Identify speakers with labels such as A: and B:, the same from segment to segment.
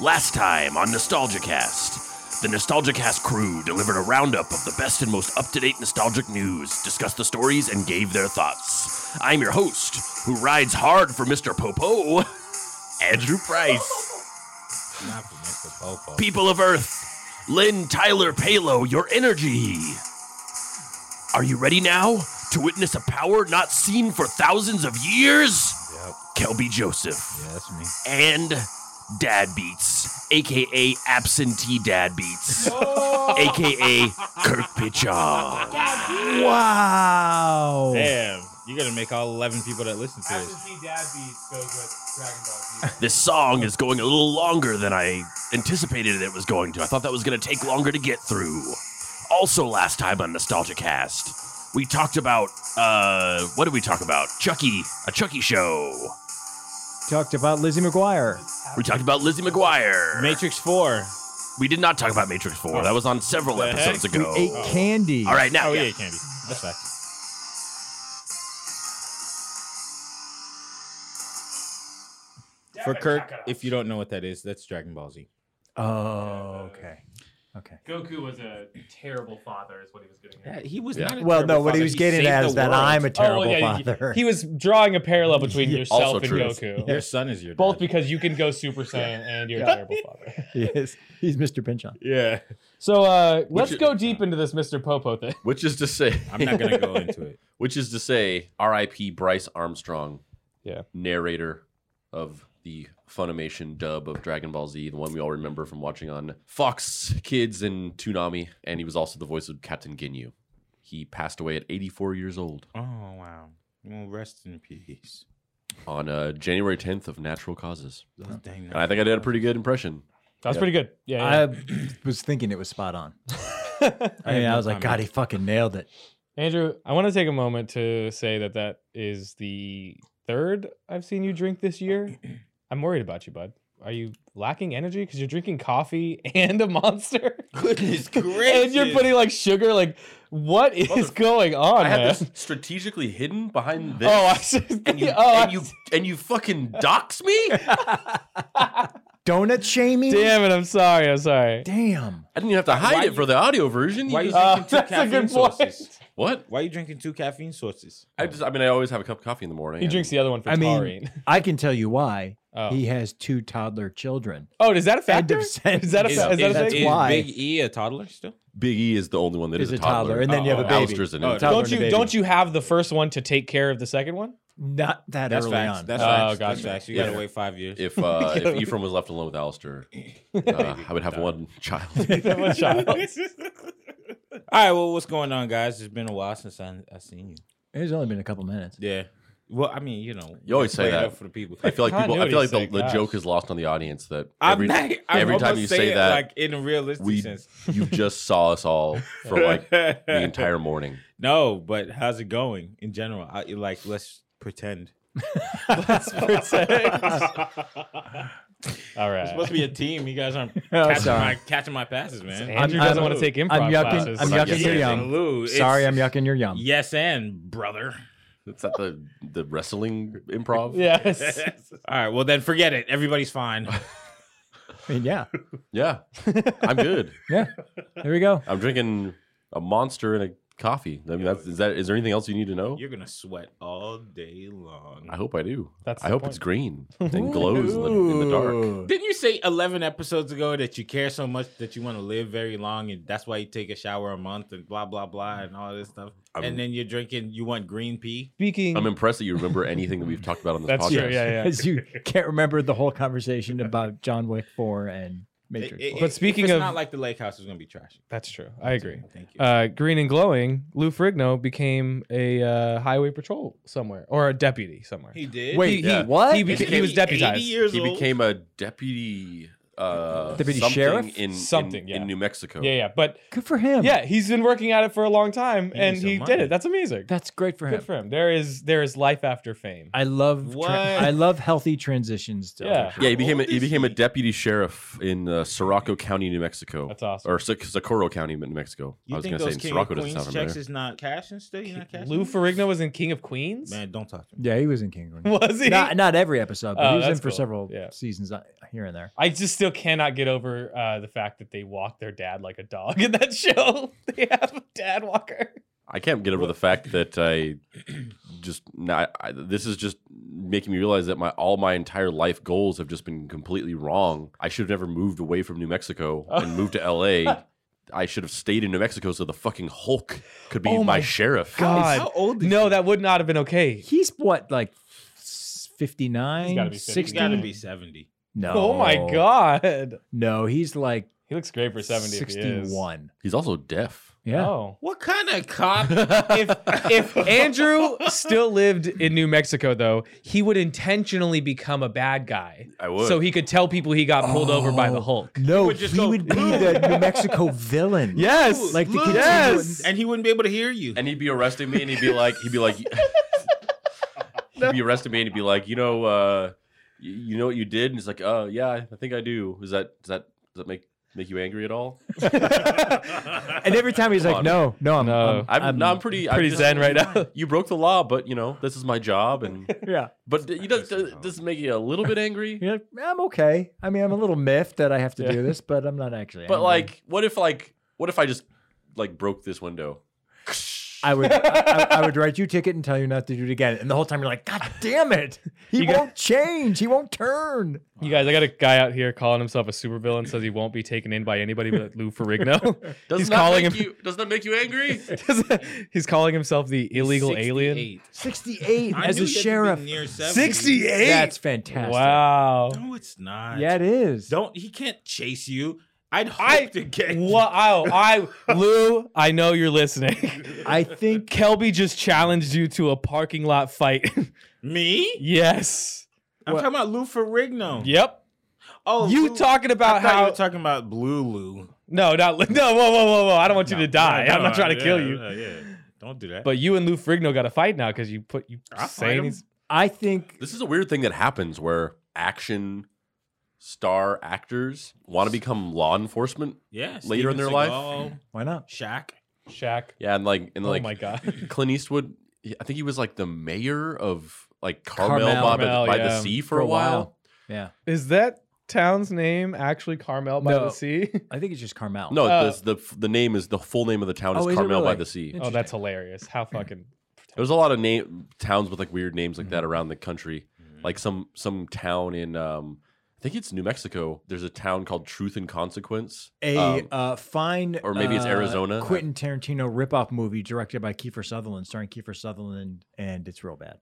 A: Last time on NostalgiaCast, the NostalgiaCast crew delivered a roundup of the best and most up to date nostalgic news, discussed the stories, and gave their thoughts. I'm your host, who rides hard for Mr. Popo, Andrew Price.
B: Not for Mr. Popo.
A: People of Earth, Lynn Tyler Palo, your energy. Are you ready now to witness a power not seen for thousands of years?
B: Yep.
A: Kelby Joseph
B: Yeah, that's me.
A: and Dad Beats, aka Absentee Dad Beats, aka Kirk Pitchon.
C: Wow.
B: Damn. You're going to make all 11 people that listen to this.
D: Absentee Dad Beats goes with Dragon Ball Z.
A: This song is going a little longer than I anticipated it was going to. I thought that was going to take longer to get through. Also, last time on Nostalgia Cast, we talked about uh, what did we talk about? Chucky, a Chucky show.
C: Talked about Lizzie McGuire.
A: We talked about Lizzie McGuire.
B: Matrix Oh, 4.
A: we did not talk about Matrix Four. That was on several
B: The heck?
A: episodes
C: We
A: ago.
C: ate candy.
A: All right, now
B: oh, yeah,
A: yeah.
B: it can be. That's fact. For Kirk, if you don't know what that is, that's Dragon Ball Z.
C: Oh, okay. Okay.
D: Goku was a terrible father, is what he was getting at.
B: he was
A: Yeah.
B: not.
C: Well, no, what he was getting at is that I'm
A: Oh,
C: a terrible
E: yeah, you-
C: father.
E: He was drawing a parallel between yourself
A: Also
E: and
A: true.
E: Goku.
B: Your son is your
E: Both
B: dad.
E: because you can go Super Saiyan and you're a terrible father.
C: He is. He's Mr. Pinchon.
B: Yeah.
E: So uh, let's
F: is-
E: go deep into this Mr. Popo thing.
F: Which is to say,
B: I'm not going to go into it.
F: which is to say, R.I.P. Bryce Armstrong,
E: Yeah.
F: narrator of the Funimation dub of Dragon Ball Z, the one we all remember from watching on Fox Kids and Toonami, and he was also the voice of Captain Ginyu. He passed away at 84 years old
B: Oh, wow. Well, rest in peace.
F: on uh, January 10th of natural causes.
B: Those dang
F: And I think I did a pretty good impression.
E: That was
F: Yeah.
E: pretty good. Yeah. yeah.
C: I was thinking it was spot on. I mean,
B: have
C: I
B: no
C: was like,
B: comment.
C: God, he fucking nailed it.
E: Andrew, I want to take a moment to say that that is the third I've seen you drink this year. I'm worried about you, bud. Are you lacking energy because you're drinking coffee and a monster?
B: Goodness
E: and you're putting like sugar. Like, what is
F: Motherf-
E: going on,
F: I
E: man?
F: had this strategically hidden behind this.
E: oh, I see.
F: and you,
E: oh,
F: and, you and you fucking dox me?
C: Donut shaming?
E: Damn it! I'm sorry. I'm sorry.
C: Damn.
F: I didn't even have to hide
B: Why
F: it for the audio version. You
B: Why you
F: just-
E: Uh,
B: drinking two
E: that's a
B: caffeine
E: good point.
B: sources?
F: what?
B: Why are you drinking two caffeine sources?
F: I just, I mean, I always have a cup of coffee in the morning.
E: He drinks the other one for
C: I mean,
E: taurine.
C: I can tell you why.
E: Oh.
C: He has two toddler children.
E: oh, is that a
C: End
E: factor?
C: of
E: Is
C: sentence.
E: that a, fa- is,
B: is,
E: that a
C: that's
E: thing?
B: is
C: why.
B: Big E a toddler still?
F: Big E is the only one that
C: He's
F: is,
C: a toddler, and then you have a
B: Oh,
C: baby.
F: Alistair's an
B: Oh,
F: infant.
C: toddler
E: Don't
C: and a
E: you
C: baby.
E: don't you have the first one to take care of the second one?
C: Not that
B: That's
C: early
B: facts.
C: on.
B: That's
E: Oh,
B: facts.
E: gotcha.
B: That's facts. You
F: Yeah.
B: gotta wait five years.
F: If uh, if Ephraim was left alone with Alistair, uh, I would have one child.
E: That one child.
B: All right, well, what's going on, guys? It's been a while since I I seen you.
C: It's only been a couple minutes.
B: Yeah. Well, I mean, you know,
F: You always
B: play
F: say
B: it
F: that.
B: up for the people.
F: I feel like people. I feel like the,
E: Continuity's
F: the
E: sick,
F: joke
E: gosh.
F: is lost on the audience that
B: I'm
F: every,
B: not- I'm
F: every time
B: almost
F: you
B: saying
F: say
B: it,
F: that,
B: like in a realistic
F: we
B: sense.
F: you just saw us all for like the entire morning.
B: no, but how's it going in general? I, like, let's pretend.
E: All right.
B: It's supposed to be a team. You guys aren't
C: Oh,
B: catching,
C: sorry.
B: my, catching my passes, man.
E: Andrew
C: I'm-
E: doesn't want
C: I'm-
E: to take improv
C: I'm yucking-
E: classes.
C: I'm
F: It's not
C: yucking your
F: yes
C: yum.
B: Lou, it's-
C: Sorry, I'm yucking your yum.
B: Yes, and brother.
F: It's at the the wrestling improv.
E: Yes.
B: All right, well then, forget it. Everybody's fine.
C: I mean, yeah.
F: yeah. I'm good.
C: Yeah. There we go.
F: I'm drinking a monster and a coffee. I mean, that's, is that is there anything else you need to know?
B: You're gonna sweat all day long.
F: I hope I do.
E: That's
F: I
E: the
F: hope
E: point.
F: it's green and glows in the, in the dark.
C: Ooh.
B: Didn't you say 11 episodes ago that you care so much that you want to live very long and that's why you take a shower a month and blah, blah, blah, and all this stuff?
F: I'm-
B: and then you're drinking, you want green pea?
E: Speaking.
F: I'm impressed that you remember anything that we've talked about on this
E: that's
F: podcast.
E: true. Yeah, yeah.
C: Because you can't remember the whole conversation about John Wick 4 and Matrix 4.
E: But speaking
B: if it's
E: of-
B: not like the lake house is going to be trash.
E: That's true. I agree.
B: Thank you.
E: Uh, green and glowing. Lou Frigno became a uh, highway patrol somewhere or a deputy somewhere.
B: he did.
C: Wait,
E: He- he-
F: yeah.
C: what?
E: He,
B: Isn't
E: beca- he was
B: 80
E: deputized.
B: years
F: He
B: old?
F: became a deputy uh
C: Deputy
F: something
C: sheriff?
F: in
E: Something,
F: in,
E: yeah.
F: in New Mexico.
E: Yeah, yeah. But
C: Good for him.
E: yeah, he's been working at it for a long time,
B: He
E: and
B: needs some
E: he did
B: money.
E: it. That's amazing.
C: That's great for him.
E: Good for him. There is there is life after fame.
C: I love tra-
B: What?
C: I love healthy transitions. To
E: Yeah.
F: Yeah, he became a,
B: old
F: he
B: is
F: became a
B: he?
F: deputy sheriff in uh, Socorro County, New Mexico,
E: That's awesome.
F: or Soc- Socorro County, New Mexico.
B: You
F: I was
B: think
F: gonna say
B: those
F: in
B: King
F: Socorro
B: of
F: doesn't sound
B: Queens checks
F: familiar.
B: is not cashing still? You're not cashing?
E: Lou Ferrigno was in King of Queens.
B: Man, don't talk to me.
C: Yeah, he was in King of Queens.
E: Was he?
C: Not not every episode, but
E: Oh,
C: he was in
E: that's
C: for
E: cool.
C: several
E: Yeah.
C: seasons uh, here and there.
E: I just still cannot get over uh, the fact that they walk their dad like a dog in that show. they have a dad walker.
F: I can't get over the fact that I just now. I, this is just making me realize that my all my entire life goals have just been completely wrong. I should have never moved away from New Mexico and moved to L.A. I should have stayed in New Mexico so the fucking Hulk could be
E: Oh
F: my,
E: my
F: sheriff.
E: God.
B: How old is
E: No,
B: he?
E: that would not have been okay.
C: He's what, like 59?
E: He's gotta be
B: 60. He's
E: 60.
B: got to be 70.
C: No.
E: Oh my god.
C: No, he's like
E: He looks great for 70 if he is.
C: 61.
F: He's also deaf.
C: Yeah.
E: Oh.
B: What kind of cop?
E: if if Andrew still lived in New Mexico though, he would intentionally become a bad guy.
F: I would.
E: So he could tell people he got pulled over by the
C: Oh.
E: Hulk.
C: No, he
B: would
C: would,
B: just go,
C: be the New Mexico villain.
E: Yes.
C: Like the
B: Look,
C: continu-
E: yes.
B: And he wouldn't be able to hear you.
F: and he'd be arresting me and he'd be like he'd be like he'd be arresting me and he'd be like you know uh you, you know what you did and he's like uh yeah i think i do is that does that does that make make you angry at all
C: And every time he's like,
F: on.
C: no, no, I'm,
E: No.
C: I'm,
F: i'm,
C: I'm-
F: no, I'm pretty
E: Pretty
F: I'm just-
E: zen right now.
F: you broke the law but you know this is my job and
C: yeah,
F: but you does does it make you a little bit angry
C: You're like, I'm okay. I mean, I'm a little miffed that I have to
E: Yeah.
C: do this, but I'm not actually.
F: but
C: angry."
F: like what if like what if i just like broke this window
C: I would, I, I would write you a ticket and tell you not to do it again. And the whole time you're like, God damn it, he
E: You got-
C: won't change, he won't turn.
E: You guys, I got a guy out here calling himself a supervillain, says he won't be taken in by anybody but Lou Ferrigno.
F: does
E: He's
F: that
E: calling
F: make
E: him-
F: you does that make you angry
E: He's calling himself the illegal alien.
B: 68.
C: 68
B: I knew he
C: as a
B: had to be
C: sheriff.
B: near 70.
E: 68.
C: That's fantastic.
E: Wow.
B: No, it's not.
C: Yeah, it is.
B: Don't he can't chase you. I'd hope
E: I-
B: to get
E: Wow. oh, I Lou, I know you're listening.
C: I think
E: Kelby just challenged you to a parking lot fight.
B: me.
E: yes.
B: I'm
C: What?
B: talking about Lou Ferrigno.
E: Yep.
B: Oh,
E: You
B: Lou-
E: talking
B: I
E: about
B: thought
E: how
B: you were talking about Blue Lou.
E: No, not Lou- no, whoa, whoa, whoa, whoa. I don't want you to die.
B: No,
E: I'm not
B: no,
E: trying to
B: yeah,
E: kill you.
B: Yeah, yeah. don't do that.
E: But you and Lou Frigno got to fight now because you put you
B: I'll fight
E: saying
B: him.
E: he's
C: I think
F: This is a weird thing that happens where action star actors want to become law enforcement.
B: yeah,
F: later in their
B: Seagal,
C: why not?
B: Shaq.
E: Shaq.
F: Yeah, and like and
E: oh
F: like
E: my god.
F: Clint Eastwood, I think he was like the mayor of like Carmel,
C: Carmel,
F: by, the-
E: Carmel,
F: by
E: yeah,
F: the sea for, a while.
C: Yeah,
E: Is that town's name actually Carmel by
C: No.
E: the Sea?
C: I think it's just Carmel.
F: No,
E: Uh,
F: this- the the name is the full name of the town
C: Oh,
F: is
C: is it
F: Carmel by
C: really?
F: the sea.
E: Oh, that's hilarious. How fucking
F: There's a lot of name towns with like weird names like that
C: Mm-hmm.
F: around the country. Like some some town in um I think it's New Mexico. There's a town called Truth and Consequence.
C: a
F: Um,
C: uh, fine,
F: or maybe it's
C: uh,
F: Arizona.
C: Quentin Tarantino ripoff movie directed by Kiefer Sutherland, starring Kiefer Sutherland, and it's real bad.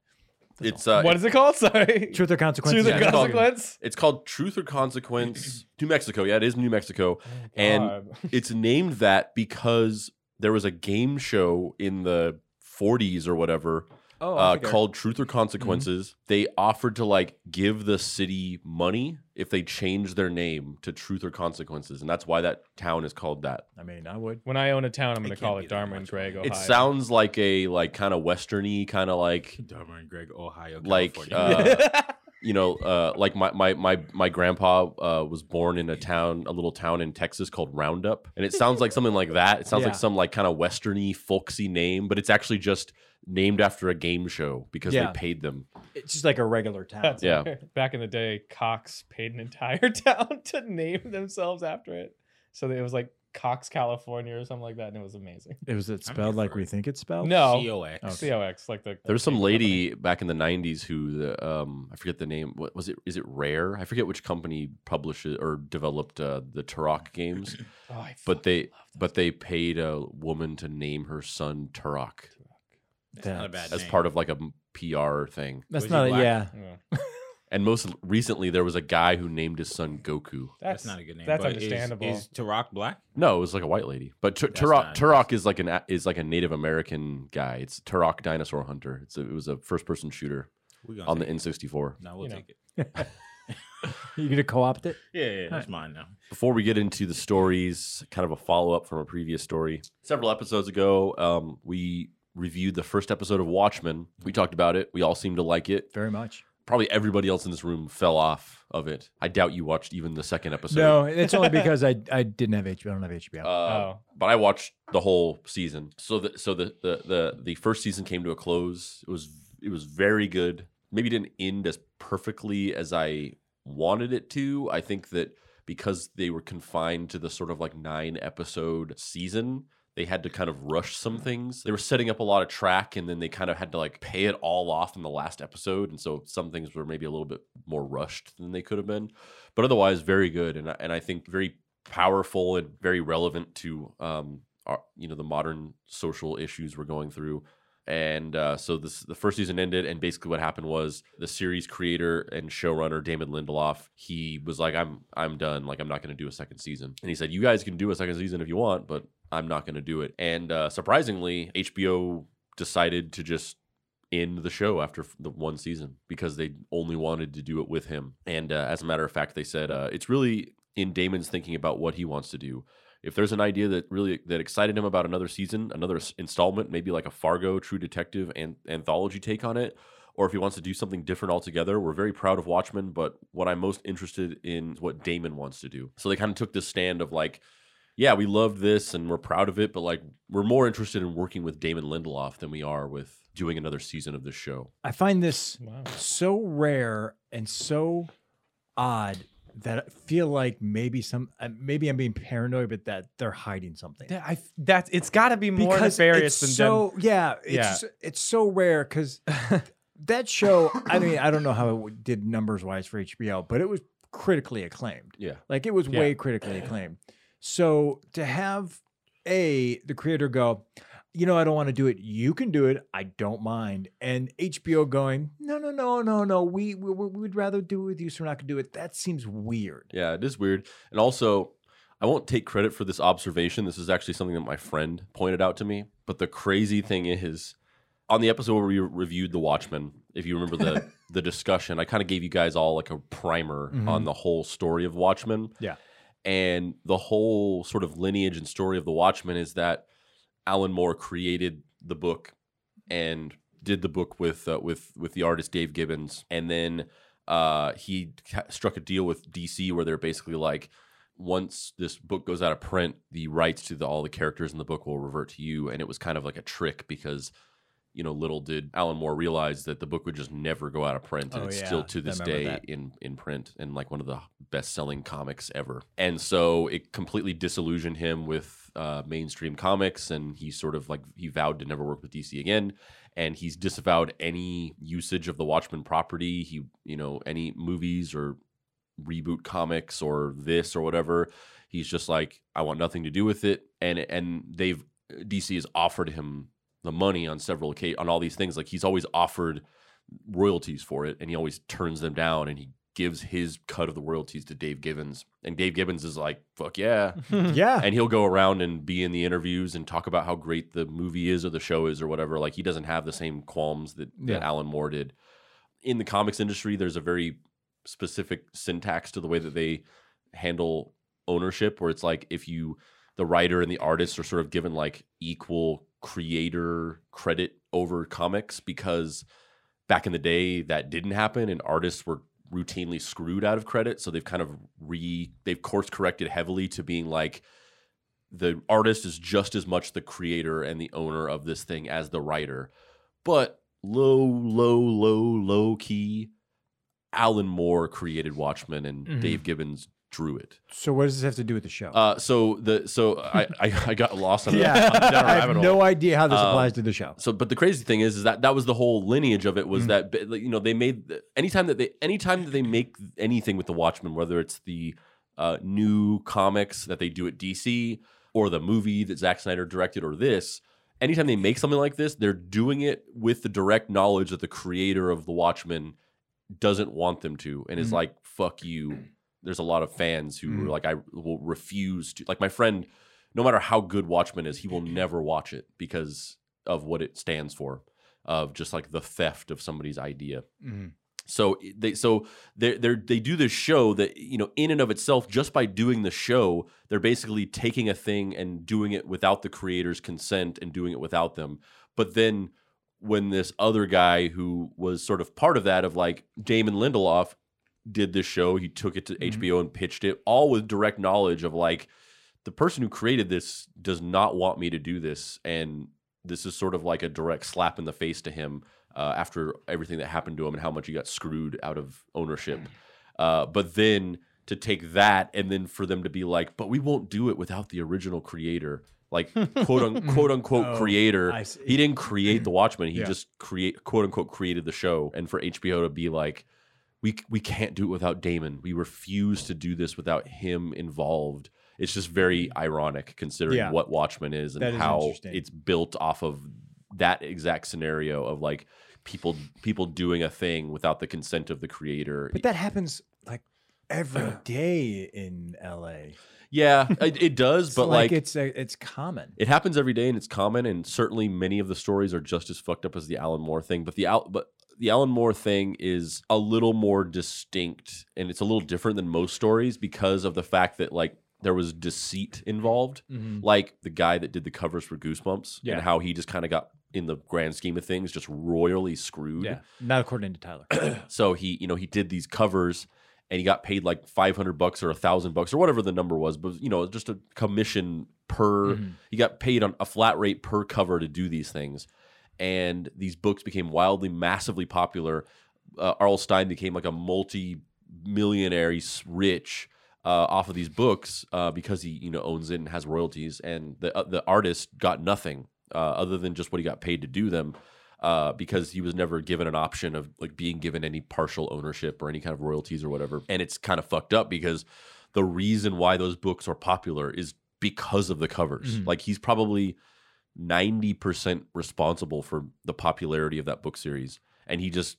F: it's uh,
E: What is it called? Sorry.
C: Truth or
E: To
C: consequences?
E: the
F: Yeah, it's called-
E: consequence.
F: It's called Truth or Consequence, New Mexico. Yeah, it is New Mexico. and
E: Oh, God.
F: it's named that because there was a game show in the 40s or whatever
C: oh, I Mm-hmm.
F: uh,
C: think I-
F: called Truth or Consequences. They offered to like give the city money if they changed their name to Truth or Consequences. And that's why that town is called that.
C: I mean, I would.
E: when I own a town, I'm going to
B: It
E: call
B: can't be
E: it
B: that
E: Dharma and
B: much
E: Greg, Ohio.
F: It sounds like a like kind of westerny kind of like
B: Dharma and Greg, Ohio,
F: Like,
B: California.
F: you know, uh, like my my my my grandpa uh, was born in a town, a little town in Texas called Roundup, and it sounds like something like that. It sounds like
C: Yeah.
F: some like kind of westerny, folksy name, but it's actually just named after a game show because
C: Yeah.
F: they paid them.
C: It's just like a regular town.
E: That's
F: Yeah.
E: weird. Back in the day, Cox paid an entire town to name themselves after it. So it was like Cox, California or something like that. And it was amazing.
C: It was it
B: I'm
C: spelled
B: here
C: like
B: for
C: we
B: it.
C: think it's spelled.
F: uh,
E: No.
B: COX.
C: Okay.
E: COX. Like the,
F: There was some lady back in the '90s who, the, um, I forget the name. What was it? Is it Rare? I forget which company published it or developed uh, the Turok games,
E: Oh, I
F: but they
E: love those.
F: but they paid a woman to name her son Turok
B: That's
E: Oh,
B: not a bad
F: as
B: name.
F: part of like a PR thing.
B: Was
C: That's
B: he
C: not. A,
B: black?
C: yeah,
E: Yeah.
F: And most recently, there was a guy who named his son Goku.
B: That's, not a good name.
E: That's
B: but is-
E: understandable.
B: Is, Turok black?
F: No, it was like a white lady. But Tur-
B: That's
F: Turok,
B: not-
F: Turok is like an a- is like a Native American guy. It's Turok Dinosaur Hunter. It's a, it was a first person shooter
B: We're gonna
F: on the
B: take it.
F: N64.
B: No, we'll
E: you know.
B: take it.
C: you gonna co-opt it?
B: Yeah, yeah, yeah, that's mine now.
F: Before we get into the stories, kind of a follow up from a previous story. Several episodes ago, um, we reviewed the first episode of Watchmen. We talked about it. We all seemed to like it.
C: Very much.
F: Probably everybody else in this room fell off of it. I doubt you watched even the second episode.
C: no, it's only because I I didn't have HBO. I don't have HBO.
F: Uh,
E: oh.
F: but I watched the whole season. So the so the, the the the first season came to a close. It was it was very good. Maybe didn't end as perfectly as I wanted it to. I think that because they were confined to the sort of like nine episode season, they had to kind of rush some things. They were setting up a lot of track and then they kind of had to like pay it all off in the last episode. And so some things were maybe a little bit more rushed than they could have been. But otherwise, very good. And, I- and I think very powerful and very relevant to, um, our, you know, the modern social issues we're going through. And uh, so this the first season ended, and basically what happened was the series creator and showrunner Damon Lindelof he was like, "I'm I'm done. Like I'm not going to do a second season." And he said, "You guys can do a second season if you want, but I'm not going to do it." And uh, surprisingly, HBO decided to just end the show after f- the one season because they only wanted to do it with him. And uh, as a matter of fact, they said uh, it's really in Damon's thinking about what he wants to do if there's an idea that really that excited him about another season, another s- installment, maybe like a Fargo True Detective and anthology take on it, or if he wants to do something different altogether, we're very proud of Watchmen, but what I'm most interested in is what Damon wants to do. So they kind of took this stand of like yeah, we love this and we're proud of it, but like we're more interested in working with Damon Lindelof than we are with doing another season of this show.
C: I find this
E: Wow.
C: so rare and so odd that I feel like maybe some uh, maybe I'm being paranoid, but that they're hiding something.
E: That, I, that's it's got to be more
C: because
E: nefarious
C: it's
E: than
C: so yeah, it's
E: Yeah.
C: so- it's so rare because that show. I mean, I don't know how it w- did numbers wise for HBO, but it was critically acclaimed.
F: Yeah.
C: Like it was
E: Yeah.
C: way critically acclaimed. So to have a the creator go, you know, I don't want to do it. You can do it. I don't mind. And HBO going, no, no, no, no, no. We we we- we'd rather do it with you, so we're not gonna do it. That seems weird.
F: Yeah, it is weird. And also, I won't take credit for this observation. This is actually something that my friend pointed out to me. But the crazy thing is, on the episode where we reviewed The Watchmen, if you remember the the discussion, I kind of gave you guys all like a primer
C: Mhm.
F: on the whole story of Watchmen.
C: Yeah.
F: And the whole sort of lineage and story of The Watchmen is that Alan Moore created the book and did the book with uh, with with the artist Dave Gibbons, and then uh, he ca- struck a deal with DC where they're basically like, once this book goes out of print, the rights to the, all the characters in the book will revert to you, and it was kind of like a trick because. You know, little did Alan Moore realize that the book would just never go out of print, and
C: Oh,
F: it's
C: yeah.
F: still to
C: I
F: this
C: remember
F: day
C: that.
F: in in print and like one of the best-selling comics ever. And so it completely disillusioned him with uh, mainstream comics, and he sort of like he vowed to never work with DC again and he's disavowed any usage of the Watchmen property. He, you know, any movies or reboot comics or this or whatever. He's just like, I want nothing to do with it. And and they've DC has offered him the money on several occasions on all these things. Like he's always offered royalties for it, and he always turns them down, and he gives his cut of the royalties to Dave Gibbons. And Dave Gibbons is like, fuck yeah
E: done.
C: Yeah.
F: and he'll go around and be in the interviews and talk about how great the movie is or the show is or whatever. Like he doesn't have the same qualms that, that
C: Yeah.
F: Alan Moore did. In the comics industry, there's a very specific syntax to the way that they handle ownership, where it's like if you the writer and the artist are sort of given like equal creator credit over comics because back in the day that didn't happen and artists were routinely screwed out of credit so they've kind of re they've course corrected heavily to being like the artist is just as much the creator and the owner of this thing as the writer but low low low low key alan moore created watchmen and
C: Mm-hmm.
E: Mhm.
F: dave gibbons drew it
C: So what does this have to do with the show?
F: uh, so the so I, I I got lost on
C: Yeah.
F: that. down a
C: I have
F: rabbit
C: no
F: hole.
C: idea how this
F: Um,
C: applies to the show.
F: So, but the crazy thing is, is that that was the whole lineage of it was
C: Mm.
F: that that like, you know they made the- anytime that they anytime that they make anything with the Watchmen, whether it's the uh, new comics that they do at DC or the movie that Zack Snyder directed or this. Anytime they make something like this, they're doing it with the direct knowledge that the creator of the Watchmen doesn't want them to, and is
C: Mm.
F: like, "Fuck you." There's a lot of fans who
C: Mm.
F: are like, "I will refuse to." Like my friend no matter how good Watchmen is, he will never watch it because of what it stands for, of just like the theft of somebody's idea.
E: Mm-hmm.
F: So eh, they so they they they do this show that you know in and of itself just by doing the show they're basically taking a thing and doing it without the creator's consent and doing it without them. But then when this other guy who was sort of part of that of like Damon Lindelof did this show, he took it to
C: Mhm.
F: HBO and pitched it all with direct knowledge of like the person who created this does not want me to do this and this is sort of like a direct slap in the face to him uh, after everything that happened to him and how much he got screwed out of ownership. Uh, but then to take that and then for them to be like, but we won't do it without the original creator, like quote unquote unquote
C: Oh,
F: creator.
C: I see.
F: He didn't create the Watchmen. He
C: Yeah.
F: just create quote unquote created the show. And for HBO to be like, we we can't do it without Damon. We refuse to do this without him involved. It's just very ironic considering
C: Yeah.
F: what Watchmen is and
C: That is
F: how
C: interesting.
F: it's built off of that exact scenario of like people people doing a thing without the consent of the creator.
C: But that happens like every day in LA.
F: yeah, it, it does,
C: It's
F: but like,
C: it's a, it's common.
F: it happens every day and it's common and certainly many of the stories are just as fucked up as the Alan Moore thing, but the Al- but the Alan Moore thing is a little more distinct and it's a little different than most stories because of the fact that like there was deceit involved.
C: Mhm.
F: like the guy that did the covers for Goosebumps
C: Yeah.
F: and how he just kind of got in the grand scheme of things just royally screwed.
C: Yeah, not according to Tyler.
F: So he, you know, he did these covers and he got paid like 500 bucks or a 1000 bucks or whatever the number was, but you know, just a commission per
C: Mhm.
F: he got paid on a flat rate per cover to do these things. And these books became wildly massively popular. Uh, Arl Stein became like a multi millionaire, he's rich uh, off of these books uh, because he you know owns it and has royalties, and the uh, the artist got nothing uh, other than just what he got paid to do them. Uh, because he was never given an option of like being given any partial ownership or any kind of royalties or whatever, and it's kind of fucked up because the reason why those books are popular is because of the covers.
C: Mhm.
F: Like he's probably ninety percent responsible for the popularity of that book series, and he just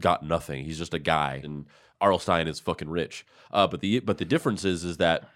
F: got nothing. He's just a guy, and Arl Stein is fucking rich. Uh, but the but the difference is is that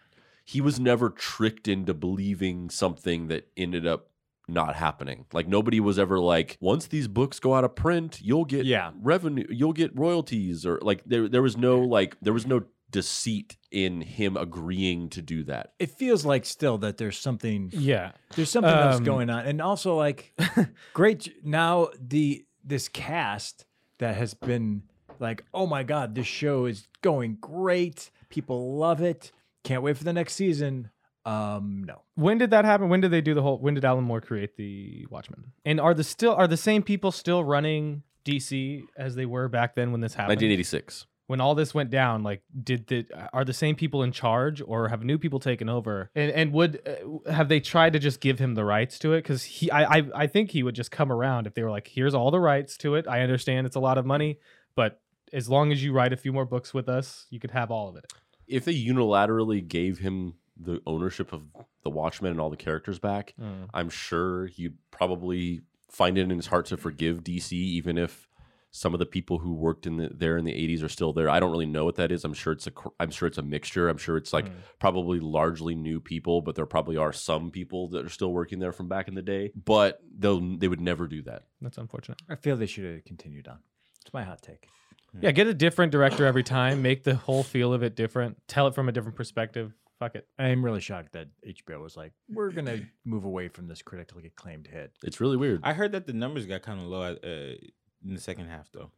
F: he was never tricked into believing something that ended up not happening. Like nobody was ever like, once these books go out of print, you'll get
C: Yeah.
F: revenue, you'll get royalties, or like there there was no like there was no deceit in him agreeing to do that.
C: It feels like still that there's something
E: Yeah.
C: there's something else
E: Um,
C: going on, and also like great j- now the this cast that has been like oh my god this show is going great people love it can't wait for the next season. Um, no,
E: When did that happen? When did they do the whole? When did Alan Moore create the Watchmen? And are the still are the same people still running DC as they were back then when this happened?
F: 1986.
E: when all this went down like did the are the same people in charge or have new people taken over and and would uh, have they tried to just give him the rights to it because he I, I i think he would just come around if they were like here's all the rights to it i understand it's a lot of money but as long as you write a few more books with us you could have all of it
F: If they unilaterally gave him the ownership of the Watchmen and all the characters back, I'm sure he'd probably find it in his heart to forgive DC, even if some of the people who worked in the, there in the 80s are still there. I don't really know what that is. I'm sure it's a cr- I'm sure it's a mixture. I'm sure it's like
E: Mm.
F: probably largely new people, but there probably are some people that are still working there from back in the day. But they'll they would never do that.
E: that's unfortunate
C: I feel they should have continued on. It's my hot take.
E: yeah get a different director every time make the whole feel of it different tell it from a different perspective fuck it
C: I'm really shocked that HBO was like, we're gonna move away from this critically acclaimed hit.
F: It's really weird. I,
B: I heard that the numbers got kind of low at, uh, in the second half, though.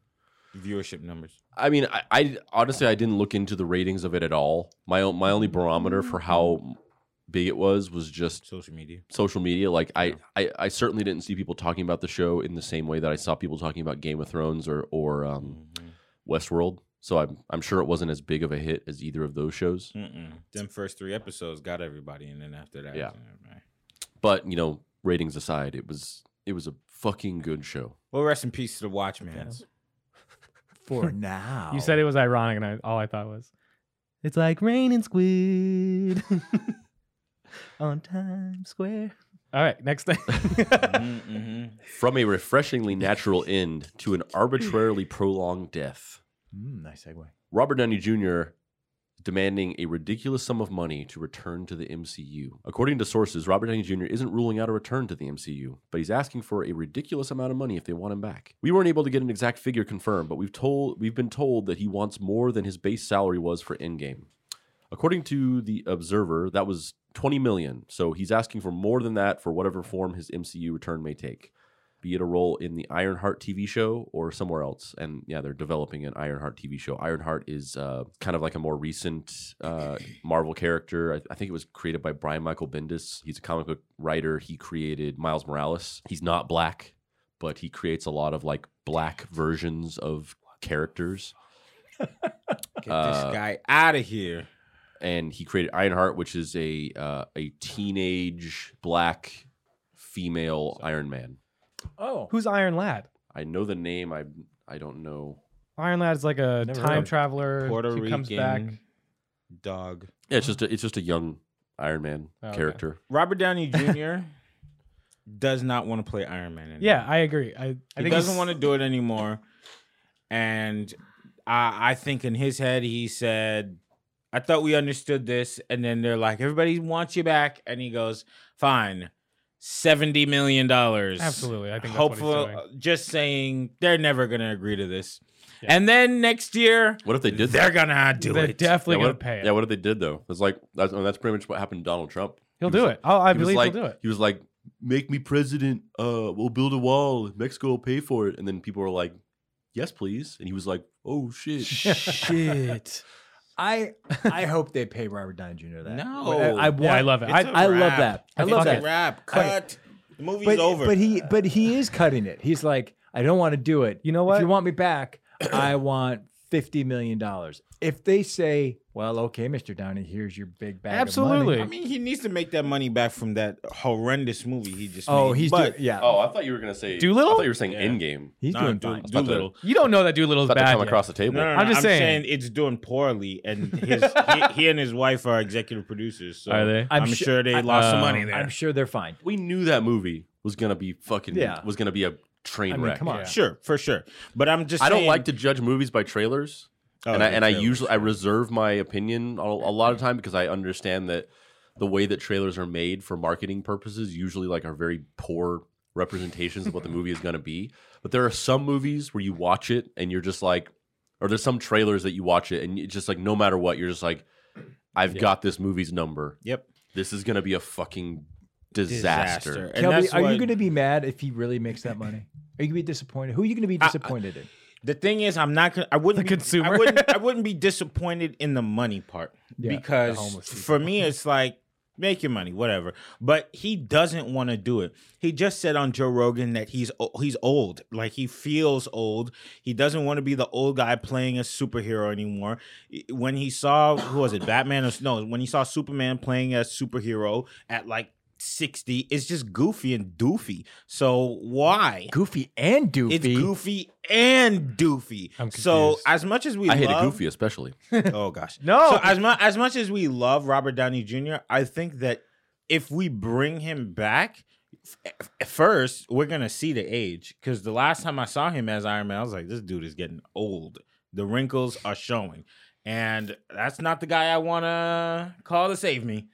B: Viewership numbers.
F: mean, I, I honestly I didn't look into the ratings of it at all. My o- my only barometer for how big it was was just
B: Social media.
F: social media like I,
B: Yeah.
F: I i certainly didn't see people talking about the show in the same way that i saw people talking about game of thrones or or um
B: Mhm.
F: westworld so i'm i'm sure it wasn't as big of a hit as either of those shows
B: Mm-mm. Them first three episodes got everybody, and then after that,
F: Yeah.
B: eh, man.
F: but you know ratings aside it was it was a fucking good show
B: Well, rest in peace to the Watchmen.
C: For now,
E: you said it was ironic and I, all i thought was it's like raining squid on times square all right next thing
B: mm-hmm.
F: from a refreshingly natural end to an arbitrarily prolonged death
C: Mm, nice segue.
F: Robert Downey Jr. demanding a ridiculous sum of money to return to the MCU. According to sources, Robert Downey Jr. isn't ruling out a return to the MCU, but he's asking for a ridiculous amount of money if they want him back. We weren't able to get an exact figure confirmed, but we've told we've been told that he wants more than his base salary was for Endgame. According to the Observer, that was 20 million. So he's asking for more than that for whatever form his MCU return may take, be it a role in the Ironheart TV show or somewhere else. And yeah, they're developing an Ironheart TV show. Ironheart is uh, kind of like a more recent uh, Marvel character. I, I think it was created by Brian Michael Bendis. He's a comic book writer. He created Miles Morales. He's not black, but he creates a lot of like black versions of characters.
B: Get
F: Uh,
B: this guy out of here.
F: and he created Ironheart, which is a uh, a teenage black female Iron Man.
C: Oh,
E: Who's Iron Lad?
F: I know the name. I I don't know.
E: Iron Lad is like a
B: Never heard
E: time
B: of
E: traveler
B: Puerto
E: who
B: Rican
E: comes back.
B: dog.
F: Yeah, it's just a, it's just a young Iron Man
E: Oh, okay.
F: character.
B: Robert Downey Jr. does not want to play Iron Man anymore.
E: Yeah, I agree. I, I
B: he
E: think
B: doesn't want to do it anymore. And I, I think in his head, he said, I thought we understood this. And then they're like, everybody wants you back. And he goes, fine, $70 million. uh,
E: Absolutely, I think that's what
F: uh,
E: he's doing.
B: just saying they're never going to agree to this.
E: Yeah.
B: And then next year,
F: What if they did
B: they're
F: that?
B: going to do
E: They're
B: it.
E: definitely
F: yeah,
E: gonna
F: what,
E: pay it.
F: yeah, what if they did though? It's like that's, that's pretty much what happened to Donald Trump.
E: he'll
F: He
E: do
F: was-
E: it. I'll, I
F: he was
E: believe
F: like-
E: he'll do it.
F: He was like, "Make me president. Uh, we'll build a wall. Mexico will pay for it." And then people were like, "Yes, please." And he was like, "Oh shit."
C: shit. I I hope they pay Robert Downey Jr. that.
B: No.
C: But I, I want,
E: Yeah, I love it.
B: It's
E: I,
B: a
C: I love
B: wrap.
C: that. I
B: It's
C: love
B: a
C: that.
B: wrap.
C: Cut.
B: Cut. The movie's
C: but,
B: over.
C: But he but he is cutting it. He's like, I don't want to do it.
E: You know
C: If
E: what?
C: you want me back, I want fifty million dollars. If they say, well, okay, Mr. Downey, here's your big bag. of money."
E: Absolutely.
B: I mean, he needs to make that money back from that horrendous movie he just.
C: Oh,
B: made.
C: he's
B: but
C: do- yeah.
F: Oh, I thought you were gonna say
E: Doolittle?
F: I thought you were saying
B: Yeah.
F: Endgame.
C: he's
B: Nah,
C: doing
B: do-
C: fine.
B: do
F: About the-
B: little.
E: you don't know that Doolittle's
F: About to
E: bad.
F: come
E: yet.
F: across the
B: No,
F: table.
B: no, no,
E: I'm just saying.
B: it's doing poorly, and his he, he and his wife are executive producers. So
E: Are they?
B: I'm,
C: I'm su-
B: sure they
C: I- Um,
B: lost some
E: Uh,
B: money there.
C: I'm sure they're fine.
F: We knew that movie was gonna be fucking.
C: Yeah.
F: Was gonna be a train
C: I mean,
F: wreck.
C: come on.
E: Yeah.
B: Sure, for sure. But I'm just.
F: I don't
B: saying-
F: like to judge movies by trailers.
B: Oh,
F: and I,
B: the
F: and I
B: trailers.
F: usually I reserve my opinion a, a lot of time because I understand that the way that trailers are made for marketing purposes usually like are very poor representations of what the movie is going to be. But there are some movies where you watch it and you're just like, or there's some trailers that you watch it and it's just like no matter what you're just like, I've got this movie's number.
B: Yep.
F: This is going to be a fucking disaster.
B: And
C: Kelby,
B: that's
C: are
B: what-
C: you going to be mad if he really makes that money? Are you going to be disappointed? Who are you going to be
B: I-
C: disappointed in?
B: The thing is, I'm not. gonna I wouldn't.
E: The
B: be-
E: consumer.
B: I wouldn't. I wouldn't be disappointed in the money part
C: Yeah, the
B: because
E: homeless people.
B: for me, it's like make your money, whatever. But he doesn't want to do it. He just said on Joe Rogan that he's o- he's old. Like he feels old. He doesn't want to be the old guy playing a superhero anymore. I- When he saw who was it, Batman or s- no? When he saw Superman playing a superhero at like. 60 it's just goofy and doofy so why
C: Goofy and doofy.
B: it's goofy and doofy.
E: I'm
B: so
E: confused.
B: as much as we
F: I hate a
B: love,
F: goofy especially.
B: Oh gosh.
E: No.
B: So as much as much as we love Robert Downey Jr., I think that if we bring him back f- f- first, we're gonna see the age. Because the last time I saw him as Iron Man, I was like, this dude is getting old. The wrinkles are showing. And that's not the guy I wanna call to save me.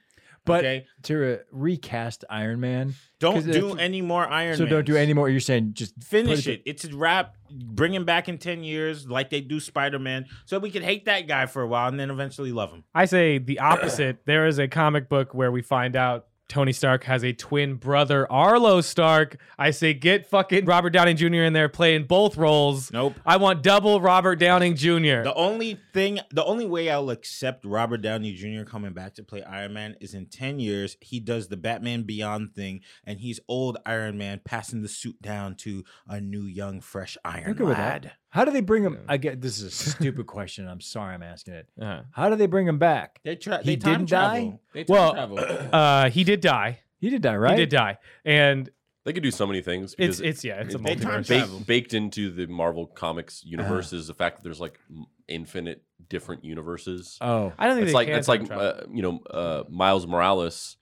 C: But
B: okay?
C: to uh, recast Iron Man,
B: don't
C: 'cause
B: do
C: it's-
B: any more Iron
C: so don't do
B: Mans.
C: any more. You're saying just
B: Finish
C: put
B: it. It's a wrap. Bring him back in 10 years like they do Spider Man so we could hate that guy for a while and then eventually love him.
E: I say the opposite. there is a comic book where we find out Tony Stark has a twin brother, Arlo Stark. I say get fucking Robert Downey Jr. in there playing both roles.
B: Nope.
E: I want double Robert Downing Jr.
B: The only thing, the only way I'll accept Robert Downey Jr. coming back to play Iron Man is in 10 years, he does the Batman Beyond thing and he's old Iron Man passing the suit down to a new, young, fresh Iron
C: Okay with that.
B: Lad.
C: How do they bring him? I get this is a stupid question. I'm sorry, I'm asking it.
E: Uh-huh.
C: How do they bring him back?
B: They, tra-
C: He
B: they time
C: didn't
B: travel.
C: die?
B: They time
E: Well,
B: travel.
E: Uh, he did die.
C: He did die, right?
E: He did die, and
F: They could do so many things.
E: it's
F: Because
E: it's yeah, it's a
B: They time
E: multiverse.
B: travel.
F: baked, baked into the Marvel Comics
E: Uh-huh.
F: universe is the fact that there's like m- infinite different universes.
C: Oh,
E: I don't think
F: it's
E: they
F: like
E: can
F: it's
E: time
F: like
E: travel.
F: uh, you know uh, Miles Morales.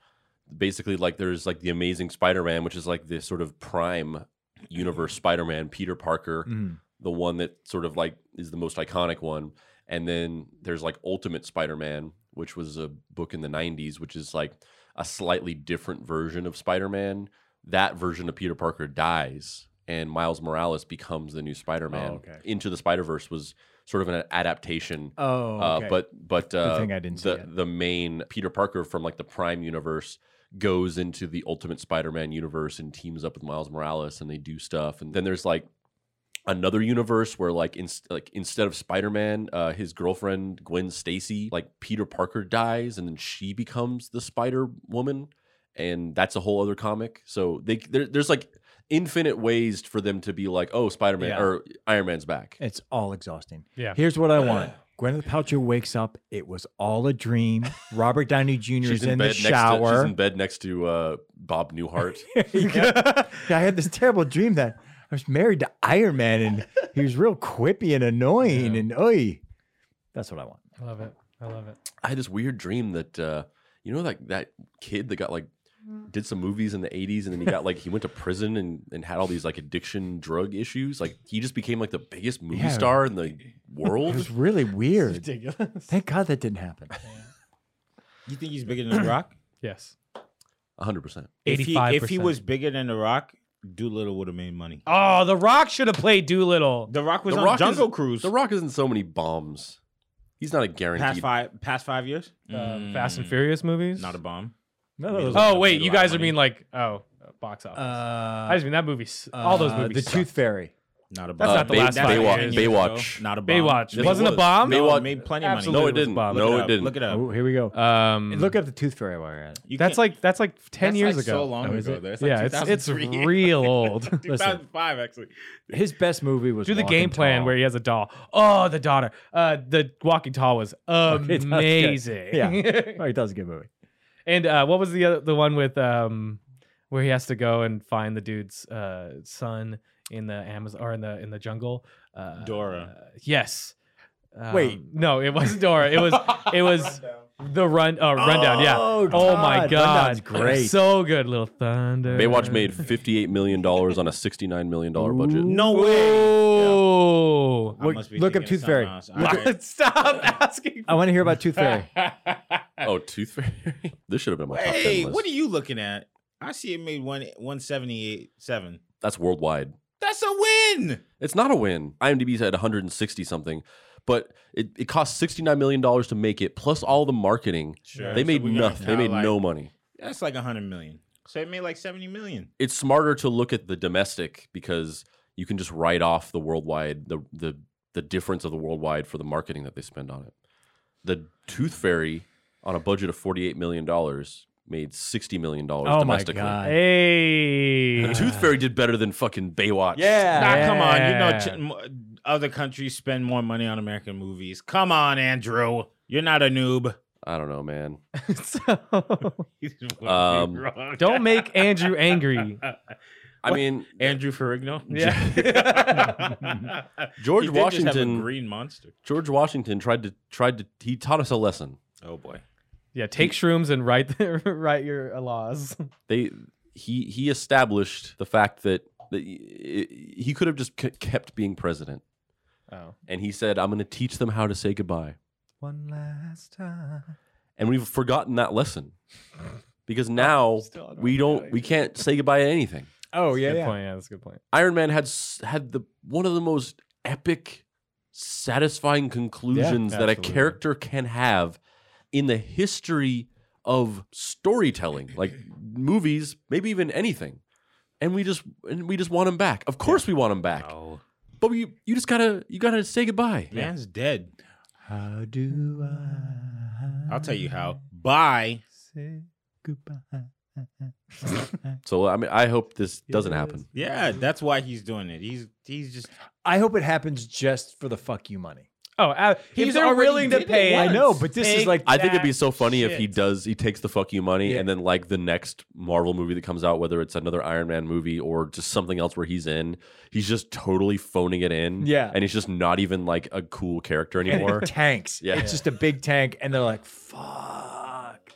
F: Basically, like there's like the Amazing Spider-Man, which is like the sort of prime universe Spider-Man, Peter Parker,
C: Mhm.
F: the one that sort of like is the most iconic one. And then there's like Ultimate Spider-Man, which was a book in the '90s, which is like a slightly different version of Spider-Man. That version of Peter Parker dies, and Miles Morales becomes the new Spider-Man.
C: Oh, okay.
F: Into the Spider-Verse was sort of an adaptation
C: oh, okay.
F: uh, but but
C: Good
F: uh,
C: thing I didn't see
F: the
C: it.
F: the main Peter Parker from like the Prime universe goes into the Ultimate Spider-Man universe and teams up with Miles Morales, and they do stuff. And then there's like another universe where like in, like instead of Spider-Man, uh, his girlfriend Gwen Stacy, like Peter Parker dies, and then she becomes the Spider Woman, and that's a whole other comic. So they there, there's like infinite ways for them to be like, oh, Spider-Man
E: Yeah.
F: or Iron Man's back.
C: it's all exhausting.
E: Yeah.
C: Here's what I want: Gwyneth Paltrow wakes up. It was all a dream. Robert Downey Jr. is
F: She's
C: in,
F: in,
C: the
F: bed next to, she's
C: shower.
F: in bed next to uh, Bob Newhart.
C: Yeah, I had this terrible dream that I was married to Iron Man and he was real quippy and annoying and oi. That's what I want.
E: I love it. I love it.
F: I had this weird dream that uh, you know like that kid that got like did some movies in the 80s and then he got like he went to prison and, and had all these like addiction drug issues like he just became like the biggest movie
C: Yeah.
F: star in the
C: It
F: world
C: was really weird.
E: Ridiculous.
C: Thank God that didn't happen.
B: You think he's bigger than The Rock?
E: yes.
F: 100%
B: If he, if he
E: 85%.
B: was bigger than The Rock, Doolittle would have made money.
E: Oh, The Rock should have played Doolittle.
B: The Rock was
F: The
B: on
F: Rock
B: Jungle
F: is-
B: Cruise.
F: the rock isn't so many bombs he's not a
B: past
F: guaranteed
B: five past five years.
F: Mm,
E: Uh, Fast and Furious movies.
B: Mm. Not a bomb.
C: No, those-
E: oh wait, you
F: Made a lot
E: guys
F: of
E: are
F: money.
E: mean like oh box office.
C: uh,
E: I just mean that movie. s- all those
C: uh,
E: movies.
C: The
E: suck.
C: Tooth Fairy.
B: Not a bomb.
E: That's not the
F: Bay-
E: last five
F: Baywa-
E: years.
F: Baywatch
B: Not a bomb.
E: Baywatch
F: Yes, it
E: wasn't
F: was.
E: a bomb.
B: No,
F: Baywatch-
B: it made plenty of money.
E: Absolutely.
F: no
E: it
F: it
E: was
F: didn't
E: Bob.
F: no
B: Look
F: it,
B: up.
F: didn't
B: Look it up.
C: Oh, here we go.
E: Um,
C: Look at the Tooth Fairy while you're at it.
B: You
E: that's
B: can't-
E: like that's like ten
B: That's,
E: years
B: like,
E: ago.
B: so long
E: Oh, is
B: ago,
E: it?
B: though. It's, like,
E: yeah, it's it's
B: 2003.
E: real old.
B: 2005 actually.
C: His best movie was
E: Do the
C: Walking
E: game plan
C: Tall.
E: where he has a doll. Oh, the daughter. Uh, the Walking Tall was
C: that's good.
E: amazing.
C: Yeah. Oh, he does a good movie.
E: and uh, what was the other, the one with um, where he has to go and find the dude's uh son in the Amazon or in the in the jungle? Uh,
B: Dora.
E: uh, yes. Um,
C: Wait.
E: No, it wasn't Dora. It was it was the run uh, rundown. yeah.
C: Oh,
E: oh my
C: God,
E: god.
C: Rundown's great.
E: So good, little thunder.
F: Baywatch made $58 million on a $69 million budget.
B: No way.
E: Oh.
B: I
C: Look-
B: must be
C: look
B: thinking
C: up
B: of
C: Tooth Fairy.
B: something else. All right.
E: Stop asking.
C: I want to hear about Tooth Fairy.
F: Oh, Tooth Fairy? This should have been my top 10
B: Hey,
F: list.
B: what are you looking at? I see it made one one seventy eight seven.
F: That's worldwide.
B: That's a win.
F: It's not a win. IMDb's at 160 something, but it, it cost 69 million dollars to make it, plus all the marketing.
B: Sure.
F: they
B: So
F: made
B: we're gonna
F: nothing. They
B: count,
F: made
B: like,
F: no money.
B: That's like hundred million. So it made like seventy million.
F: It's smarter to look at the domestic because you can just write off the worldwide the the the difference of the worldwide for the marketing that they spend on it. The Tooth Fairy on a budget of 48 million dollars made 60 million dollars
C: Oh my
F: domestically.
C: God.
E: Hey.
F: The Tooth Fairy did better than fucking Baywatch.
C: Yeah.
B: Nah, come on. You know,
E: Yeah.
B: ch- m- other countries spend more money on American movies. Come on, Andrew. You're not a noob.
F: I don't know, man.
E: So,
F: Um,
E: don't make Andrew angry.
F: I mean,
B: Andrew Ferrigno.
E: Yeah.
F: George
B: He did just have a
F: Washington
B: green monster.
F: George Washington tried to tried to he taught us a lesson.
B: Oh boy.
E: Yeah, take shrooms and write the, write your uh, laws.
F: They he he established the fact that, that he he could have just ke- kept being president,
E: Oh.
F: and he said, "I'm going to teach them how to say goodbye."
C: One last time.
F: And we've forgotten that lesson because now
E: Still, I don't
F: we
E: get
F: don't
E: it.
F: we can't say goodbye to anything.
C: Oh, yeah.
E: good
C: yeah.
E: point. Yeah, that's a good point.
F: Iron Man had s- had the one of the most epic, satisfying conclusions that a
E: absolutely.
F: character can have in the history of storytelling, like movies, maybe even anything. And we just and we just want him back. Of course, we want him back.
B: Oh.
F: But we, you just gotta you gotta say goodbye.
B: Man's dead.
C: How do I?
B: I'll tell you how. Bye.
C: Say goodbye.
F: So I mean, I hope this doesn't happen.
B: Yeah, that's why he's doing it. He's he's just
C: I hope it happens just for the fuck you money.
E: Oh, uh, if
B: He's
E: they're
B: already
E: willing to
B: did it
E: pay,
C: I
B: once.
C: know, but this is
E: Take
C: like
F: I think it'd be
E: That
F: so funny if he
E: shit.
F: does. He takes the fuck you money,
C: Yeah.
F: and then like the next Marvel movie that comes out, whether it's another Iron Man movie or just something else where he's in, he's just totally phoning it in.
C: Yeah.
F: and he's just not even like a cool character
C: and it
F: anymore.
C: tanks.
F: Yeah.
C: It's just a big tank, and they're like, fuck.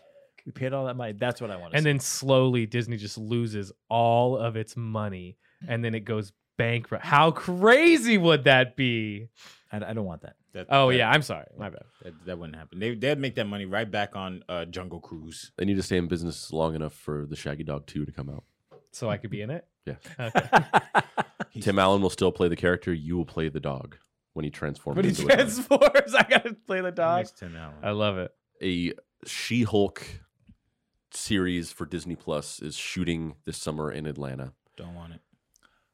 C: We paid all that money. That's what I want to
E: and then slowly Disney just loses all of its money, and then it goes bankrupt. How crazy would that be?
C: I, I don't want that.
B: that,
E: Oh
B: that-
E: yeah, I'm sorry, my bad.
B: That, that wouldn't happen. They they'd make that money right back on uh, Jungle Cruise.
F: they need to stay in business long enough for the Shaggy Dog Two to come out.
E: So I could be in it.
F: Yeah.
E: Okay.
F: Tim Allen will still play the character. You will play the dog when he transforms.
E: But he
F: into a dog.
E: transforms. I gotta play the dog.
B: Next Tim Allen.
E: I love it.
F: a She Hulk series for Disney Plus is shooting this summer in Atlanta.
B: Don't want it.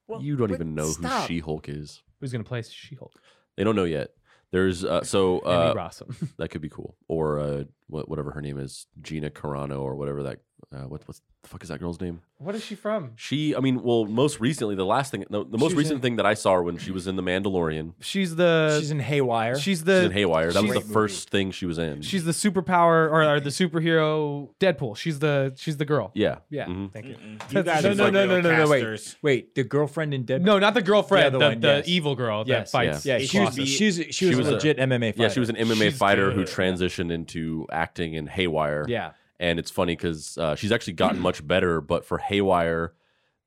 C: Well,
F: you don't
C: but
F: even know
C: stop.
F: who She Hulk is.
E: Who's gonna play She-Hulk?
F: They don't know yet. There's uh, so
E: Emmy
F: uh,
E: Rossum.
F: that could be cool, or uh, wha- whatever her name is, Gina Carano, or whatever that uh, what what the fuck is that girl's name?
E: What is she from?
F: She, I mean, well, most recently, the last thing, the, the most
E: She's
F: recent
E: in-
F: thing that I saw her when she was in The Mandalorian,
E: She's the
C: She's
E: she's,
C: in Haywire.
F: she's
E: the
F: in Haywire. That was the
E: she's-
F: first thing she was in.
E: she's the superpower or, or the superhero Deadpool. She's the she's the girl.
F: yeah,
E: Yeah,
F: Mhm.
E: thank
C: Mm-hmm.
E: you.
B: You
E: That's-
B: guys
E: no,
B: are
E: no,
B: like
E: no,
B: real
E: no, no, no, wait.
B: casters.
C: Wait, the girlfriend in Deadpool.
E: No, not the girlfriend.
C: The
E: The,
C: other
E: the,
C: one, yes.
E: evil girl that
C: Yes,
E: fights.
C: yeah,
E: the
C: she was,
E: Colossus.
C: she's, she was,
F: She was
C: a
F: a-
C: legit MMA fighter.
F: yeah. She was an MMA
E: She's
F: fighter who
E: good.
F: transitioned into acting in Haywire.
C: Yeah,
F: and it's funny because uh, she's actually gotten much better. But for Haywire,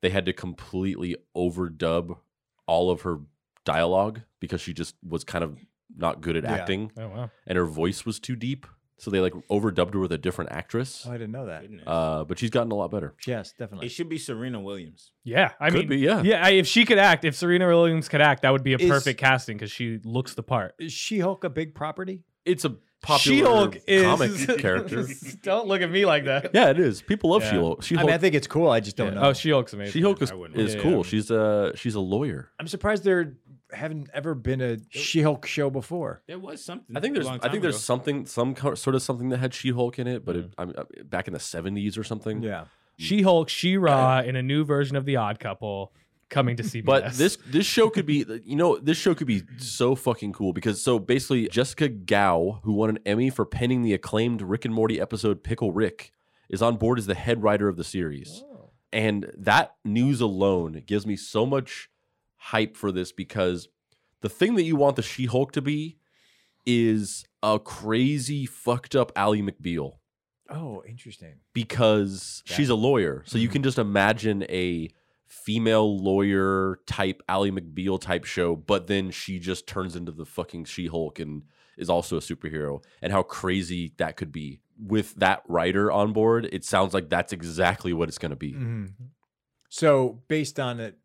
F: they had to completely overdub all of her dialogue because she just was kind of not good at
C: Yeah.
F: acting,
E: Oh wow.
F: and her voice was too deep. So they like overdubbed her with a different actress.
C: oh, I didn't know that.
B: Goodness.
F: Uh, but she's gotten a lot better.
C: Yes,
B: it
C: definitely.
B: should be Serena Williams.
E: Yeah, I
F: Could
E: mean,
F: be, yeah.
E: yeah. I, if she could act, if Serena Williams could act, that would be a
C: Is-
E: perfect casting because she looks the part.
C: Is She Hulk a big property?
F: It's a popular
E: She-Hulk is
F: comic character.
E: Don't look at me like that.
F: Yeah, it is. People love
E: Yeah.
F: She-Hulk.
C: I
F: She-Hulk,
C: mean, I think it's cool. I just don't know.
E: Oh, She Hulk's amazing.
F: She-Hulk is,
B: I wouldn't.
F: is
E: Yeah,
F: cool.
E: yeah.
F: She's a she's a lawyer.
C: I'm surprised there haven't ever been a She-Hulk show before.
B: There was something.
F: I think there's
B: a long
F: I think
B: time
F: there's
B: ago. Mm.
F: something some co- sort of something that had She-Hulk in it, but it, I mean, uh, back in the 70s or something.
C: Yeah,
E: She Hulk, She Ra, in a new version of The Odd Couple, coming to CBS.
F: But this this show could be you know this show could be so fucking cool because so basically Jessica Gao who won an Emmy for penning the acclaimed Rick and Morty episode Pickle Rick is on board as the head writer of the series. And that news alone gives me so much hype for this because the thing that you want the She-Hulk to be is a crazy fucked up Ally McBeal
C: Oh, interesting.
F: because she's a lawyer. So you can just imagine a female lawyer type Ally McBeal type show, but then she just turns into the fucking She Hulk and is also a superhero, and how crazy that could be. With that writer on board, it sounds like that's exactly what it's going to be.
C: Mhm. So, based on it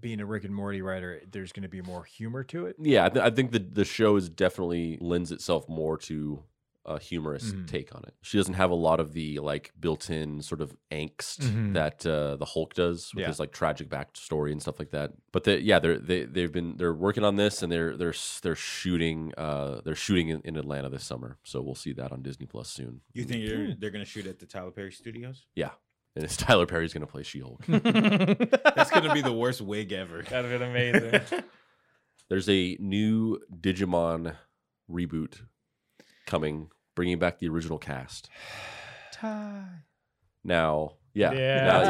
C: being a Rick and Morty writer, there's going to be more humor to it.
F: Yeah, I, th- I think the the show is definitely lends itself more to a humorous
B: Mm-hmm.
C: Mhm.
F: take on it. She doesn't have a lot of the like built-in sort of angst
B: Mm-hmm.
C: Mhm.
F: that uh, the Hulk does with
C: Yeah.
F: his like tragic backstory and stuff like that. But the, yeah, they're they they've been they're working on this and they're they're s- they're shooting uh they're shooting in, in Atlanta this summer, so we'll see that on Disney Plus soon.
B: You think they're, they're gonna shoot at the Tyler Perry Studios?
F: And it's Tyler Perry's gonna play She-Hulk.
B: That's gonna be the worst wig ever.
E: That'd been amazing.
F: There's a new Digimon reboot coming, bringing back the original cast. Now, yeah,
E: Yeah.
F: now-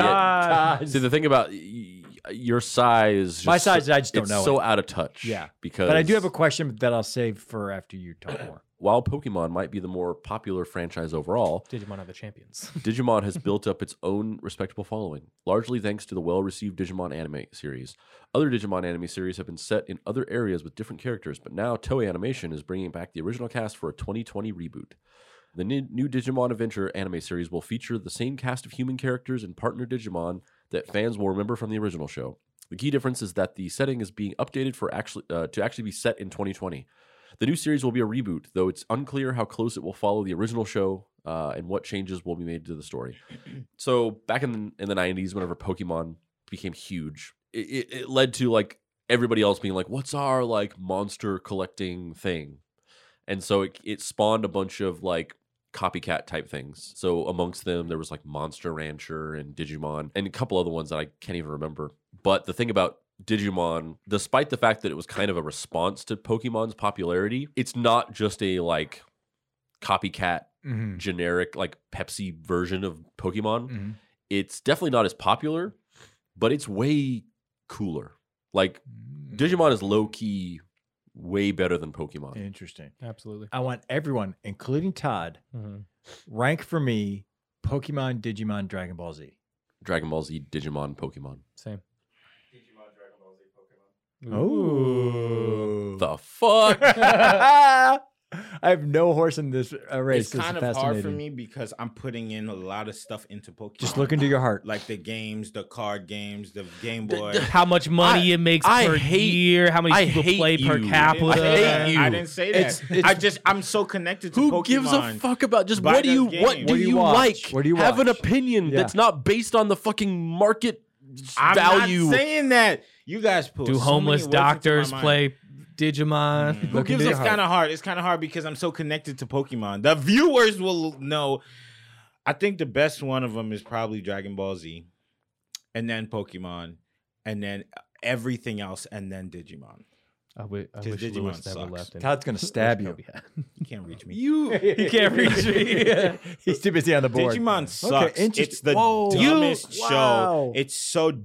E: Ah.
F: See the thing about y- y- your size,
C: My
F: just so-
C: size, I just don't
F: it's
C: know
F: So
C: it.
F: out of touch.
C: Yeah.
F: because
C: But I do have a question that I'll save for after you talk more.
F: While Pokemon might be the more popular franchise overall,
E: Digimon are the champions.
F: Digimon has built up its own respectable following, largely thanks to the well received Digimon anime series. Other Digimon anime series have been set in other areas with different characters, but now Toei Animation is bringing back the original cast for a 2020 reboot. The ni- new Digimon Adventure anime series will feature the same cast of human characters and partner Digimon that fans will remember from the original show. The key difference is that the setting is being updated for actually uh, to actually be set in 2020. The new series will be a reboot, though it's unclear how close it will follow the original show uh, and what changes will be made to the story. so back in the, in the 90s, whenever Pokemon became huge, it, it, it led to like everybody else being like, "What's our like monster collecting thing?" And so it it spawned a bunch of like copycat type things. So amongst them, there was like Monster Rancher and Digimon and a couple other ones that I can't even remember. But the thing about Digimon, despite the fact that it was kind of a response to Pokemon's popularity, it's not just a like copycat
C: Mhm.
F: generic like Pepsi version of Pokemon.
C: Mhm.
F: It's definitely not as popular, but it's way cooler. Like Digimon is low key way better than Pokemon.
C: Interesting.
E: Absolutely. Mm-hmm.
C: I want everyone, including Todd, rank for me Pokemon, Digimon, Dragon Ball Z.
F: Dragon Ball Z, Digimon, Pokemon.
E: Same.
D: Digimon, Dragon Ball Z, Pokemon.
C: Oh.
F: The fuck?
C: I have no horse in this uh, race.
B: It's
C: This is
B: kind of hard for
C: fascinating.
B: me because I'm putting in a lot of stuff into Pokemon.
C: Just look into your heart.
B: like the games, the card games, the Game
F: The-
B: Boy.
E: How much money
F: I-
E: it makes
F: I
E: per
F: hate-
E: year? How many
F: I
E: people
F: hate
E: play per
F: you.
B: I
E: capita?
B: didn't say that.
F: hate you.
B: I didn't say that.
F: It's- it's-
B: I just I'm so connected to
F: Who
B: Pokemon.
F: gives a fuck about just
B: Buy
F: what do
B: those
F: you what do,
B: games.
C: What do you
F: you,
C: watch?
F: like?
C: What do you
F: have an
C: watch?
F: opinion
C: Yeah.
F: that's not based on the fucking market
B: I'm
F: value?
B: not saying that. You guys put
E: Do
B: so many words
E: homeless
B: into my
E: doctors
B: mind.
E: play
F: Mm.
E: Digimon?
C: Look
B: It's
C: into your heart.
B: kind of hard. It's kind of hard because I'm so connected to Pokemon. The viewers will know. I think the best one of them is probably Dragon Ball Z, and then Pokemon, and then everything else, and then Digimon.
E: I, wi- I
B: Just
E: wish
B: Digimon
E: Lewis
B: sucks.
E: never left. and-
C: Todd's gonna
E: Wish
C: stab you.
E: Kobe had.
B: You can't reach me.
C: You
E: He can't reach me.
C: He's too busy on the board.
B: Digimon sucks.
C: interesting.
B: it's the
C: Whoa.
B: dumbest
C: You- wow.
B: show. It's so doofy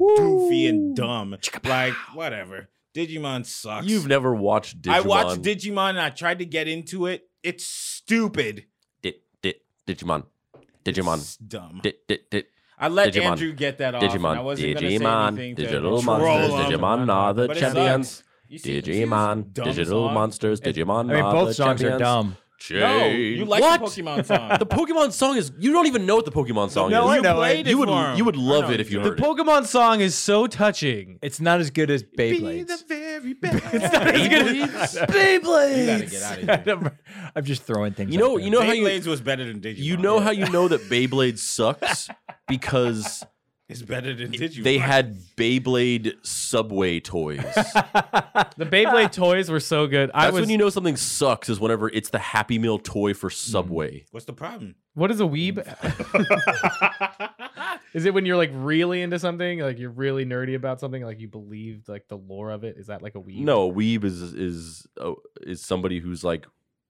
C: Woo.
B: and dumb. Like whatever. Digimon sucks.
F: You've never watched Digimon.
B: I watched Digimon and I tried to get into it. It's stupid.
F: Di- di- Digimon. Digimon.
B: It's dumb.
F: Di- di- di-
B: I let
F: Digimon.
B: Andrew get that off. and I
F: Digimon.
B: wasn't gonna say
F: Digimon.
B: anything to troll
F: Digital monsters.
B: him.
F: Digimon are the
B: But it
F: champions.
B: sucks. You see- you see this
F: Digimon.
B: dumb
F: Digital
B: song?
F: monsters. Digimon.
C: I mean,
F: are the
C: both songs are
F: champions.
C: dumb.
B: No, you like
F: what?
B: the Pokemon song.
F: The Pokemon song is. You don't even know what the Pokemon song
C: No,
F: is.
C: I
B: you
C: know
B: played
C: it.
B: it.
F: you would.
B: for him.
F: You would love
B: I know
F: it if you
B: you
F: heard it.
E: Pokemon song is so touching.
C: It's not as good as
B: Be
C: Beyblades.
B: the very best.
C: Beyblades.
B: You gotta get out of here.
C: I'm just throwing things.
F: You know.
C: out there.
F: You know how you.
B: Beyblades was better than Digimon.
F: You know
B: Yeah.
F: how you know that Beyblade sucks because
B: it's better than Digimon.
F: they had Beyblade Subway toys.
E: The Beyblade toys were so good. I
F: That's
E: was.
F: when you know something sucks is whenever it's the Happy Meal toy for
E: Mm-hmm.
F: Subway.
B: What's the problem?
E: what is a weeb? is it when you're like really into something, like you're really nerdy about something, like you believe like the lore of it? Is that like a weeb?
F: No, a weeb is is uh, is somebody who's like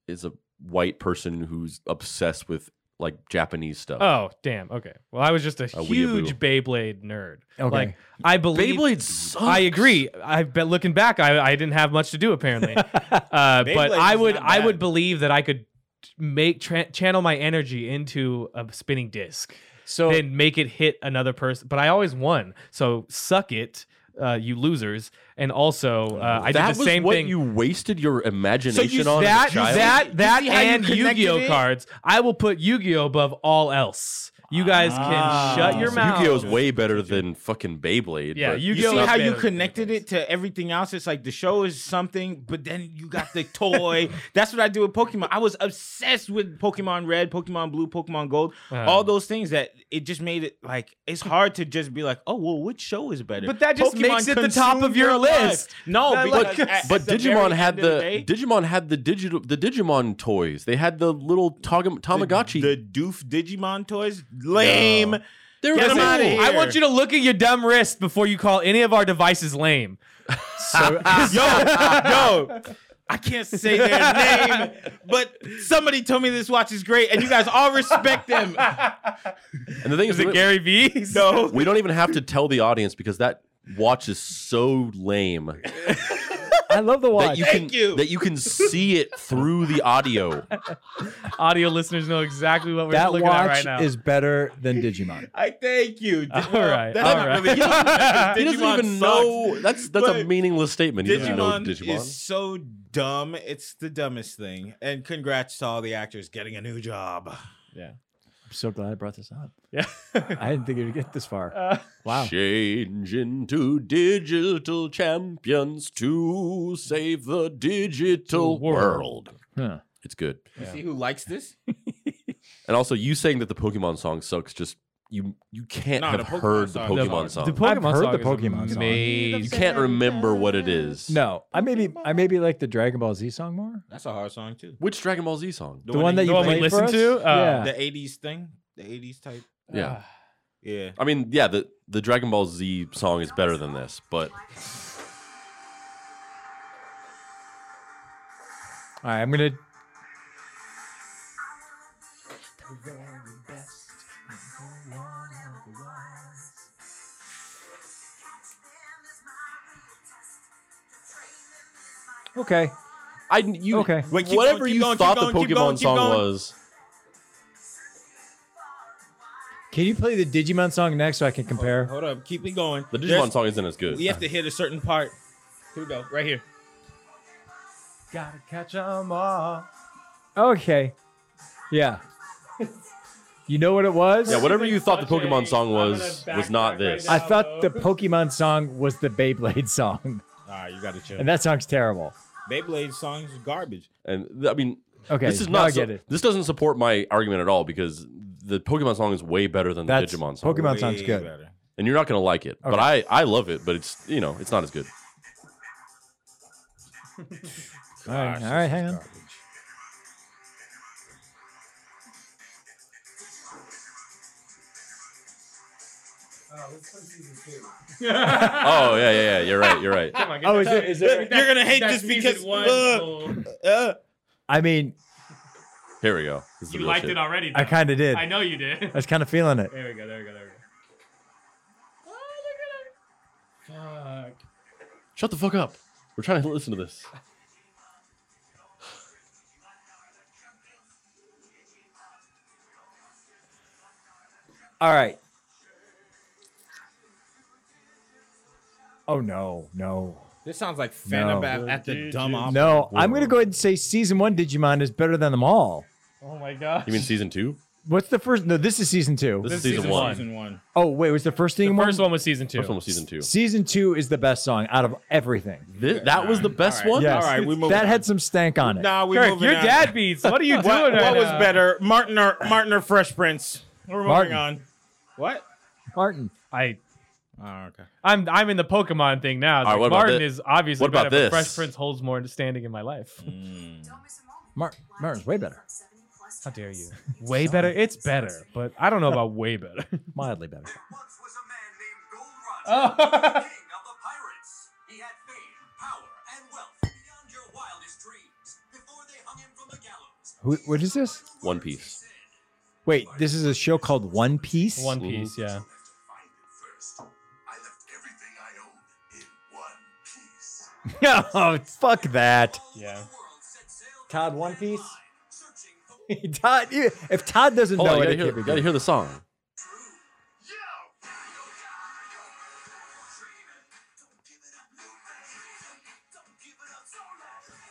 F: is a white person who's obsessed with like Japanese stuff.
E: Oh damn. Okay. Well, I was just a,
F: A
E: huge Beyblade nerd.
C: Okay.
E: Like I believe.
F: Beyblade sucks.
E: I agree. I've been looking back. I, I didn't have much to do apparently, uh,
B: Beyblade
E: but I
B: is
E: would
B: not
E: I would
B: bad.
E: believe that I could make tra- channel my energy into a spinning disc,
C: so
E: then make it hit another person. But I always won. So suck it, uh, you losers. And also, uh, I
F: that
E: did the
F: was
E: same
F: what
E: thing.
F: you wasted your imagination
E: you
F: on.
E: that
F: as a child?
E: that that
B: see how you
E: and
B: connected
E: Yu-Gi-Oh
B: it?
E: cards. I will put Yu-Gi-Oh above all else. You guys
B: Ah.
E: can shut your
B: So
E: mouth.
F: Uh, Yu-Gi-Oh is way better than fucking Beyblade.
E: yeah,
F: but-
E: Yu-Gi-Oh.
B: You see
E: is
B: how you
E: better than
B: connected
E: Beyblades.
B: it to everything else? It's like the show is something, but then you got the toy. That's what I do with Pokemon. I was obsessed with Pokemon Red, Pokemon Blue, Pokemon Gold,
E: Uh.
B: all those things that it just made it like it's hard to just be like, oh well, which show is better?
E: But that just makes it the top
B: consumed
E: of your
B: life.
E: list.
B: No,
E: That,
B: because
E: like-
B: at-
F: But
B: at the
F: Digimon
B: very
F: had
B: end
F: the,
B: of day,
F: Digimon had the digital the Digimon toys. They had the little Tog- Tamagotchi.
B: the doof Digimon toys. Lame.
F: they were
B: Get 'em
F: cool.
B: outta here.
E: I want you to look at your dumb wrist before you call any of our devices lame. So, yo, yo,
B: I can't say their name, but somebody told me this watch is great, and you guys all respect them.
F: And the thing is,
E: is it
F: we-
E: Gary V?
B: No.
F: we don't even have to tell the audience because that watch is so lame
C: I love the
F: that
C: watch.
F: you
B: Thank
F: can
B: you.
F: that you can see it through the audio.
E: audio listeners know exactly what we're
C: that
E: looking at right
C: watch
E: now.
C: is better than Digimon.
B: I thank you.
E: all right,
B: That's
E: all
B: not
E: right.
B: really- Digimon
F: He doesn't even
B: sucks.
F: know. That's that's a
B: But
F: meaningless statement. He doesn't know
B: Digimon,
F: Digimon.
B: is so dumb. It's the dumbest thing. And congrats to all the actors getting a new job.
C: I'm so glad I brought this up.
E: yeah.
C: I didn't think it would get this far.
E: Uh,
C: Wow.
F: Change into digital champions to save the digital world.
C: Huh.
F: It's good.
E: Yeah.
B: See who likes this?
F: And also, you saying that the Pokemon song sucks just you you can't
B: No,
F: have
B: the Pokemon
F: heard the
B: song is
F: Pokemon
B: hard.
F: song.
C: The Pokemon
E: I've heard
C: song
E: the
C: is
E: Pokemon song.
F: you can't remember what it is.
C: No, I maybe I maybe like the Dragon Ball Z song more.
B: That's a hard song too.
F: Which Dragon Ball Z song?
C: The, one that you
E: one we
C: played for
E: listened
C: us?
E: to? Uh,
C: yeah. Ah.
B: the eighties thing, the eighties type.
F: Yeah.
B: Yeah.
F: I mean, yeah, the the Dragon Ball Z song is better than this, but
C: All right, I'm gonna. Okay.
F: I you
C: Okay.
B: Wait, keep
F: whatever
B: going, keep
F: you
B: going, keep
F: thought
B: going,
F: the
B: keep
F: Pokemon
B: going, keep
F: song
B: going.
F: was.
C: Can you play the Digimon song next so I can compare?
B: Hold up, keep me going.
F: The Digimon
B: There's-
F: song isn't as good.
B: We have to hit a certain part. Here we go. Right here.
C: Gotta catch 'em all. Okay. Yeah. you know what it was?
F: Yeah, whatever you thought the Pokemon song was was not this.
C: I thought the Pokemon song was the Beyblade song,
B: All right, you got to chill.
C: and that song's terrible.
B: Beyblade songs is garbage.
F: and th- I mean,
C: Okay,
F: this is
C: now
F: not.
C: I get
F: so-
C: it.
F: This doesn't support my argument at all because the Pokemon song is way better than
C: That's
F: the Digimon song,
C: Pokemon sounds
B: Way
C: good.
B: better.
F: and you're not gonna like it. But I I love it, but it's you know it's not as good.
C: All
B: Gosh,
C: right, all right,
B: this is
C: hang on.
B: garbage.
F: Oh yeah, yeah, yeah. You're right. You're right.
E: Come on, get
C: Oh,
E: that-
C: is it? Is it?
B: You're gonna hate
D: That's
B: this because
D: season
E: uh,
D: one.
B: Ugh. Ugh.
C: I mean,
F: Here we go. This is the
D: you
F: real
D: liked
F: shit.
D: it
E: uh-
D: already. Though.
C: I kind of did.
D: I
C: I
D: know you did.
C: was kind of feeling it.
D: There we go. There we go. There we go. Oh, look at it. Fuck.
F: Shut the fuck up. We're trying to listen to this.
C: All right. Oh no, no,
B: This sounds like Fanabab
C: No.
B: at the dumb opera.
C: no! I'm gonna go ahead and say season one Digimon is better than them all.
E: Oh my gosh.
F: You mean season two?
C: What's the first? No, this is season two.
F: This, is
E: This is
F: season,
E: season
F: one.
E: one.
B: Season one.
C: Oh wait, was the first
E: the
C: season
E: first one was season two.
F: This one was season two.
C: Season two is the best song out of everything.
F: Thi- that was the best
B: All right.
F: one.
C: Yes.
B: All right, we move
C: That
B: on.
C: had some stank on it.
B: Nah, we
E: Kirk,
B: moving
E: your
B: on.
E: dad uh, beats. What are you doing?
B: What,
E: right
B: what was
E: now?
B: better, Martin or Martin or Fresh Prince? We're moving
C: Martin.
B: on. What?
C: Martin.
E: I
B: Oh, okay.
E: I'm I'm in the Pokemon thing now. It's
F: All right,
E: like,
F: what about
E: Martin
F: this?
E: is obviously
F: What about
E: better,
F: this? Mm.
E: but Fresh Prince holds more standing in my life.
C: Mar- Martin's way better.
E: How dare you? Way better. It's better, but I don't know about way better.
C: Mildly better.
G: Once was a man named Gold
E: Oh.
G: Roger, king of the pirates. He had fame, power, and wealth beyond your wildest dreams. Before they hung him from the gallows,
C: Who, what is this?
F: One Piece.
C: Wait, this is a show called One Piece.
E: One Piece, yeah.
C: oh, fuck that.
E: Yeah.
C: Todd, One Piece. Todd, you- if Todd doesn't
F: Hold
C: know
F: on, you
C: it,
F: gotta,
C: it
F: hear,
C: can't be
F: you gotta
C: good.
F: hear the song.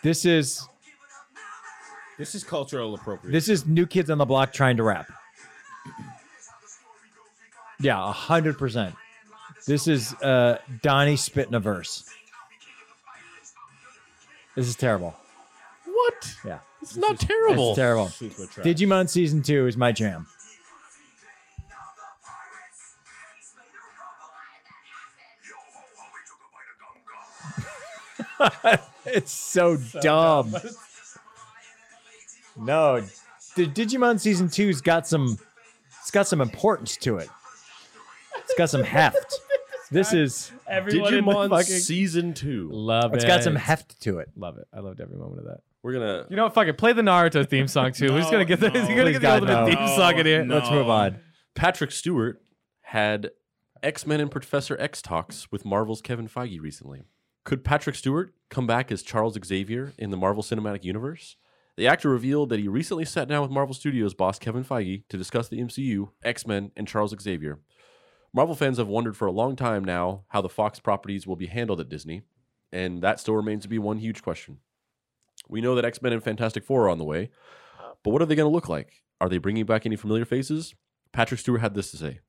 C: This is
B: This is cultural appropriate.
C: this is New Kids on the Block trying to rap. Yeah, a hundred percent. This is uh, Donnie spitting a verse. This is terrible.
F: What?
C: Yeah,
F: It's not
C: it's
F: terrible.
C: terrible.
B: super trash.
C: Digimon season two is my jam. it's so, dumb. no, the Digimon season two's got some. It's got some importance to it. It's got some heft. This is.
E: Everyone in the
F: Digimon
E: fucking
F: season two.
E: love
C: It's
E: it.
C: got some heft to it.
E: Love it. I loved every moment of that.
F: We're gonna.
E: You know what? Fuck it. Play the Naruto theme song too. We're just gonna get the
B: No, no.
E: you're gonna
C: Please
E: get the
C: God,
E: ultimate
C: no.
E: theme song in here.
B: No.
C: Let's move on.
F: Patrick Stewart had X Men and Professor X talks with Marvel's Kevin Feige recently. Could Patrick Stewart come back as Charles Xavier in the Marvel Cinematic Universe? The actor revealed that he recently sat down with Marvel Studios boss Kevin Feige to discuss the MCU, X Men, and Charles Xavier. Marvel fans have wondered for a long time now how the Fox properties will be handled at Disney, and that still remains to be one huge question. We know that X Men and Fantastic Four are on the way, but what are they going to look like? Are they bringing back any familiar faces? Patrick Stewart had this to say.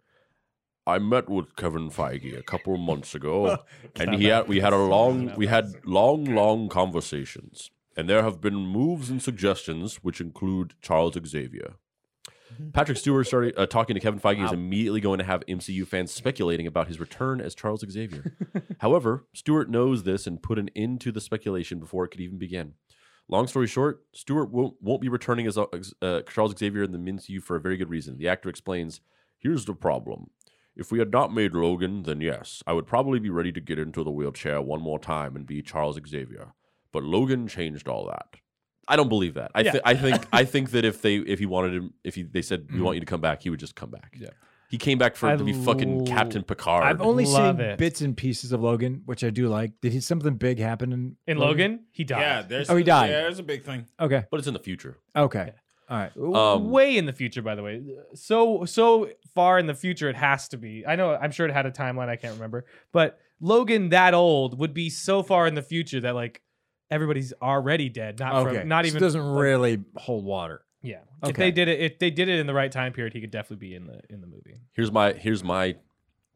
F: I met with Kevin Feige a couple months ago, and he had, we had a long we had long long conversations, and there have been moves and suggestions which include Charles Xavier. Patrick Stewart started uh, talking to Kevin Feige is immediately going to have MCU fans speculating about his return as Charles Xavier. However, Stewart knows this and put an end to the speculation before it could even begin. Long story short, Stewart won't, won't be returning as uh, uh, Charles Xavier in the MCU for a very good reason. The actor explains, "Here's the problem. If we had not made Logan, then yes, I would probably be ready to get into the wheelchair one more time and be Charles Xavier. But Logan changed all that. I don't believe that. I, thi- I think I think that if they if he wanted him if he they said we want you to come back, he would just come back. Yeah. He came back for
E: I
F: to be fucking
E: l-
F: Captain Picard.
C: I've only
E: Love
C: seen
E: it.
C: bits and pieces of Logan, which I do like. Did he, something big happen in,
E: In Logan, he
B: yeah,
E: died.
B: there's
C: Oh, he died.
B: Yeah, there's a big thing.
C: Okay.
F: but it's in the future.
C: Okay. All right.
F: Um,
E: Way in the future, by the way. So so far in the future it has to be. I know I'm sure it had a timeline, I can't remember. But Logan that old would be so far in the future that like everybody's already dead. Not
C: okay.
E: from
C: So
E: not
C: it
E: even
C: doesn't really hold water.
E: Yeah. If
C: Okay.
E: they did it if they did it in the right time period, he could definitely be in the in the movie.
F: Here's my here's my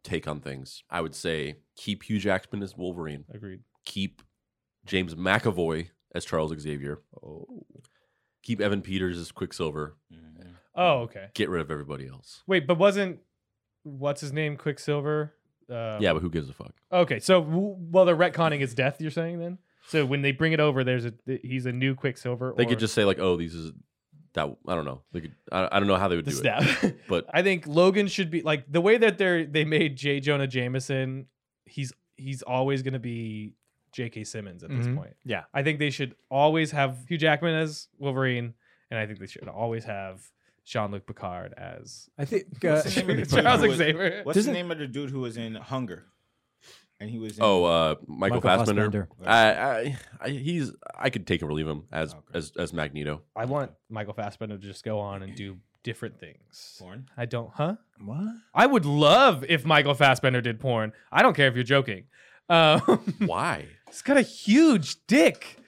F: take on things. I would say keep Hugh Jackman as Wolverine.
E: Agreed.
F: Keep James McAvoy as Charles Xavier. Oh. Keep Evan Peters as Quicksilver.
E: Oh, okay.
F: Get rid of everybody else.
E: Wait, but wasn't what's his name Quicksilver? Uh,
F: yeah, but who gives a fuck?
E: Okay, so w- well, they're retconning his death. You're saying then? So when they bring it over, there's a th- he's a new Quicksilver.
F: They
E: or-
F: could just say like, "Oh, these is that I don't know. They could, I, I don't know how they would
E: the
F: do
E: staff.
F: it, but
E: I think Logan should be like the way that they're they made J. Jonah Jameson, he's he's always gonna be J.K. Simmons at this
C: Mhm.
E: point.
C: Yeah.
E: I think they should always have Hugh Jackman as Wolverine, and I think they should always have Sean Luc Picard as
C: I think uh,
B: What's the name of the dude
E: Charles
B: who was-
E: Xavier.
B: What's
C: Doesn't-
B: the name of the dude who was in Hunger? And he was in,
F: oh, uh, Michael,
C: Michael
F: Fassbender.
C: Fassbender.
F: I, I, I, he's I could take and relieve him as
B: Okay.
F: as as Magneto.
E: I want Michael Fassbender to just go on and do different things.
B: porn.
E: I don't, huh?
C: what?
E: I would love if Michael Fassbender did porn. I don't care if you're joking. Um,
F: Why?
E: he's got a huge dick.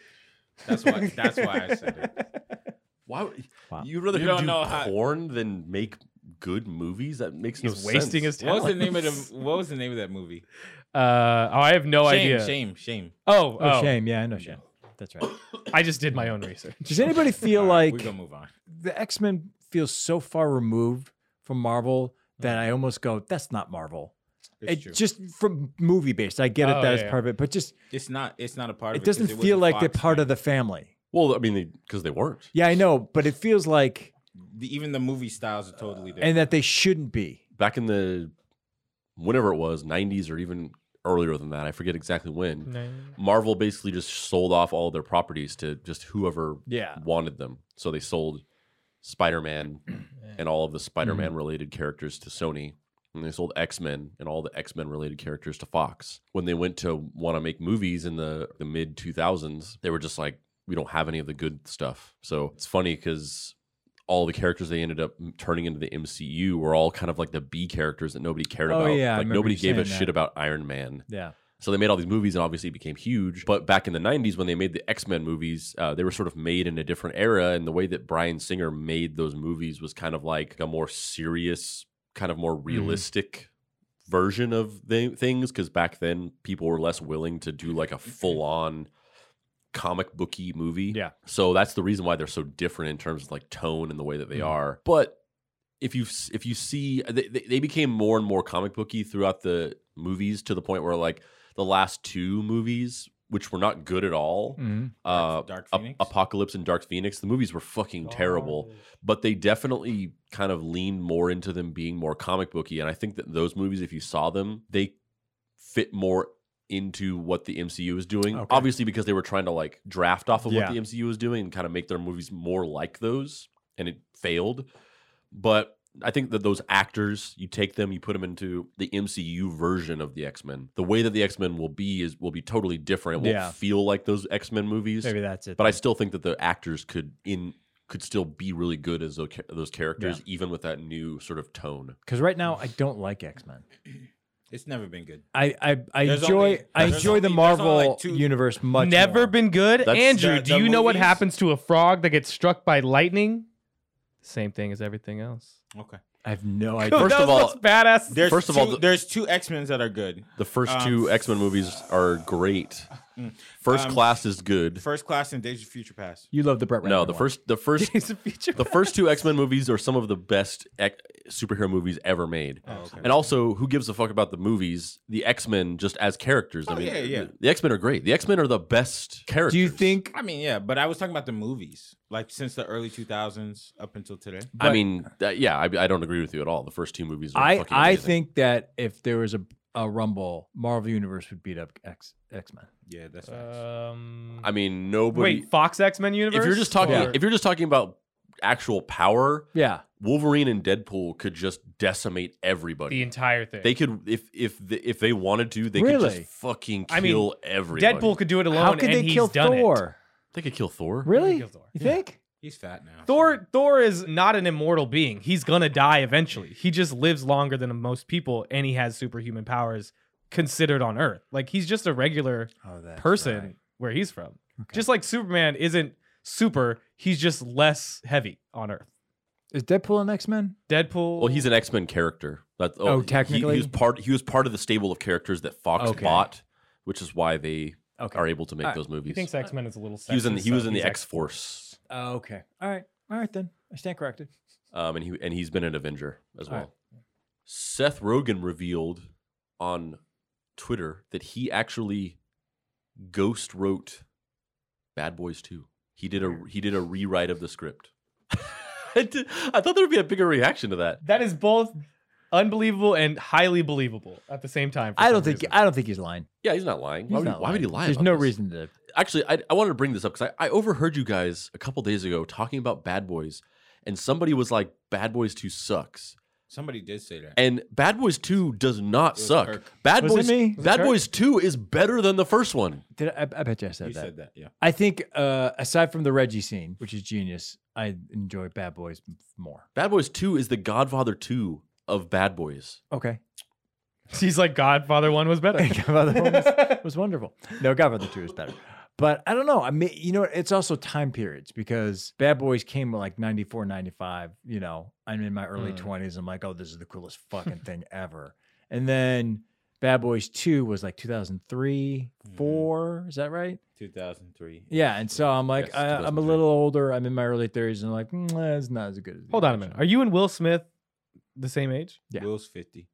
B: That's why. That's why I said it.
F: Why? would-
C: Wow.
F: You'd rather
D: You
F: him
D: don't
F: do
D: know how-
F: porn than make good movies? That makes no
E: He's wasting
F: sense.
E: his
B: What
E: talent.
B: was the name of the What was the name of that movie?
E: Uh, oh, I have no
B: shame,
E: idea.
B: shame, shame.
C: Oh,
E: Oh, oh,
C: shame. Yeah, I know shame. That's right.
E: I just did my own research.
C: Does anybody feel
B: All right,
C: like
B: we're gonna move on.
C: the X Men feels so far removed from Marvel that I almost go, "That's not Marvel."
B: It's
C: It
B: true.
C: just from movie based. I get it
E: Oh,
C: that it's
E: yeah,
C: part of it, but just
B: it's not. It's not a part
C: it
B: of it. 'cause
C: doesn't
B: was
C: feel
B: a
C: like they're
B: Fox
C: part
B: thing.
C: of the family.
F: Well, I mean, because they, weren't.
C: Yeah, I know, but it feels like
B: The, even the movie styles are totally different.
C: and that they shouldn't be.
F: Back in the whenever it was, '90s or even earlier than that, I forget exactly
E: Hmm.
F: when. Marvel basically just sold off all their properties to just whoever
C: Yeah.
F: wanted them. So they sold Spider-Man and all of the Spider-Man related characters to Sony, and they sold X-Men and all the X-Men related characters to Fox. When they went to want to make movies in the the mid 2000s, they were just like we don't have any of the good stuff. So it's funny cuz all the characters they ended up m- turning into the MCU were all kind of like the B characters that nobody cared
C: Oh,
F: about.
C: yeah, I
F: like
C: remember
F: nobody
C: you
F: gave a
C: saying that.
F: shit about Iron Man.
C: Yeah.
F: So they made all these movies and obviously it became huge. But back in the 90s, when they made the X Men movies, uh, they were sort of made in a different era. And the way that Brian Singer made those movies was kind of like a more serious, kind of more
B: Mm-hmm.
F: realistic version of th- things. Because back then, people were less willing to do like a full on comic booky movie.
E: Yeah.
F: So that's the reason why they're so different in terms of like tone and the way that they
B: Mm-hmm.
F: are. But if you if you see they, they they became more and more comic booky throughout the movies to the point where like the last two movies which were not good at all
C: Mhm.
F: uh
B: Hmm. Dark
F: Ap-
B: Phoenix? Oh,
F: apocalypse and dark phoenix the movies were fucking terrible but they definitely kind of leaned more into them being more comic booky and i think that those movies if you saw them they fit more into what the MCU is doing,
C: Okay.
F: obviously because they were trying to like draft off of
C: Yeah.
F: what the MCU was doing and kind of make their movies more like those, and it failed. But I think that those actors, you take them, you put them into the MCU version of the X Men. The way that the X Men will be is will be totally different. It won't
C: Yeah.
F: feel like those X Men movies.
C: Maybe that's it.
F: But I still think that the actors could in could still be really good as tho- those characters, even with that new sort of tone.
C: because right now I don't like X Men.
B: it's never been good.
C: I I, I
B: There's
C: enjoy
B: only-
C: I
B: there's
C: enjoy
B: only-
C: the
B: there's only,
C: Marvel
B: like, two-
C: universe much.
E: Never
C: more.
E: been good.
F: That's-
E: Andrew,
B: The-
E: do
B: the
E: you know what
B: movies-
E: happens to a frog that gets struck by lightning? Same thing as everything else.
B: Okay.
C: I have no idea.
F: First
E: That
F: of
E: was
F: all-
E: the most badass.
B: There's
F: First of
B: two,
F: all, the-
B: there's two X Men that are good.
F: The first
B: Um,
F: two X Men movies are great.
B: Mm.
F: First
B: Um,
F: Class is good.
B: First Class and Days of Future Past.
C: You love the Brett.
F: no,
C: Ratner
F: the
C: one.
F: first, the first,
E: Days of Future
F: the first two X Men movies are some of the best ec- superhero movies ever made.
B: Oh, okay.
F: And also, who gives a fuck about the movies? The X Men just as characters. I
B: Oh,
F: mean,
B: yeah, yeah.
F: The, X Men are great. The X Men are the best characters.
C: Do you think?
B: I mean, yeah, but I was talking about the movies, like since the early 2000s up until today.
F: I mean, that, yeah, I, I don't agree with you at all. The first two movies. Are
C: I
F: fucking
C: I
F: amazing.
C: think that if there was a a rumble, Marvel Universe would beat up X X Men.
B: Yeah, that's facts.
E: Um,
F: I mean, nobody.
E: wait, Fox X Men universe.
F: if you're just talking,
E: Or-
F: if you're just talking about actual power,
C: Yeah,
F: Wolverine and Deadpool could just decimate everybody.
E: the entire thing,
F: They could if if the, if they wanted to, they could
C: Really?
F: just fucking kill
E: I mean,
F: everybody.
E: Deadpool could do it alone.
C: how could they
E: and
C: kill
E: he's done it.
C: Thor?
F: they could kill Thor.
C: Really?
E: Kill Thor.
C: You think?
B: He's fat now.
E: Thor Thor is not an immortal being. He's gonna die eventually. He just lives longer than most people, and he has superhuman powers considered on Earth. Like he's just a regular
C: Oh, that
E: person where he's from. Just like Superman isn't super, he's just less heavy on Earth.
C: is Deadpool an X Men?
E: Deadpool.
F: Well, he's an X Men character. That's
C: Oh,
F: he-
C: technically?
F: he, was part. He was part of the stable of characters that Fox
C: Okay.
F: bought, which is why they
C: Okay.
F: are able to make
C: Alright.
F: those
E: He
F: movies.
E: thinks X Men is a little.
F: he was in the,
E: sexist,
F: he was
E: so
F: in the
E: he's
F: X Force,
C: Oh, okay. All right. All right then. I stand corrected.
F: um, and he and he's been an Avenger as well.
C: Alright.
F: Seth Rogen revealed on Twitter that he actually ghost wrote Bad Boys Two. He did a he did a rewrite of the script. I, did- I thought there would be a bigger reaction to that.
E: That is both unbelievable and highly believable at the same time. for
C: I
E: some
C: don't think
E: reason.
C: I don't think he's lying.
F: Yeah, he's not lying.
C: He's
F: Why, would,
C: not
F: why would he
C: lying.
F: lie?
C: There's
F: about
C: no
F: this?
C: reason to.
F: Actually, I, I wanted to bring this up because I, I overheard you guys a couple days ago talking about Bad Boys, and somebody was like, "Bad Boys Two sucks,"
B: Somebody did say that.
F: and Bad Boys Two does not
B: was
F: suck.
B: Kirk.
F: Bad
C: Was it
F: Boys,
C: me? Was it
F: Bad
E: Kirk?
F: Boys Two is better than the first one.
C: Did I, I bet you I said
B: you
C: that.
B: said that, yeah.
C: I think uh, aside from the Reggie scene, which is genius, I enjoy Bad Boys m- more.
F: Bad Boys Two is the Godfather Two of Bad Boys.
C: Okay,
E: he's like Godfather One was better.
C: Godfather One was, was wonderful. No, Godfather Two is better. But I don't know. I mean, you know, it's also time periods because Bad Boys came like 94, 95. You know, I'm in my early
E: Mm.
C: 20s. I'm like, oh, this is the coolest fucking thing ever. And then Bad Boys 2 was like 2003,
B: Mhm.
C: 4. Is that right?
B: 2003.
C: Yeah, and so I'm like,
F: Yes,
C: I, I'm a
F: 2003.
C: little older. I'm in my early 30s, and I'm like, mm, eh, it's not as good. as the
E: Hold on a
C: original."
E: minute. Are you and Will Smith the same age?
C: Yeah.
B: Will's 50.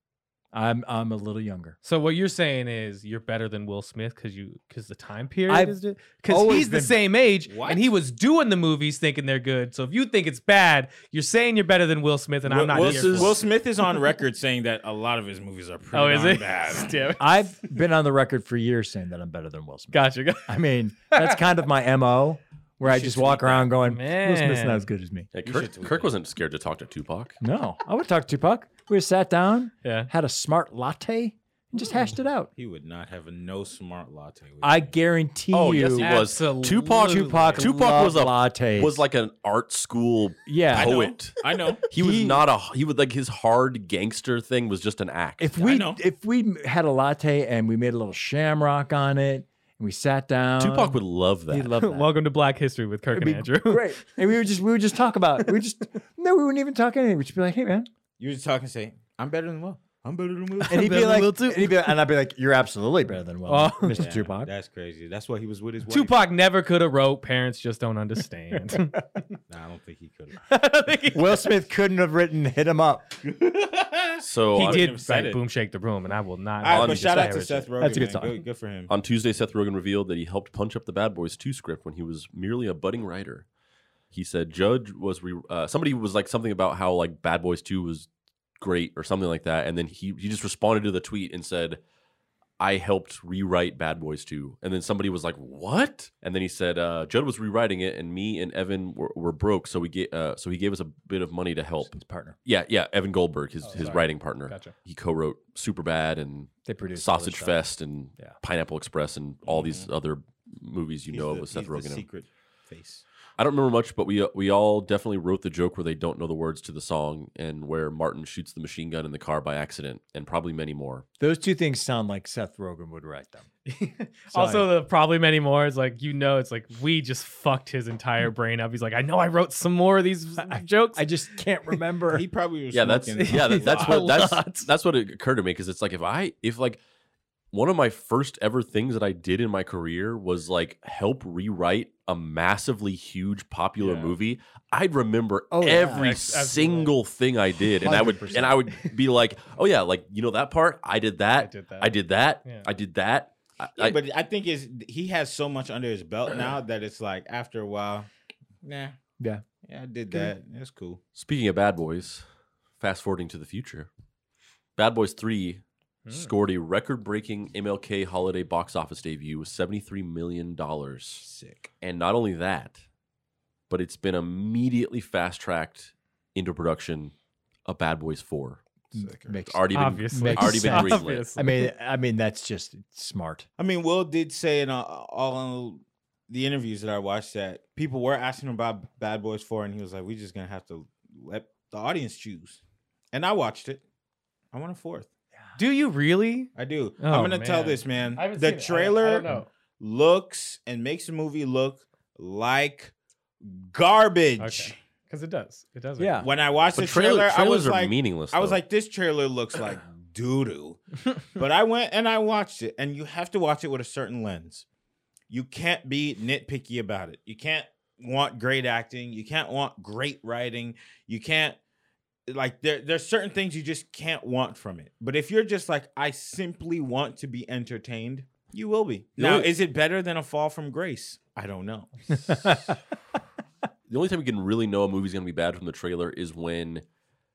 C: I'm I'm a little younger.
E: So what you're saying is you're better than Will Smith because you because the time period
C: I've
E: is because
C: always
E: he's the
C: been-
E: same age
B: What?
E: and he was doing the movies thinking they're good. So if you think it's bad, you're saying you're better than Will Smith, and I'm not
F: Will-
E: here.
F: Wilson's-
E: for
B: Will
E: it.
B: Smith is on record saying that a lot of his movies are pretty
E: Oh, is
B: darn
E: it?
B: bad.
E: Damn it.
C: I've been on the record for years saying that I'm better than Will Smith.
E: Gotcha.
C: I mean, that's kind of my mo, where I
B: should
C: just walk
B: tweet that.
C: around going, Will Smith's
E: Man.
C: not as good as me.
F: Yeah,
B: You should
F: Kirk,
B: tweet
F: Kirk
B: it.
F: wasn't scared to talk to Tupac.
C: No, I would talk to Tupac. We just sat down,
E: Yeah.
C: had a smart latte, and just hashed it out.
B: He would not have a no smart latte. With
C: I
B: him.
C: guarantee
F: Oh,
C: you,
F: yes, he was. Tupac-
C: Tupac,
F: Tupac
C: loved
F: was a-
C: lattes.
F: Was like an art school
C: yeah.
B: know.
F: poet.
B: I know.
F: He was
C: He-
F: not a. He was like his hard gangster thing was just an act.
C: If
B: I
C: we
B: know.
C: if we had a latte and we made a little shamrock on it, and we sat down,
F: Tupac would love that.
C: um, He loved that.
E: Welcome to Black History with Kirk
C: It'd be
E: and Andrew.
C: Great. And we would just we would just talk about it. We would just no, we wouldn't even talk anything. We'd just be like, hey man.
B: You were just talking, say, I'm better than Will. I'm better than Will.
C: And he'd
E: better
C: be
E: than
C: like,
E: Lil Tup.
C: and, he'd be like- and I'd be like, you're absolutely better than Will,
E: Oh.
C: Mr.
B: Yeah,
C: Tupac.
B: That's crazy. That's why he was with his wife.
E: Tupac never could have wrote. Parents just don't understand.
B: Nah, I don't think he could have.
E: I don't think he-
C: Will Smith couldn't have written "Hit Him Up."
F: so
E: he
F: on,
E: did
B: have said
E: write
B: it.
E: boom shake the room, and I will
B: All
E: not.
B: right,
E: let
B: but
E: you
B: shout out to
E: disparage
B: Seth
E: it.
B: Rogen.
C: That's a good
B: man.
C: song.
B: Good, good for him.
F: on Tuesday, Seth Rogen revealed that he helped punch up the Bad Boys 2 script when he was merely a budding writer. He said Judge was re- uh, somebody was like something about how like Bad Boys 2 was great or something like that, and then he he just responded to the tweet and said. I helped rewrite Bad Boys 2. And then somebody was like, What? And then he said, uh, Judd was rewriting it, and me and Evan were, were broke. So we ga- uh, so he gave us a bit of money to help.
C: His partner.
F: Yeah, yeah. Evan Goldberg, his,
E: Oh,
F: his
E: sorry.
F: writing partner.
E: Gotcha.
F: He co wrote Superbad and
C: They produced all this
F: Sausage
C: stuff.
F: Fest and
C: Yeah.
F: Pineapple Express and all these other movies you
B: Mm-hmm. He's
F: know
B: the-
F: of with Seth
B: he's the
F: Rogen.
B: secret face.
F: I don't remember much, but we we all definitely wrote the joke where they don't know the words to the song and where Martin shoots the machine gun in the car by accident, and probably many more.
C: Those two things sound like Seth Rogen would write them.
E: also, the probably many more is like you know, it's like we just fucked his entire brain up. He's like, I know I wrote some more of these jokes.
C: I just can't remember.
B: He probably was.
F: yeah, that's
B: smoking
F: yeah, that, that's
E: a
F: what
E: lot.
F: that's that's what it occurred to me because it's like if I if like one of my first ever things that I did in my career was like help rewrite a massively huge popular
B: Yeah.
F: movie. I'd remember
C: Oh, yeah.
F: every
E: Ex- absolutely.
F: single thing I did, and I would and I would be like, oh yeah, like you know that part. I did that.
E: I did that.
F: I did that.
E: Yeah.
F: I did that. I,
B: Yeah,
F: I-
B: but I think is he has so much under his belt now that it's like after a while, nah,
C: Yeah.
B: yeah, I did that. That's cool.
F: speaking of Bad Boys, fast forwarding to the future, Bad Boys Three
B: Hmm.
F: scored a record-breaking MLK holiday box office debut with seventy-three million dollars,
B: Sick.
F: and not only that, but it's been immediately fast-tracked into production. A Bad Boys Four.
C: Makes-
F: It's already been
E: obviously
C: Makes already been sense.
F: greenlit.
E: Obviously.
C: I mean, I mean that's just smart.
B: I mean, Will did say in all, all the interviews that I watched that people were asking him about Bad Boys Four, and he was like, "We're just gonna have to let the audience choose." And I watched it. I want a fourth.
E: do you really?
B: I do.
E: Oh,
B: I'm gonna tell
E: man.
B: this man. the trailer looks and makes the movie look like garbage.
E: Okay. because it does. It does.
C: Yeah.
B: When I watched the
F: But trailer,
B: trailer, I
F: trailers
B: was
F: are
B: like,
F: meaningless.
B: I was
F: though.
B: like, this trailer looks like doo doo. but I went and I watched it, and you have to watch it with a certain lens. You can't be nitpicky about it. You can't want great acting. You can't want great writing. You can't like there there's certain things you just can't want from it. But if you're just like, I simply want to be entertained, you will be.
F: You
B: Now,
F: know-
B: is it better than a fall from grace? I don't know.
F: the only time you can really know a movie's going to be bad from the trailer is when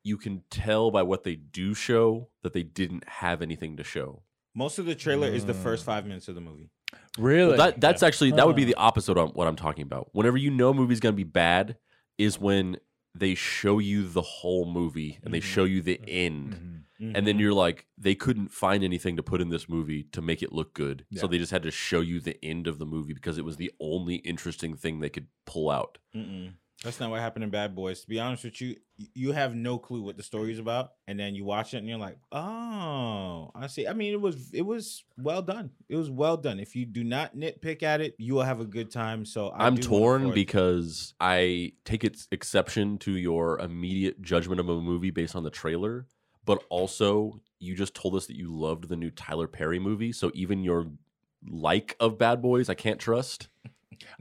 F: you can tell by what they do show that they didn't have anything to show.
B: Most of the trailer is the
F: Mm.
B: first five minutes of the movie.
C: Really?
F: Well, that that's actually that would be the opposite of what I'm talking about. Whenever you know a movie's going to be bad, is when they show you the whole movie and they
B: Mhm.
F: show you the end,
B: Mm-hmm.
C: Mhm.
F: Mm-hmm. and then you're like, they couldn't find anything to put in this movie to make it look good, so
C: Yeah.
F: they just had to show you the end of the movie because it was the only interesting thing they could pull out.
B: Mm-mm. That's not what happened in Bad Boys. To be honest with you, y- you have no clue what the story is about, and then you watch it and you're like, "Oh, I see." I mean, it was it was well done. It was well done. If you do not nitpick at it, you will have a good time. So I
F: I'm
B: do wanna
F: torn
B: forward-
F: because I take its exception to your immediate judgment of a movie based on the trailer, but also you just told us that you loved the new Tyler Perry movie, so even your like of Bad Boys, I can't trust.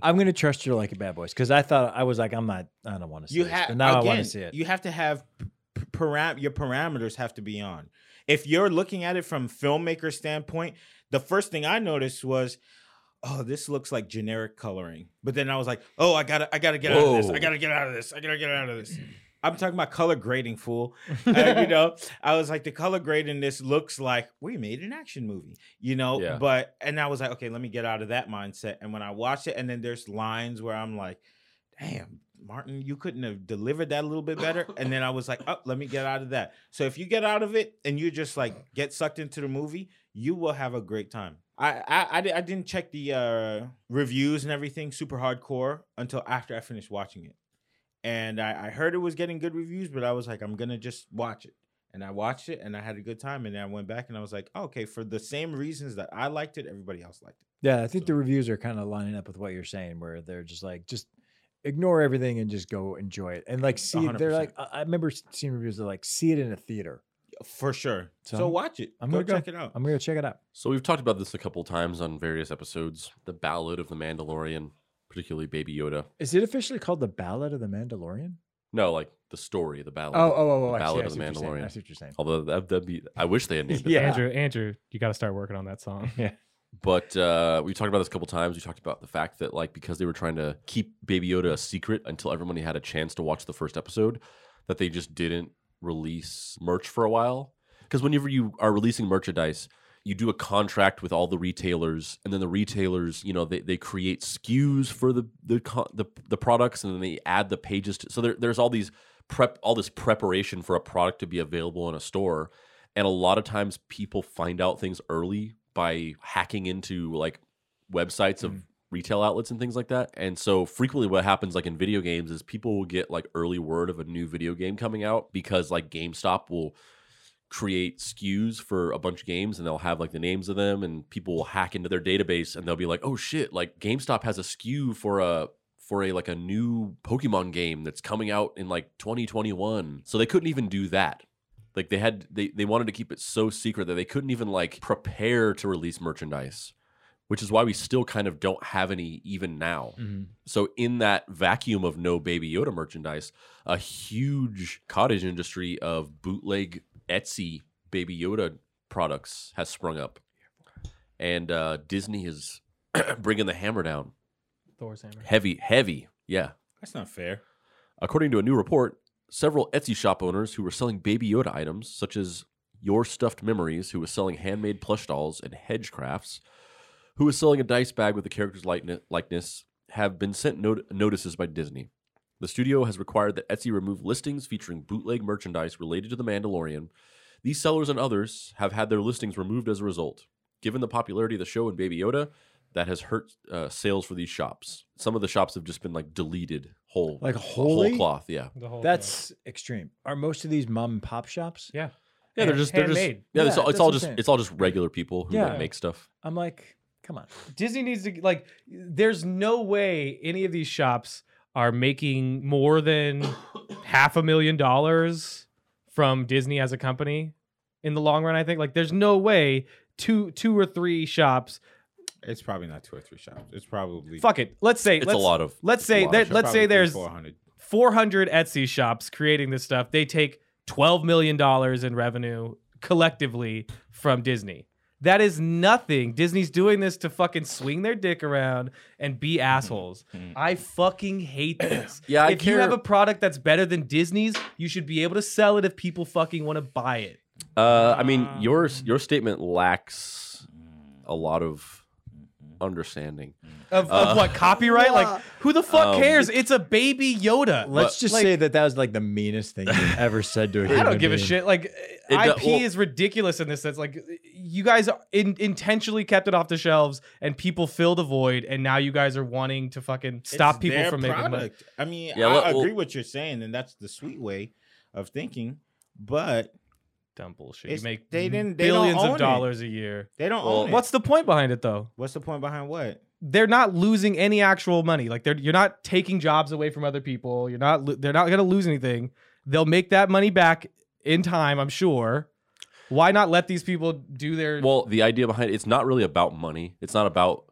C: I'm gonna trust your like a bad boys because I thought I was like I'm not I don't want to see
B: you
C: this,
B: have
C: but now I want
B: again.
C: to see it.
B: You have to have p- p- param- your parameters have to be on. If you're looking at it from filmmaker standpoint, the first thing I noticed was, "Oh, this looks like generic coloring." But then I was like, "Oh, I gotta, I gotta get out of this.
F: Whoa.
B: I gotta get out of this. I gotta get out of this." I'm talking about color grading, fool. Uh, you know, I was like, the color grading this looks like we made an action movie, you know.
F: Yeah.
B: But and I was like, okay, let me get out of that mindset. And when I watched it, and then there's lines where I'm like, damn, Martin, you couldn't have delivered that a little bit better. And then I was like, oh, let me get out of that. So if you get out of it and you just like get sucked into the movie, you will have a great time. I I, I, di- I didn't check the uh, reviews and everything super hardcore until after I finished watching it, and I, I heard it was getting good reviews, but I was like, I'm gonna just watch it. And I watched it and I had a good time. And then I went back and I was like, oh, okay, for the same reasons that I liked it, everybody else liked it.
C: yeah, I think the reviews are kind of lining up with what you're saying, where they're just like just ignore everything and just go enjoy it and like see. it. They're like
B: 100%.
C: I I remember seeing reviews that like see it in a theater.
B: For sure.
C: So
B: So,
C: I'm-
B: watch it.
C: I'm
B: go
C: gonna go.
B: check it out.
C: I'm gonna check it out.
F: So we've talked about this a couple times on various episodes, the Ballad of the Mandalorian, particularly Baby Yoda.
C: Is it officially called the Ballad of the Mandalorian?
F: No, like the story, the ballad.
C: Oh, oh, oh, oh!
F: The
C: I see,
F: Ballad
C: I
F: of
C: see
F: the
C: what you're saying. I
F: Mandalorian.
C: see what you're saying.
F: Although that, that'd be, I wish they had named it.
C: Yeah.
E: Andrew, Andrew, you got to start working on that song. Yeah.
F: But uh, we talked about this a couple times. We talked about the fact that like because they were trying to keep Baby Yoda a secret until everyone had a chance to watch the first episode, that they just didn't release merch for a while. Because whenever you are releasing merchandise, you do a contract with all the retailers, and then the retailers, you know, they, they create SKUs for the the, co- the the products, and then they add the pages. To, so there, there's all these prep, all this preparation for a product to be available in a store and a lot of times people find out things early by hacking into like websites of retail outlets and things like that and so frequently what happens like in video games is people will get like early word of a new video game coming out because like gamestop will create skus for a bunch of games and they'll have like the names of them and people will hack into their database and they'll be like oh shit like gamestop has a skew for a for a like a new pokemon game that's coming out in like 2021 so they couldn't even do that like they had they, they wanted to keep it so secret that they couldn't even like prepare to release merchandise which is why we still kind of don't have any even now so in that vacuum of no baby yoda merchandise a huge cottage industry of bootleg etsy baby yoda products has sprung up and uh, disney is bringing the hammer down
E: Thor's hammer.
F: heavy heavy yeah
B: That's not fair.
F: According to a new report, several Etsy shop owners who were selling Baby Yoda items, such as Your Stuffed Memories, who was selling handmade plush dolls and hedge crafts, who was selling a dice bag with the character's liken- likeness, have been sent not- notices by Disney. The studio has required that Etsy remove listings featuring bootleg merchandise related to The Mandalorian. These sellers and others have had their listings removed as a result. Given the popularity of the show and Baby Yoda, that has hurt uh, sales for these shops. Some of the shops have just been like deleted whole,
C: Like
F: whole
C: wholly?
F: cloth. Yeah,
E: The whole
C: That's extreme. Are most of these mom and pop shops?
E: yeah.
F: yeah, they're just they're just yeah,
E: Handmade.
F: it's
C: Yeah,
F: all,
C: that's
F: it's all
C: what I'm
F: just
C: saying.
F: it's all just regular people who
C: Yeah.
F: make stuff.
C: I'm like, come on.
E: Disney needs to like. There's no way any of these shops are making more than half a million dollars from Disney as a company in the long run. I think like there's no way two two or three shops.
B: It's probably not two or three shops. It's probably
E: Fuck it. Let's say
F: It's
E: let's,
F: a lot of
E: Let's say
F: lot of
E: that,
F: shops.
E: let's say there's
B: four hundred.
E: 400 Etsy shops creating this stuff. They take 12 million dollars in revenue collectively from Disney. That is nothing. Disney's doing this to fucking swing their dick around and be assholes. I fucking hate this.
F: Mm-hmm. Yeah, I
E: if you have
F: care-
E: a product that's better than Disney's, you should be able to sell it if people fucking want to buy it.
F: Uh, I mean,
C: Um,
F: your
C: mm.
F: your statement lacks a lot of understanding.
E: Of,
F: Uh,
E: of what copyright? Like, who the fuck
F: Um,
E: cares? It's a baby Yoda.
C: Let's just
E: like-
C: say that that was like the meanest thing you ever said to a human
E: I don't give a
C: being.
E: shit. Like
F: do-
E: IP
F: well-
E: is ridiculous in this sense. Like you guys in, intentionally kept it off the shelves, and people filled a void, and now you guys are wanting to fucking stop
B: It's
E: people
B: their
E: from making money.
B: product. I mean,
F: Yeah,
B: I
F: well-
B: agree
F: well-
B: what you're saying, and that's the sweet way of thinking. But
E: Dumb bullshit.
B: It's-
E: you make
B: they didn't- they don't
E: billions
B: own
E: of
B: it.
E: dollars a year.
B: they don't
F: Well,
B: own it.
E: What's the point behind it though?
B: What's the point behind what?
E: They're not losing any actual money. Like they're you're not taking jobs away from other people. You're not lo- they're not gonna lose anything. They'll make that money back in time, I'm sure. Why not let these people do their
F: Well, the idea behind it's not really about money. It's not about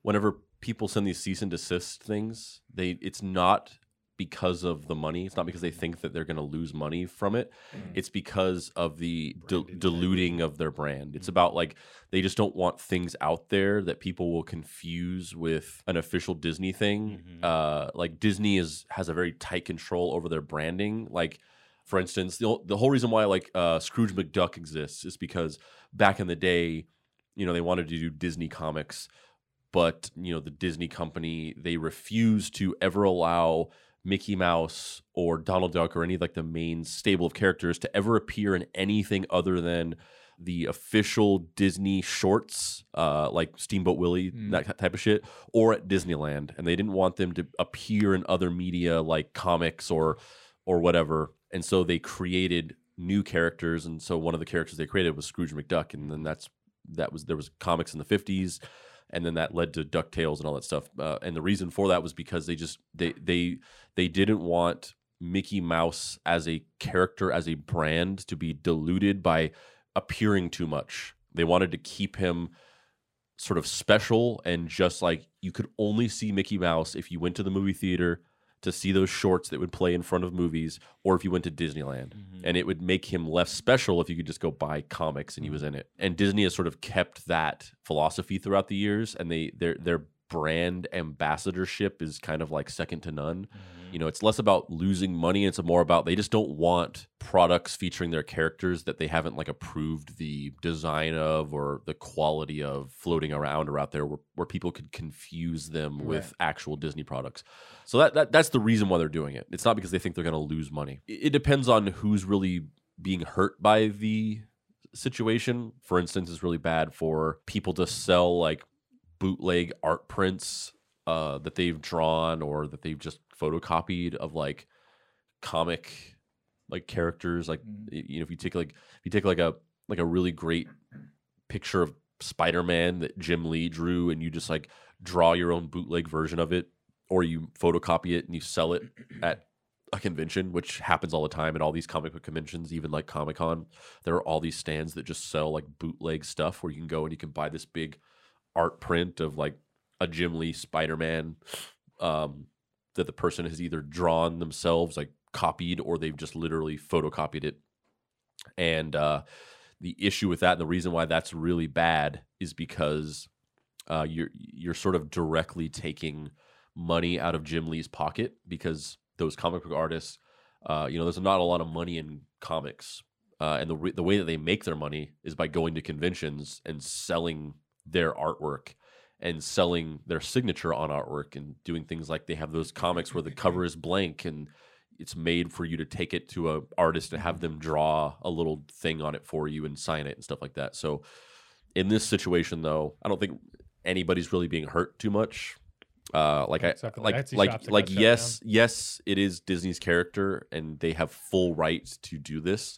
F: whenever people send these cease and desist things. They it's not because of the money. It's not because they think that they're going to lose money from it. It's because of the dil- diluting of their brand.
C: Mm.
F: It's about like they just don't want things out there that people will confuse with an official Disney thing. Uh, like Disney is has a very tight control over their branding. Like for instance, the, the whole reason why like uh, Scrooge McDuck exists is because back in the day, you know, they wanted to do Disney comics, but you know, the Disney company they refused to ever allow Mickey Mouse or Donald Duck or any like the main stable of characters to ever appear in anything other than the official Disney shorts, uh, like Steamboat Willie, that type of shit, or at Disneyland, and they didn't want them to appear in other media like comics or or whatever. And so they created new characters. And so one of the characters they created was Scrooge McDuck. And then that's that was there was comics in the fifties, and then that led to Ducktales and all that stuff. Uh, and the reason for that was because they just they they they didn't want Mickey Mouse as a character as a brand to be diluted by appearing too much. They wanted to keep him sort of special and just like you could only see Mickey Mouse if you went to the movie theater to see those shorts that would play in front of movies or if you went to Disneyland. And it would make him less special if you could just go buy comics and he was in it. And Disney has sort of kept that philosophy throughout the years and they their their brand ambassadorship is kind of like second to none.
A: Mm-hmm.
F: You know, it's less about losing money, it's more about they just don't want products featuring their characters that they haven't like approved the design of or the quality of floating around or out there where, where people could confuse them with actual Disney products. So that, that that's the reason why they're doing it. It's not because they think they're going to lose money. It, it depends on who's really being hurt by the situation. For instance, it's really bad for people to sell like bootleg art prints uh, that they've drawn or that they've just photocopied of like comic like characters. Like y- you know, if you take like if you take like a like a really great picture of Spider-Man that Jim Lee drew and you just like draw your own bootleg version of it or you photocopy it and you sell it at a convention which happens all the time at all these comic book conventions even like Comic-Con there are all these stands that just sell like bootleg stuff where you can go and you can buy this big art print of like a Jim Lee Spider-Man um that the person has either drawn themselves like copied or they've just literally photocopied it and uh, the issue with that, and the reason why that's really bad, is because uh, you're you're sort of directly taking money out of Jim Lee's pocket because those comic book artists, uh, you know, there's not a lot of money in comics, uh, and the re- the way that they make their money is by going to conventions and selling their artwork and selling their signature on artwork and doing things like they have those comics where the cover is blank and it's made for you to take it to a artist and have them draw a little thing on it for you and sign it and stuff like that. So in this situation though, I don't think anybody's really being hurt too much. Uh, like I
E: Except for the
F: like
E: Etsy shops
F: like
E: that
F: like
E: got shut
F: yes yes it is Disney's character and they have full rights to do this,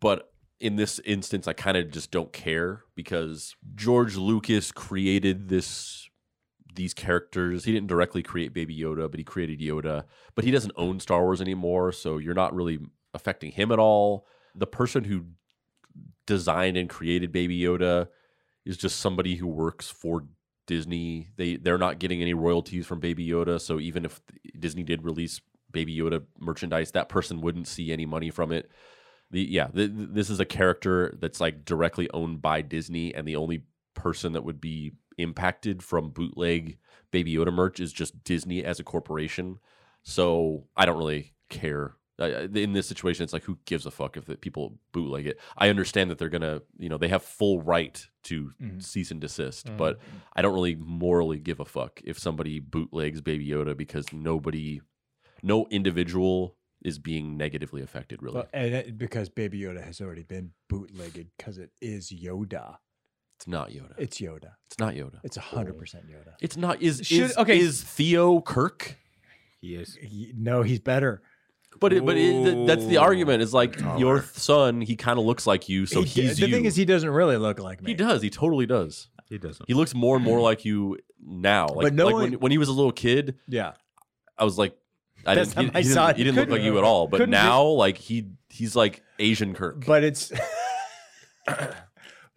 F: but in this instance I kind of just don't care because George Lucas created this these characters. He didn't directly create Baby Yoda, but he created Yoda. But he doesn't own Star Wars anymore, so you're not really affecting him at all. The person who designed and created Baby Yoda is just somebody who works for Disney. They they're not getting any royalties from Baby Yoda, so even if Disney did release Baby Yoda merchandise, that person wouldn't see any money from it. The yeah, th th- this is a character that's like directly owned by Disney, and the only person that would be impacted from bootleg Baby Yoda merch is just Disney as a corporation. So I don't really care. I- I- In this situation, it's like who gives a fuck if the people bootleg it? I understand that they're gonna, you know, they have full right to
C: Mhm.
F: cease and desist,
E: Mhm.
F: but I don't really morally give a fuck if somebody bootlegs Baby Yoda because nobody, no individual is being negatively affected. Really,
C: Well, and it- because Baby Yoda has already been bootlegged because it is Yoda.
F: it's not Yoda.
C: It's
F: It's,
C: Yoda.
F: not Yoda.
C: It's 100% Yoda.
F: It's not is
E: Should-
F: is,
E: okay.
F: is Theo Kirk?
B: He is.
C: Y- No, he's better.
F: But it, but it, th- that's the
B: Ooh.
F: argument. Is like your
B: Taller.
F: son. He kind of looks like you, so
C: He d-
F: he's
C: the
F: you.
C: thing is, he doesn't really look like me.
F: he does. He totally does.
B: He doesn't.
F: He looks more and more like you now. Like,
C: But no
F: like
C: one-
F: when, when he was a little kid,
C: Yeah.
F: I was like, I
C: That's
F: didn't.
C: not
F: He,
C: my
F: he
C: son.
F: didn't, he didn't look like
C: Couldn't-
F: you at all. But
C: couldn't be-
F: now, like he he's like Asian Kirk.
C: But it's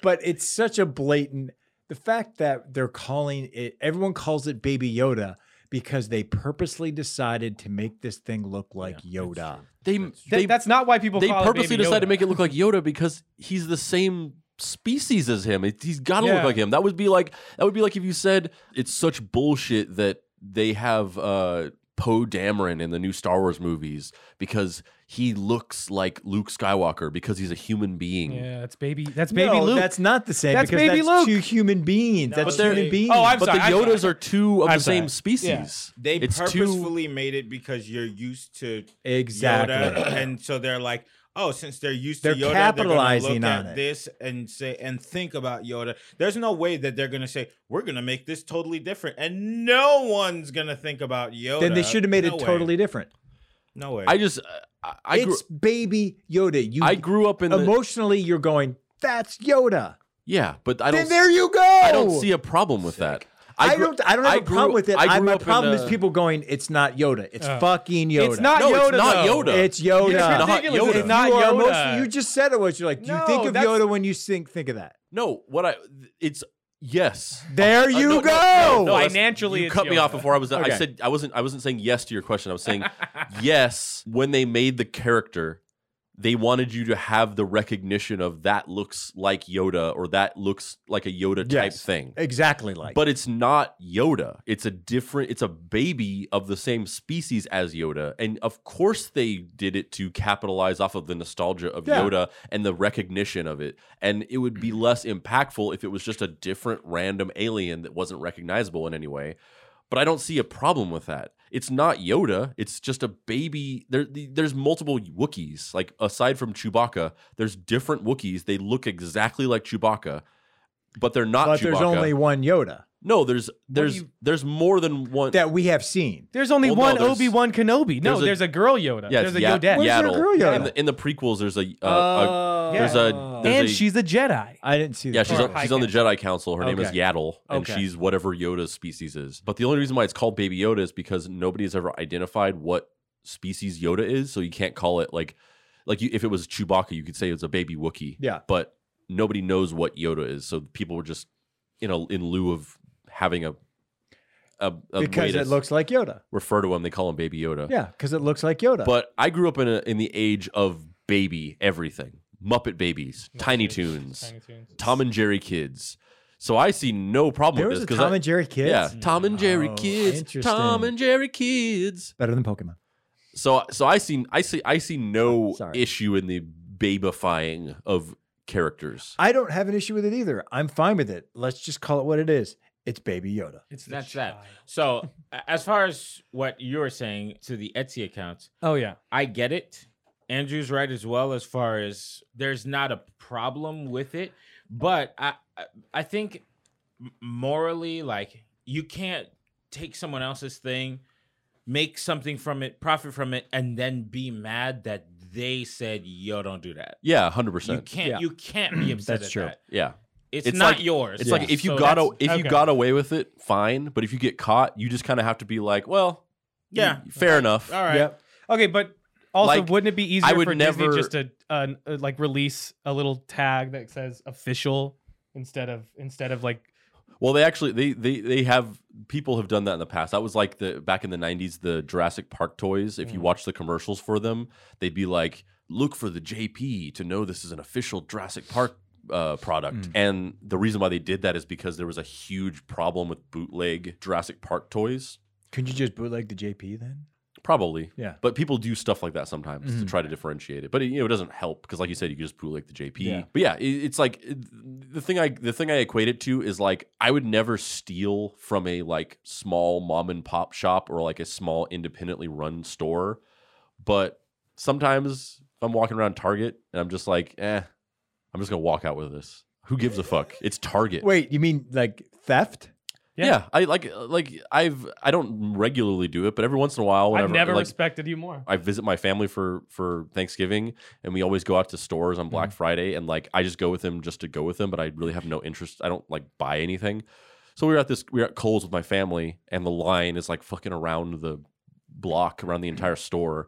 C: but it's such a blatant the fact that they're calling it everyone calls it baby Yoda because they purposely decided to make this thing look like Yoda.
F: they
E: Th-
F: they
E: that's not why people
F: they
E: call it
F: purposely
E: Baby
F: decided to
E: Yoda.
F: make it look like Yoda because he's the same species as him. It, he's got to look
E: Yeah.
F: like him. That would be like that would be like if you said it's such bullshit that they have uh, Poe Dameron in the new Star Wars movies because he looks like Luke Skywalker because he's a human being.
E: Yeah, that's baby. That's baby
C: no,
E: Luke.
C: that's not the same
E: That's
C: because
E: Baby
C: that's
E: Luke.
C: two human beings. that's
F: they're-
C: human beings.
E: Oh, I'm
F: But
E: sorry.
F: the Yodas are two of
E: I'm
F: the
E: sorry.
F: same species.
B: They
F: It's two-
B: purposefully made it because you're used to
C: exactly.
B: Yoda, and so they're like, oh, since they're used
C: They're
B: to Yoda, they're
C: capitalizing
B: going to
C: on
B: look at
C: it.
B: this and say and think about Yoda. There's no way that they're going to say we're going to make this totally different, and no one's going to think about Yoda.
C: Then they should have made
B: No
C: it
B: way.
C: totally different.
B: No way.
F: I just I, I, grew,
C: it's baby Yoda. You
F: I grew up in the
C: emotionally you're going, that's Yoda.
F: yeah, but I
C: Then
F: don't
C: there you go.
F: I don't see a problem with that.
C: I,
F: grew-
C: don't. I don't have
F: I
C: a
F: grew-
C: problem with it.
F: I
C: I
F: grew
C: my
F: up in
C: problem
F: a-
C: is people going. It's not Yoda. It's
E: Uh,
C: fucking Yoda.
E: It's not
F: No, it's
E: Yoda.
F: not
E: though.
F: Yoda.
C: It's Yoda.
E: It's
F: not
E: ridiculous.
F: Yoda.
E: It's not
C: you are
E: Yoda.
C: emotionally- you just said it. What you're like? Do you think
E: No,
C: of
E: that's-
C: Yoda when you think think of that?
F: No, what I it's yes.
C: There
F: Uh,
C: you
F: no, no,
C: go.
F: no, no, that's-
E: Financially,
F: you
E: it's
F: cut me
E: Yoda.
F: off before I was. I
C: Okay.
F: said I wasn't. I wasn't saying yes to your question. I was saying yes when they made the character. They wanted you to have the recognition of that looks like Yoda or that looks like a Yoda type
C: Yes.
F: thing.
C: Exactly like.
F: But it's not Yoda. It's a different, it's a baby of the same species as Yoda. And of course they did it to capitalize off of the nostalgia of
C: Yeah.
F: Yoda and the recognition of it. And it would be less impactful if it was just a different random alien that wasn't recognizable in any way. But I don't see a problem with that. It's not Yoda. It's just a baby. There, there's multiple Wookiees. Like aside from Chewbacca, there's different Wookiees. They look exactly like Chewbacca, but they're not.
C: But
F: Chewbacca.
C: there's only one Yoda
F: No, there's there's
E: you-
F: there's more than one.
C: that we have seen.
E: There's only
F: Well, no,
E: one
F: there's-
E: Obi Wan Kenobi. No,
F: there's
E: there's
F: a-
E: a, girl Yoda.
F: yeah,
E: there's a
F: yeah,
E: Yoda.
C: Where's your
F: Yaddle.
C: girl Yoda?
F: In, the, in the prequels, there's a, uh, a
C: Oh.
F: there's a there's
E: and
F: a-
E: she's a Jedi.
C: I didn't see that.
F: yeah she's
E: or
F: on,
E: a high
F: she's on the Jedi Council. Her name is
C: Okay.
F: Yaddle, and
C: Okay.
F: she's whatever Yoda's species is. But the only reason why it's called Baby Yoda is because nobody has ever identified what species Yoda is, so you can't call it like like you, if it was Chewbacca, you could say it's a baby Wookiee.
C: Yeah.
F: but nobody knows what Yoda is, so people were just you know in lieu of having a a, a way
C: because
F: to
C: it looks like Yoda.
F: refer to him, they call him Baby Yoda.
C: Yeah, because it looks like Yoda.
F: But I grew up in a, in the age of baby everything. Muppet Babies, Tiny Toons,
E: Tiny Toons.
F: Tom and Jerry Kids. So I see no problem
C: there
F: with
C: was a
F: this
C: Tom
F: I-
C: and Jerry kids.
F: yeah, Tom and Jerry
C: Oh,
F: Kids, Tom
C: interesting.
F: and Jerry Kids.
C: Better than Pokemon.
F: So so I see I see I see no
C: Oh, Sorry.
F: issue in the babifying of characters.
C: I don't have an issue with it either. I'm fine with it. Let's just call it what it is. It's Baby Yoda.
E: It's the
B: That's
E: child.
B: that. So a- as far as what you're saying to the Etsy accounts,
E: Oh yeah.
B: I get it. Andrew's right as well as far as there's not a problem with it, but I I- I think m- morally like you can't take someone else's thing, make something from it, profit from it and then be mad that they said yo don't do that.
F: Yeah, hundred
B: You
F: percent.
B: can't
C: Yeah.
B: you can't be upset
C: That's
B: at
C: true.
B: that.
F: Yeah,
B: It's,
F: It's
B: not
F: like-
B: yours.
F: it's like if you
B: So
F: got a,
B: that's-
F: if you
E: okay.
F: got away with it, fine. But if you get caught, you just kind of have to be like, well,
B: Yeah.
F: fair enough.
B: All right.
C: Yep.
E: Okay, but also,
F: Like,
E: wouldn't it be easier
F: would
E: for
F: never-
E: Disney just to uh, uh, like release a little tag that says official instead of instead of like
F: Well, they actually they they they have people have done that in the past. That was like the back in the '90s, the Jurassic Park toys. If you watch the commercials for them, they'd be like, "Look for the JP to know this is an official Jurassic Park." Uh, product and the reason why they did that is because there was a huge problem with bootleg Jurassic Park toys.
C: Could you just bootleg the JP then?
F: Probably.
C: Yeah.
F: But people do stuff like that sometimes to try to differentiate it. But it, you know, it doesn't help because, like you said, you can just bootleg the JP.
C: Yeah.
F: But yeah, it, it's like it- the thing I the thing I equate it to is like I would never steal from a like small mom and pop shop or like a small independently run store. But sometimes if I'm walking around Target and I'm just like, eh, I'm just gonna walk out with this. Who gives a fuck? It's Target.
C: Wait, you mean like theft?
E: Yeah.
F: Yeah. I like like I've I don't regularly do it, but every once in a while, whenever
E: I've never
F: like,
E: respected you more.
F: I visit my family for for Thanksgiving, and we always go out to stores on Black Friday, and like I just go with them just to go with them, but I really have no interest. I don't like buy anything. So we were at this we were at Kohl's with my family, and the line is like fucking around the block, around the entire store.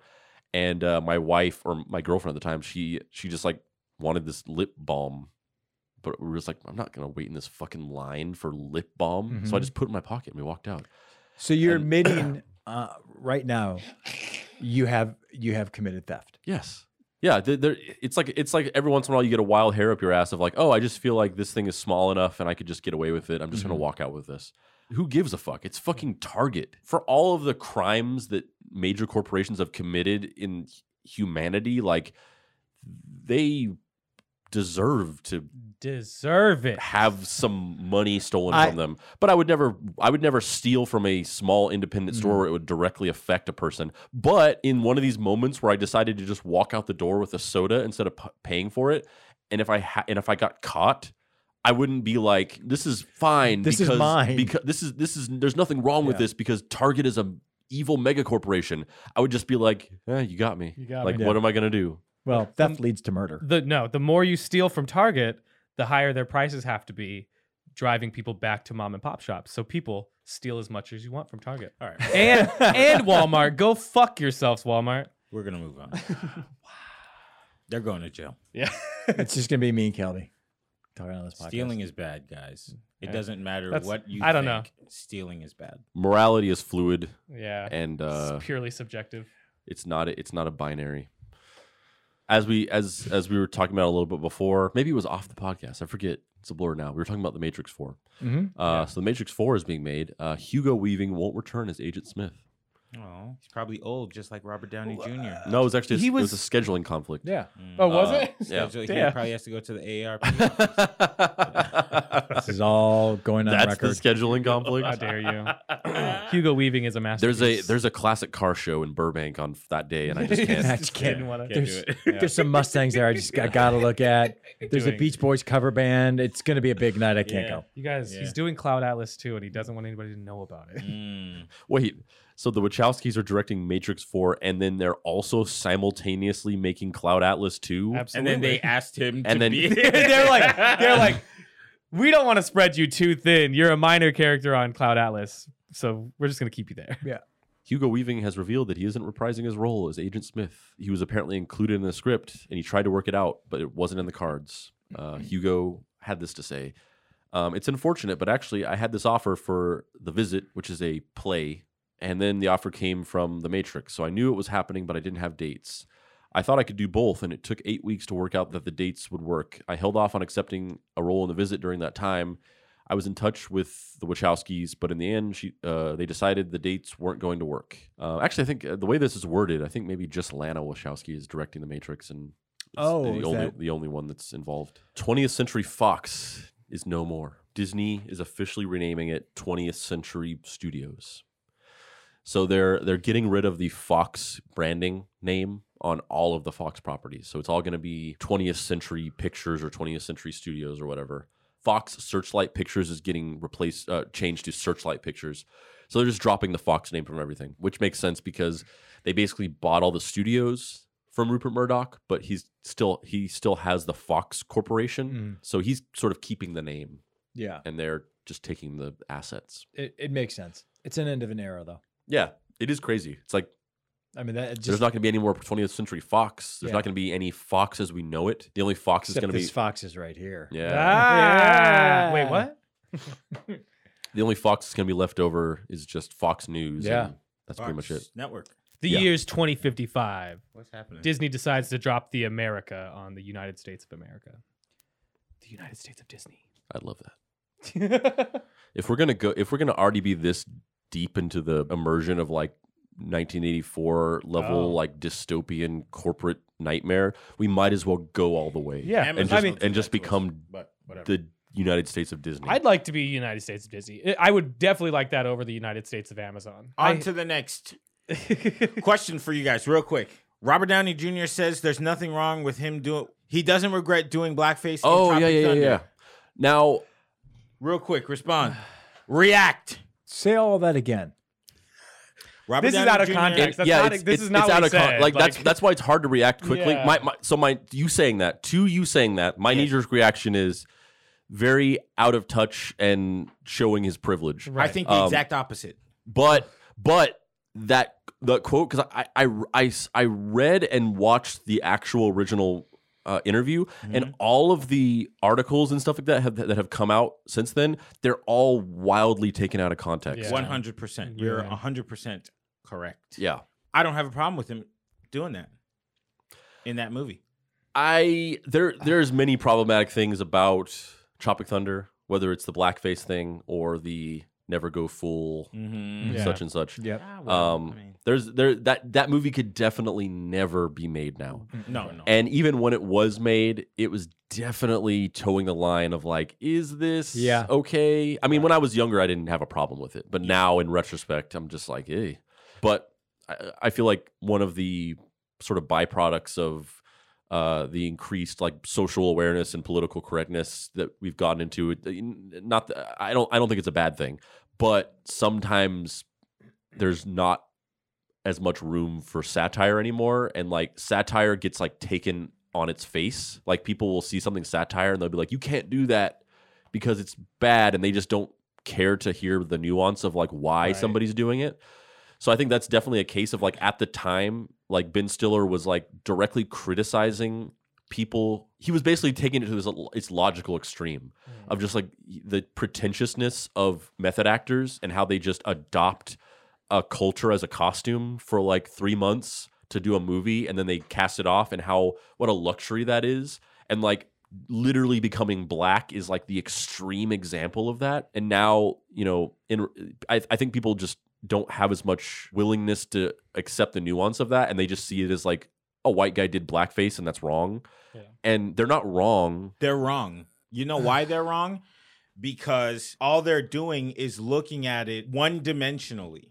F: And uh, my wife or my girlfriend at the time, she she just like wanted this lip balm. But we were just like, I'm not gonna wait in this fucking line for lip balm. So I
C: Mhm.
F: just put it in my pocket and we walked out.
C: So you're
F: And-
C: admitting uh, right now you have you have committed theft.
F: Yes. Yeah. There, there, it's like it's like every once in a while you get a wild hair up your ass of like, oh, I just feel like this thing is small enough and I could just get away with it. I'm just gonna
C: Mhm.
F: walk out with this. Who gives a fuck? It's fucking Target. For all of the crimes that major corporations have committed in h- humanity, like they deserve to
E: Deserve it.
F: have some money stolen
C: I-
F: from them. But I would never I would never steal from a small independent
C: Mm.
F: store where it would directly affect a person. But in one of these moments where I decided to just walk out the door with a soda instead of p- paying for it, and if I ha- and if I got caught, I wouldn't be like this is fine
C: This is
F: because
C: mine."
F: because this is this is there's nothing wrong with
C: Yeah.
F: this because Target is a evil mega corporation. I would just be like, eh, you got me.
E: You got
F: like
E: me.
F: what am I going to do?
C: Well, theft leads to murder.
E: The no, the more you steal from Target, the higher their prices have to be, driving people back to mom and pop shops. So people steal as much as you want from Target.
B: All right,
E: And and Walmart, go fuck yourselves, Walmart.
B: we're gonna move on. They're going to jail.
E: Yeah.
C: It's just gonna be me and Kelly talking on this podcast.
B: Stealing is bad, guys. It
E: Yeah.
B: doesn't matter
E: That's-
B: what you.
E: I don't know.
B: think, Stealing is bad.
F: Morality is fluid
E: Yeah.
F: and uh
E: it's purely subjective.
F: it's not a, it's not a binary as we as as we were talking about a little bit before maybe it was off the podcast i forget it's a blur now we were talking about the matrix 4
E: Mm-hmm.
C: Mhm.
F: uh, so the matrix 4 is being made uh, hugo weaving won't return as agent smith
B: Oh, he's probably old, just like Robert Downey Jr.
F: no it was actually a,
E: He
F: it was
E: was-
F: a scheduling conflict
C: Yeah.
E: Oh, was
F: Uh,
E: it?
F: yeah.
B: So he
E: Damn.
B: probably has to go to the ARP.
F: that's
C: This is all going on
F: the
C: record.
F: scheduling
E: How
F: conflict
E: dare you? Hugo Weaving is a master.
F: there's a there's a classic car show in burbank on that day and i just
C: I
F: can't
C: just
E: Can't
C: can't.
E: wanna-
B: Can't do
C: There's,
B: it.
C: there's some Mustangs there. I just I gotta look at. There's a
E: Doing-
C: Beach Boys cover band. It's gonna be a big night. I can't
B: Yeah.
C: go.
E: you guys,
B: Yeah.
E: he's doing Cloud Atlas too, and he doesn't want anybody to know about it.
B: Mm.
F: wait so the wachowskis are directing matrix 4 and then they're also simultaneously making cloud atlas 2
B: And
E: Absolutely.
B: then they asked him.
F: And
B: to
F: then-
B: be
E: they're like they're like we don't want to spread you too thin you're a minor character on cloud atlas so we're just going to keep you there
F: Hugo Weaving has revealed that he isn't reprising his role as Agent Smith. He was apparently included in the script, and he tried to work it out, but it wasn't in the cards. Uh, Hugo had this to say: um, "It's unfortunate, but actually, I had this offer for The Visit, which is a play, and then the offer came from The Matrix. So I knew it was happening, but I didn't have dates. I thought I could do both, and it took eight weeks to work out that the dates would work. I held off on accepting a role in The Visit during that time." I was in touch with the Wachowskis, but in the end, she uh, they decided the dates weren't going to work. Uh, actually, I think uh, the way this is worded, I think maybe just Lana Wachowski is directing The Matrix, and it's
C: Oh,
F: the
C: is
F: only
C: that-
F: the only one that's involved. 20th Century Fox is no more. Disney is officially renaming it 20th Century Studios. So they're they're getting rid of the Fox branding name on all of the Fox properties. So it's all going to be 20th Century Pictures or 20th Century Studios or whatever. Fox Searchlight Pictures is getting replaced, uh, changed to Searchlight Pictures. So they're just dropping the Fox name from everything, which makes sense because they basically bought all the studios from Rupert Murdoch, but he's still he still has the Fox Corporation, so he's sort of keeping the name,
C: Yeah,
F: and they're just taking the assets.
C: it, it makes sense. It's an end of an era, though.
F: Yeah, it is crazy. It's like
C: I mean, that it
F: there's
C: just
F: not going to be any more 20th Century Fox. There's
C: Yeah.
F: not going to be any Fox as we know it. The only Fox is
C: except
F: going to be
C: this fox is right here.
F: yeah.
C: Yeah.
E: Ah. wait what
F: The only Fox that's going to be left over is just Fox News.
E: Yeah.
F: and that's pretty much it.
B: Fox Network.
H: The
F: Yeah.
H: year's 2055.
B: What's happening?
H: Disney decides to drop the America on the United States of America. The United States of Disney.
F: I love that. If we're gonna go, if we're gonna already be this deep into the immersion of like 1984 level,
E: Oh.
F: like dystopian corporate nightmare, we might as well go all the way.
E: yeah,
F: and
E: I
F: just-
E: mean,
F: and just become
B: but whatever.
F: the United States of Disney.
H: I'd like to be United States of Disney. I- I would definitely like that over the United States of Amazon.
B: On
H: I-
B: to the next question for you guys, real quick. Robert Downey Jr. says there's nothing wrong with him doing. He doesn't regret doing blackface. in
F: oh
B: Tropic
F: yeah, yeah, yeah,
B: Thunder.
F: yeah. Now
B: Real quick, respond. React.
C: Say all that again.
B: Robert
H: This is
B: Downey
H: out of
B: Jr.
H: context. That's not- this is not what he said,
F: like, that's
H: like-
F: that's why it's hard to react quickly.
H: Yeah.
F: My, my so my you saying that to you saying that my knee jerk reaction is very out of touch and showing his privilege.
H: Right.
B: I think the
F: Um,
B: exact opposite.
F: But but that the quote because I, I I I read and watched the actual original uh, interview
H: Mm-hmm.
F: and all of the articles and stuff like that have, that have come out since then they're all wildly taken out of context.
H: Yeah.
B: One hundred percent.
H: You're
B: You're
H: right.
B: hundred percent correct.
F: yeah.
B: I don't have a problem with him doing that in that movie.
F: I there there's many problematic things about Tropic Thunder, whether it's the blackface thing or the never go full
B: Mm-hmm.
H: Yeah. Ah,
F: such and such.
C: Yep.
F: Um, There's there that that movie could definitely never be made now.
B: no, no.
F: And even when it was made, it was definitely towing the line of like, is this
E: Yeah.
F: okay? I mean, when I was younger, I didn't have a problem with it, but now in retrospect, I'm just like, eh. But I, I feel like one of the sort of byproducts of uh, the increased like social awareness and political correctness that we've gotten into, it- uh, not th- I don't I don't think it's a bad thing, but sometimes there's not as much room for satire anymore and like satire gets like taken on its face like people will see something satire and they'll be like you can't do that because it's bad and they just don't care to hear the nuance of like why
E: Right.
F: somebody's doing it so i think that's definitely a case of like at the time like ben stiller was like directly criticizing people he was basically taking it to this, its logical extreme of just like the pretentiousness of method actors and how they just adopt a culture as a costume for like three months to do a movie and then they cast it off and how what a luxury that is and like literally becoming black is like the extreme example of that and now you know in I, I think people just don't have as much willingness to accept the nuance of that and they just see it as like a white guy did blackface and that's wrong
E: Yeah.
F: and they're not wrong
B: They're wrong. You know why they're wrong? Because all they're doing is looking at it one dimensionally.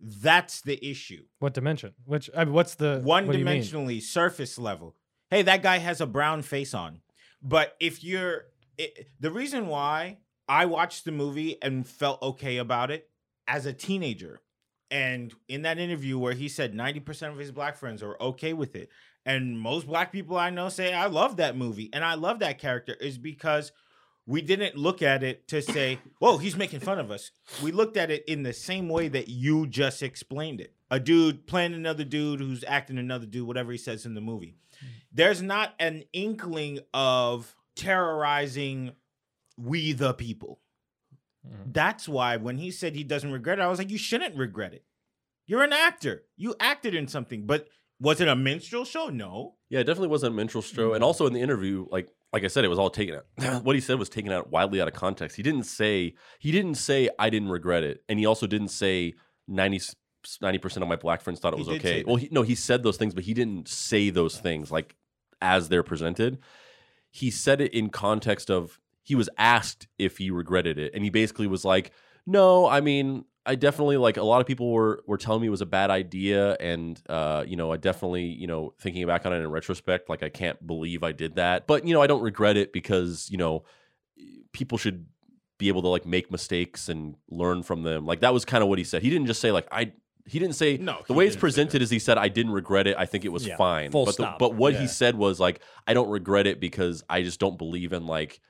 B: That's the issue.
H: what dimension? Which I mean, what's the
B: One
H: what do you mean?
B: dimensionally, surface level. Hey, that guy has a brown face on. But if you're it, the reason why I watched the movie and felt okay about it as a teenager, and in that interview where he said 90% of his black friends are okay with it, and most black people I know say, I love that movie and I love that character, is because we didn't look at it to say, whoa, he's making fun of us. We looked at it in the same way that you just explained it. A dude playing another dude who's acting another dude, whatever he says in the movie. There's not an inkling of terrorizing we the people.
E: Mhm.
B: That's why when he said he doesn't regret it, I was like, you shouldn't regret it. You're an actor. You acted in something, but was it a minstrel show? No.
F: Yeah, it definitely wasn't a minstrel show.
B: Mm-hmm.
F: And also in the interview, like like I said, it was all taken out. what he said was taken out wildly out of context. He didn't say he didn't say I didn't regret it, and he also didn't say 90 percent of my black friends thought it
B: He
F: was
B: did say
F: okay.
B: that.
F: Well, he, no, he said those things, but he didn't say those things like as they're presented. He said it in context of he was asked if he regretted it, and he basically was like, "No, I mean." I definitely like a lot of people were were telling me it was a bad idea, and uh, you know, I definitely you know thinking back on it in retrospect, like I can't believe I did that, but you know, I don't regret it because you know, people should be able to like make mistakes and learn from them. Like that was kind of what he said. He didn't just say like I. He didn't say
B: No,
F: the
B: he
F: way it's
B: didn't say
F: presented is he said I didn't regret it. I think it was
C: Yeah.
F: fine.
E: Full
F: but the-
E: stop.
F: but what
E: Yeah.
F: he said was like I don't regret it because I just don't believe in like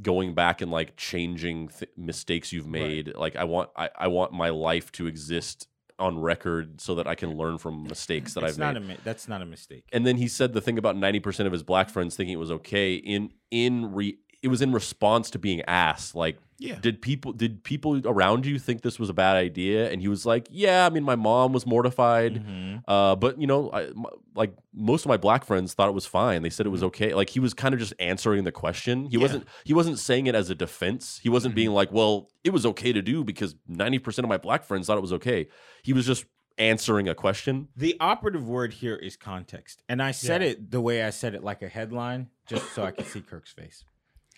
F: going back and like changing th- mistakes you've made. Like I want I, I want my life to exist on record so that I can learn from mistakes that
B: It's
F: I've
B: not
F: made.
B: a mi- that's not a mistake.
F: And then he said the thing about 90% of his black friends thinking it was okay in in re it was in response to being asked like
B: Yeah.
F: did people did people around you think this was a bad idea and he was like yeah i mean my mom was mortified
B: Mhm.
F: uh, but you know, I, m- like most of my black friends thought it was fine. They said it was okay. Like he was kind of just answering the question. He
B: Mm-hmm. Yeah. Mm-hmm.
F: wasn't. He wasn't saying it as a defense. He wasn't being like, "Well, it was okay to do because ninety percent of my black friends thought it was okay." He was just answering a question.
B: The operative word here is context, and I said it the way I said it, like a headline, just so I could see Kirk's face.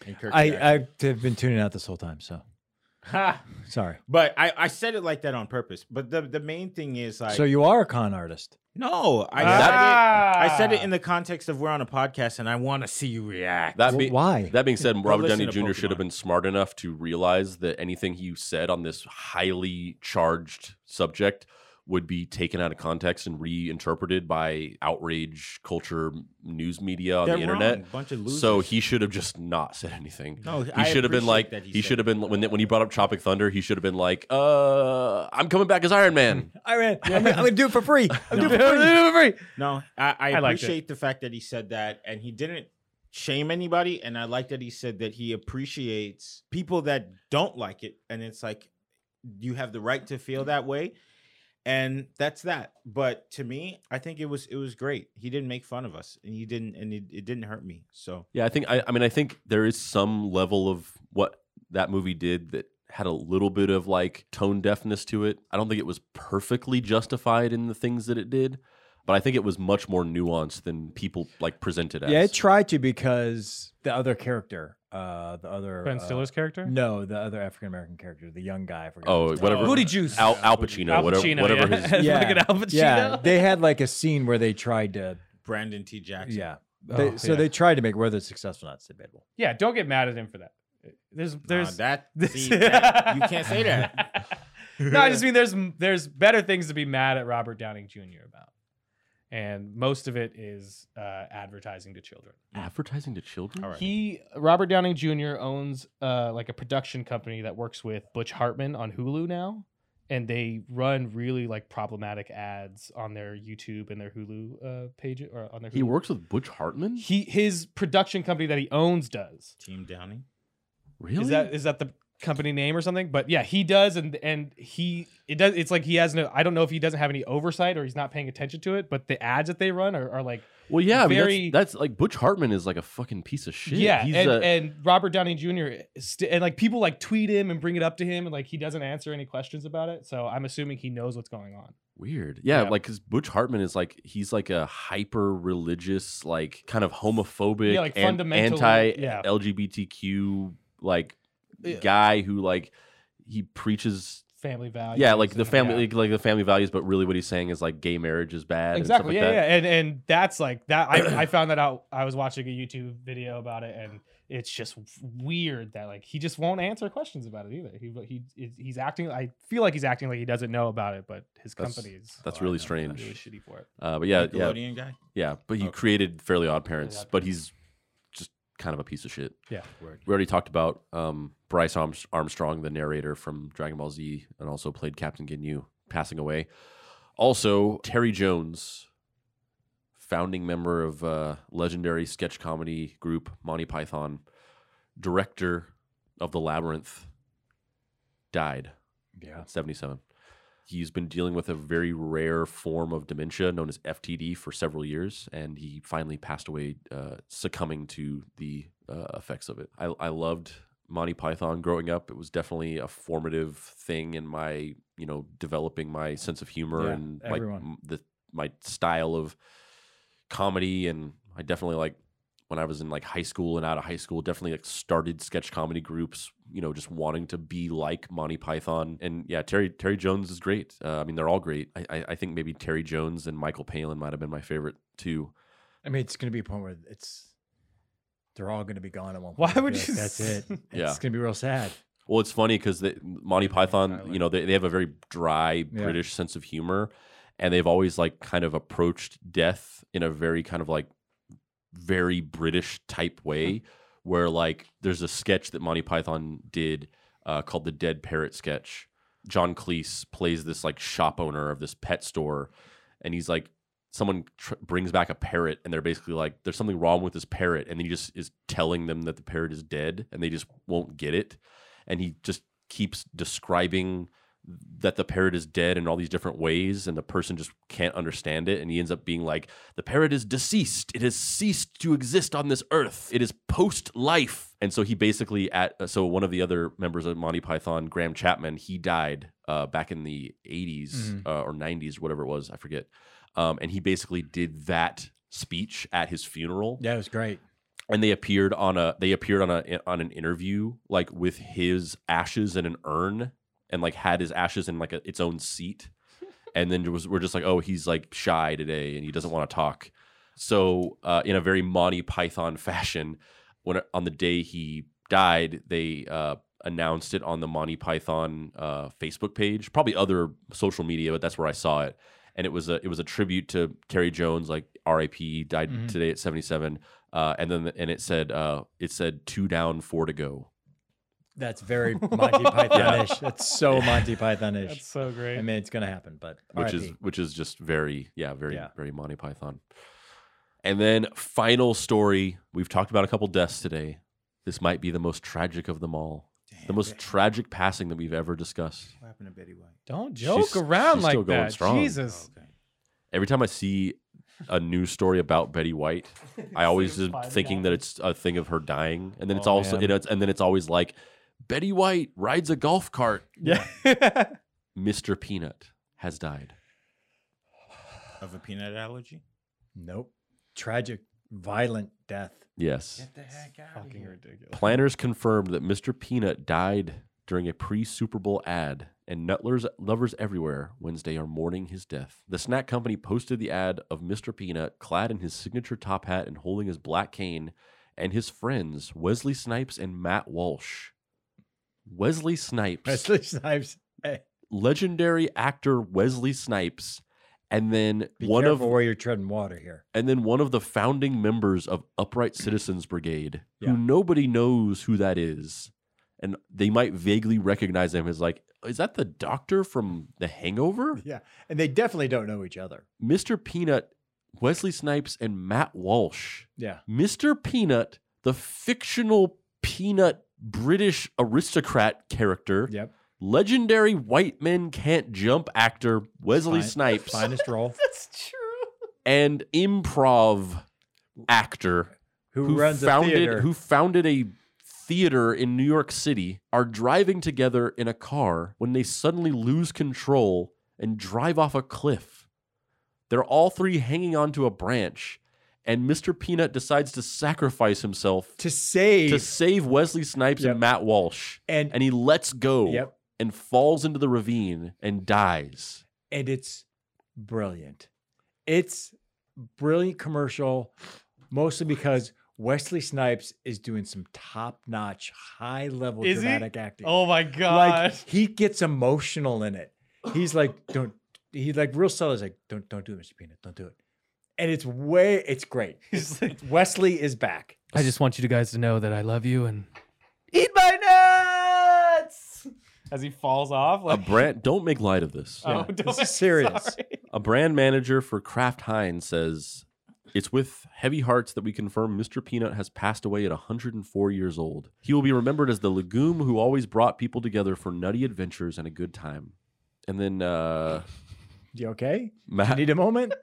B: And Kirk's
C: I,
B: reaction.
C: I have been tuning out this whole time, so
B: Ha!
C: sorry.
B: but I, I said it like that on purpose. But the the main thing is like
C: so you Ah. are a con artist.
B: no, I said it. I
E: Ah.
B: said it in the context of we're on a podcast, and I want to see you react.
F: That
C: Wh-
F: be-
C: why?
F: that being said,
B: Well,
F: Robert
B: listen
F: Downey
B: to
F: Jr. should
B: Pokemon.
F: have been smart enough to realize that anything he said on this highly charged subject would be taken out of context and reinterpreted by outrage culture news media on
B: They're
F: the internet.
B: wrong, bunch of losers.
F: So he should have just not said anything.
B: No,
F: he
B: I
F: should have been
B: appreciate
F: like
B: that
F: he,
B: he said
F: should have been when when he brought up Tropic Thunder. He should have been like, "Uh, I'm coming back as Iron Man."
C: I ran. I'm, gonna- I'm gonna do it for free. I'm doing it for free.
I: Delivery.
B: No, I, I,
E: I liked it.
B: appreciate the fact that he said that and he didn't shame anybody. And I like that he said that he appreciates people that don't like it. And it's like, you have the right to feel that way. And that's that. But to me, I think it was it was great. He didn't make fun of us and he didn't and it, it didn't hurt me. So
F: Yeah, I think I, I mean I think there is some level of what that movie did that had a little bit of like tone deafness to it. I don't think it was perfectly justified in the things that it did, but I think it was much more nuanced than people like presented as.
C: Yeah, it tried to because the other character, uh, the other
E: Ben
C: uh,
E: Stiller's character?
C: No, the other African American character, the young guy. I forgot
F: Oh,
C: his name.
F: whatever.
I: Booty juice.
F: Al, Al Pacino, whatever, whatever
E: yeah. Fucking
F: his.
C: Yeah.
E: Al Pacino.
C: Yeah, they had like a scene where they tried to.
B: Brandon T. Jackson. Uh,
C: Yeah, they,
I: Oh,
C: so
I: yeah.
C: they tried to make whether it's successful or not. It's debatable.
E: Yeah, don't get mad at him for that. There's
B: There's
E: there's
B: that,
E: this-
B: see, that- you can't say that.
E: no, I just mean there's there's better things to be mad at Robert Downing Jr. about. And most of it is uh, advertising to children.
F: Advertising to children.
B: All right.
E: He Robert Downing Jr. owns uh, like a production company that works with Butch Hartman on Hulu now, and they run really like problematic ads on their YouTube and their Hulu uh, page or on their. Hulu.
F: He works with Butch Hartman.
E: He his production company that he owns does.
B: Team Downing.
F: Really?
E: Is that is that the company name or something? But yeah, he does, and and he it does. It's like he has no. I don't know if he doesn't have any oversight or he's not paying attention to it. But the ads that they run are, are like
F: Well, yeah, I mean,
E: very-
F: that's, that's like Butch Hartman is like a fucking piece of shit.
E: yeah,
F: he's
E: and,
F: a,
E: and Robert Downey Jr. is st- and like people like tweet him and bring it up to him, and like he doesn't answer any questions about it. So I'm assuming he knows what's going on.
F: weird. Yeah,
E: yeah.
F: like because Butch Hartman is like he's like a hyper religious, like kind of homophobic,
E: Yeah, like
F: an-
E: fundamental-
F: anti
E: yeah.
F: LGBTQ like
E: Yeah.
F: guy who like he preaches.
E: Family values.
F: Yeah, like the
E: and-
F: family,
E: yeah.
F: like, like the family values, but really what he's saying is like gay marriage is bad.
E: Exactly.
F: And
E: yeah,
F: stuff like that.
E: yeah, and and that's like that. I, I found that out. I was watching a YouTube video about it, and it's just weird that like he just won't answer questions about it either. He he is- he's acting. I feel like he's acting like he doesn't know about it, but his
F: That's-
E: company is
F: that's
E: I know,
F: really
E: I'm
F: strange.
E: Really shitty for it.
F: Uh, but yeah, yeah,
B: Nickelodeon guy.
F: yeah. But he
B: Okay.
F: created Fairly Odd Parents,
E: Odd
F: but he's just kind of a piece of shit.
B: Word.
F: we already talked about um, Bryce Arms- Armstrong, the narrator from Dragon Ball Z, and also played Captain Ginyu, passing away. Also, Terry Jones, founding member of uh, legendary sketch comedy group Monty Python, director of The Labyrinth, died
C: Yeah.
F: at 77. He's been dealing with a very rare form of dementia known as FTD for several years, and he finally passed away, uh, succumbing to the uh, effects of it. I, I loved Monty Python growing up. It was definitely a formative thing in my, you know, developing my sense of humor
C: Yeah,
F: and
C: everyone.
F: like m- the my style of comedy. And I definitely like when I was in like high school and out of high school, definitely like started sketch comedy groups, you know, just wanting to be like Monty Python. And yeah, Terry Terry Jones is great. Uh, I mean, they're all great. I, I, I think maybe Terry Jones and Michael Palin might have been my favorite too.
C: I mean, it's gonna be a point where it's they're all gonna be gone at one
E: Why
C: point. I'll
E: would
C: be like,
E: you
C: That's
E: s-
C: it.
F: Yeah.
C: It's gonna be real sad.
F: Well, it's funny because Monty Python,
E: Tyler.
F: you know, they, they have a very dry British sense of humor, and they've always like kind of approached death in a very kind of like very British type way, where like there's a sketch that Monty Python did uh, called the Dead Parrot sketch. John Cleese plays this like shop owner of this pet store, and he's like someone tr- brings back a parrot and they're basically like, "There's something wrong with this parrot," and he just is telling them that the parrot is dead, and they just won't get it, and he just keeps describing that the parrot is dead in all these different ways and the person just can't understand it and he ends up being like the parrot is deceased it has ceased to exist on this earth it is post life and so he basically at uh, so one of the other members of monty python graham chapman he died uh, back in the 80s uh, or 90s whatever it was i forget um, and he basically did that speech at his funeral
C: That was great.
F: and they appeared on a they appeared on a on an interview like with his ashes in an urn and like had his ashes in like a, its own seat and then was we're just like oh he's like shy today and he doesn't want to talk so uh, in a very Monty Python fashion when uh, on the day he died they uh, announced it on the Monty Python uh, Facebook page probably other social media but that's where I saw it and it was a it was a tribute to Terry Jones like R.I.P. died
C: Mhm.
F: today at 77 uh, and then and it said uh, it said two down four to go
C: That's very Monty Python ish. That's so Monty Python
E: That's
C: ish.
E: so
C: I
E: great.
C: mean, it's going to happen, but
F: which is
C: RIP.
F: which is just very yeah very
C: Yeah.
F: very Monty Python. And then final story, we've talked about a couple deaths today. This might be the most tragic of them all. the most tragic passing that we've ever discussed.
B: What happened to Betty White? Oh,
E: Don't joke
F: she's
E: around like
F: still going
E: that.
F: strong.
E: Jesus.
B: Okay.
F: Every time I see a news story about Betty White, I always am thinking that it's a thing of her dying, and then it's
E: Oh,
F: also
E: man.
F: it, it's- and then it's always like Betty White rides a golf cart.
E: Yeah.
F: Mr. Peanut has died.
B: Of a peanut allergy?
C: nope. Tragic, violent death.
F: Yes.
D: the heck out
E: Fucking ridiculous.
F: Planners confirmed that Mr. Peanut died during a pre Super Bowl ad, and Nutlers lovers everywhere Wednesday are mourning his death. The snack company posted the ad of Mr. Peanut clad in his signature top hat and holding his black cane, and his friends Wesley Snipes and Matt Walsh. Wesley Snipes,
C: Wesley Snipes. Hey,
F: legendary actor Wesley Snipes, and then
C: be
F: one
C: careful
F: of
C: where you're treading water here.
F: and then one of the founding members of Upright Citizens Brigade,
C: Mm. Yeah.
F: who nobody knows who that is, and they might vaguely recognize him as like, is that the doctor from The Hangover?
C: Yeah. And they definitely don't know each other.
F: Mr. Peanut, Wesley Snipes, and Matt Walsh.
C: Yeah.
F: Mr. Peanut, the fictional Peanut British aristocrat character,
C: Yep.
F: legendary white men can't jump actor Wesley
C: Fine-
F: Snipes,
C: Finest role.
H: That's true.
F: and improv actor.
C: Who, runs
F: founded
C: a theater?
F: who founded a theater in New York City are driving together in a car when they suddenly lose control and drive off a cliff. They're all three hanging onto a branch and Mr. Peanut decides to sacrifice himself
C: to save
F: to save Wesley Snipes
C: Yep.
F: and Matt Walsh
C: and,
F: and he lets go
C: yep.
F: and falls into the ravine and dies.
C: And it's brilliant. It's brilliant commercial, mostly because Wesley Snipes is doing some top-notch, high-level
H: Is he?
C: dramatic acting.
H: Oh my god.
C: Like he gets emotional in it. He's like, don't. He like real subtle. He's like, don't, don't do it, Mr. Peanut. Don't do it. And it's way, it's great.
H: He's like,
C: Wesley is back.
E: I just want you guys to know that I love you and
H: eat my nuts as he falls off.
F: A
H: Like,
F: brand don't make light of this.
H: oh,
C: yeah,
H: don't-
C: this is serious.
H: sorry.
F: A brand manager for Kraft Heinz says, It's with heavy hearts that we confirm Mr. Peanut has passed away at 104 years old. He will be remembered as the legume who always brought people together for nutty adventures and a good time. And then, uh,
C: You okay?
F: Matt,
C: Need a moment?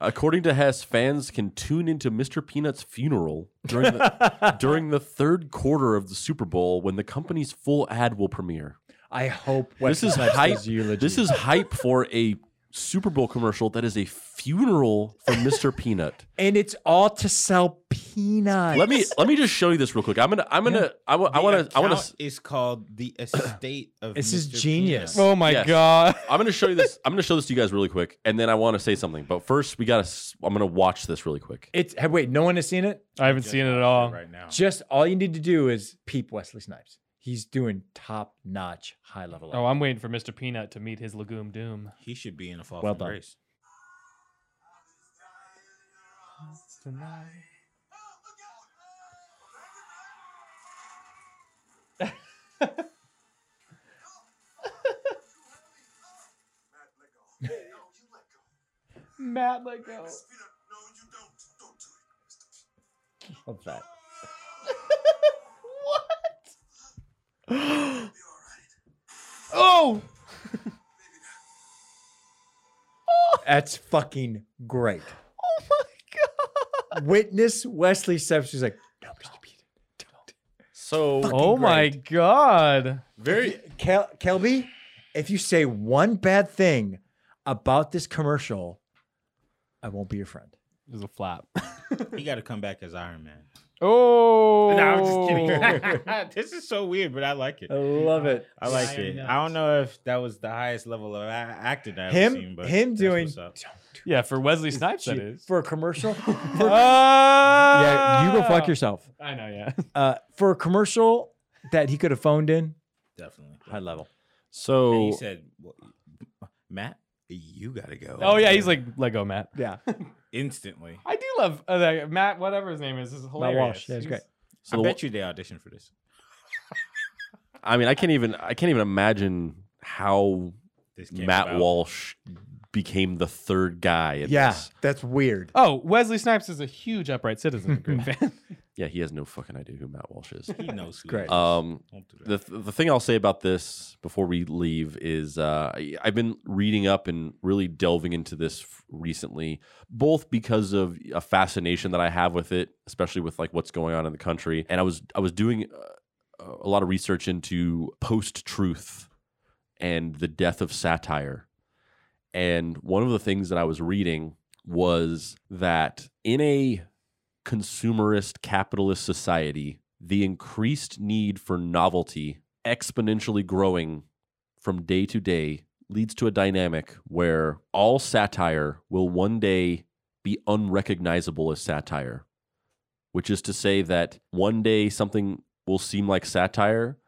F: according to Hess, fans can tune into Mr. Peanut's funeral during the, during the third quarter of the Super Bowl when the company's full ad will premiere.
C: I hope Wesley
F: is
C: Snipes
F: hype.
C: does eulogy.
F: This is hype for a Super Bowl commercial that is a funeral for Mr. Peanut.
C: and it's all to sell peanuts.
F: let me let me just show you this real quick. I'm gonna I'm gonna I want I
B: The
F: want to I want
B: account
F: to
B: is called the estate of.
C: This is
B: Mr.
C: genius.
B: Peanut.
E: Oh my
F: Yes.
E: god.
F: I'm gonna show you this. I'm gonna show this to you guys really quick, and then I want to say something. But first, we gotta s- I'm gonna watch this really quick.
C: It's hey, wait, no one has seen it.
E: I haven't
B: Just
E: seen it
B: watch
E: at all.
B: Right now.
C: Just all you need to do is peep Wesley Snipes. He's doing top notch, high level.
E: Oh, I'm waiting for Mr. Peanut to meet his legume doom.
B: He should be in a fall
C: Well
B: from
C: done.
B: grace.
H: Matt like
G: No,
H: oh.
G: you don't. Don't do it, Mr. P.
J: What's that?
G: Be all right.
H: Oh,
J: That's fucking great. Oh my god. Witness Wesley Snipes. She's like, no, Mr. Peter.
F: So
E: Oh my
J: great.
E: god.
F: very
J: Kel- Kelby, if you say one bad thing about this commercial, I won't be your friend.
E: It was a flap.
B: He got to come back as Iron Man.
E: Oh.
B: No, I'm just kidding. this is so weird, but I like it.
J: I love it.
B: I like
D: Iron
B: it.
D: Nuts.
B: I don't know if that was the highest level of a- acting I've
J: Him-
B: seen, but
J: him
B: that's
J: doing-
B: what's up.
E: Yeah, for Wesley Snipes that is.
J: For a commercial?
E: yeah,
J: yeah, you go
B: Ah.
J: fuck yourself.
E: I know, yeah.
J: Uh, for a commercial that he could have phoned in,
B: definitely.
J: high level.
B: And he
F: so
B: said, well, "Matt, you gotta go."
E: Oh yeah, he's like let go, Matt.
J: Yeah.
B: instantly.
E: I do love uh, that Matt, whatever his name is, is hilarious.
J: Walsh, yeah, he's great.
B: I
F: so the-
B: bet you they auditioned for this.
F: I mean I can't even I can't even imagine how
B: This came
F: Matt
B: about.
F: Walsh became the third guy. In
J: Yeah,
F: this.
J: that's weird.
E: Oh, Wesley Snipes is a huge upright citizen Green fan.
F: yeah, he has no fucking idea who Matt Walsh is.
B: He knows. Who
J: Great.
B: He is.
F: Um,
B: Don't do that.
F: the th- the thing I'll say about this before we leave is uh, I- I've been reading up and really delving into this f- recently, both because of a fascination that I have with it, especially with like what's going on in the country, and I was I was doing uh, a lot of research into post truth and the death of satire, and one of the things that I was reading was that in a consumerist capitalist society, the increased need for novelty exponentially growing from day to day leads to a dynamic where all satire will one day be unrecognizable as satire, which is to say that one day something will seem like satire.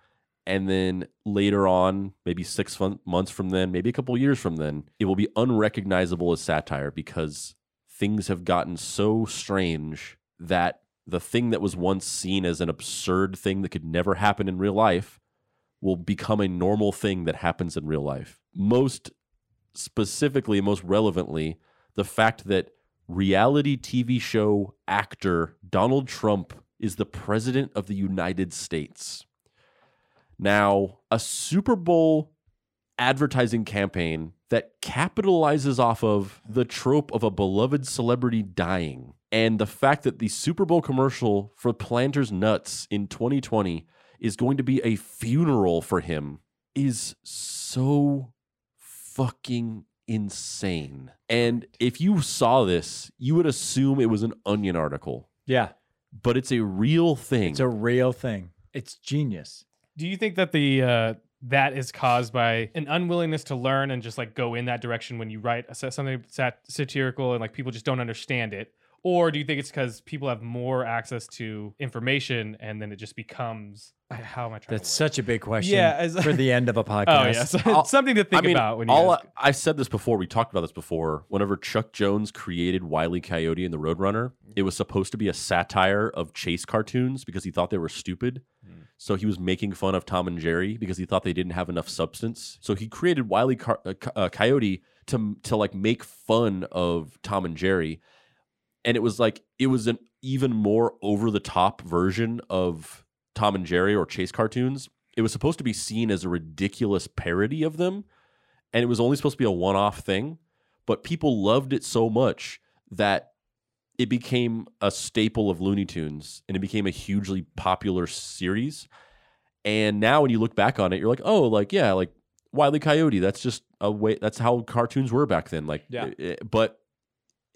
F: And then later on, maybe six fun- months from then, maybe a couple years from then, it will be unrecognizable as satire because things have gotten so strange that the thing that was once seen as an absurd thing that could never happen in real life will become a normal thing that happens in real life. Most specifically, most relevantly, the fact that reality TV show actor Donald Trump is the president of the United States. Now, a Super Bowl advertising campaign that capitalizes off of the trope of a beloved celebrity dying and the fact that the Super Bowl commercial for Planters Nuts in 2020 is going to be a funeral for him is so fucking insane. And if you saw this, you would assume it was an Onion article,
J: Yeah,
F: but it's a real thing.
J: it's a real thing. It's genius.
E: Do you think that the uh, that is caused by an unwillingness to learn and just like go in that direction when you write a, sa- something sat- satirical and like people just don't understand it? Or do you think it's because people have more access to information and then it just becomes I- how am I trying?
J: That's
E: to word
J: such a big
E: it?
J: question
E: yeah. As,
J: for the end of a
E: oh
J: podcast.
E: yeah, so
F: I'll-
E: it's something to think about when you.
F: all
E: ask-
F: I, have said this before. We talked about this before. Whenever Chuck Jones created Wiley Coyote and the Roadrunner, it was supposed to be a satire of chase cartoons because he thought they were stupid. So he was making fun of Tom and Jerry because he thought they didn't have enough substance. So he created Wiley Car- uh, Co- uh, Coyote to to like make fun of Tom and Jerry, and it was like it was an even more over the top version of Tom and Jerry or chase cartoons. It was supposed to be seen as a ridiculous parody of them, and it was only supposed to be a one off thing, but people loved it so much that it became a staple of Looney Tunes and it became a hugely popular series. And now when you look back on it, you're like, oh, like, yeah, like Wile E. Coyote, that's just a way, that's how cartoons were back then. Like,
J: Yeah.
F: i- i- but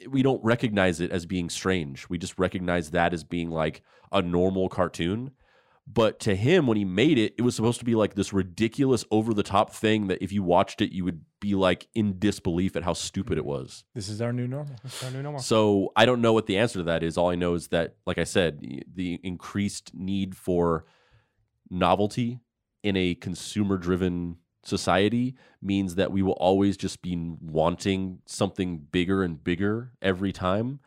F: we don't recognize it as being strange. We just recognize that as being like a normal cartoon. But to him, when he made it, it was supposed to be like this ridiculous, over the top thing that if you watched it, you would be like in disbelief at how stupid it was.
J: This is our new normal.
E: Don't do no more.
F: So I don't know what the answer to that is. All I know is that, like I said, y- the increased need for novelty in a consumer driven society means that we will always just be wanting something bigger and bigger every time.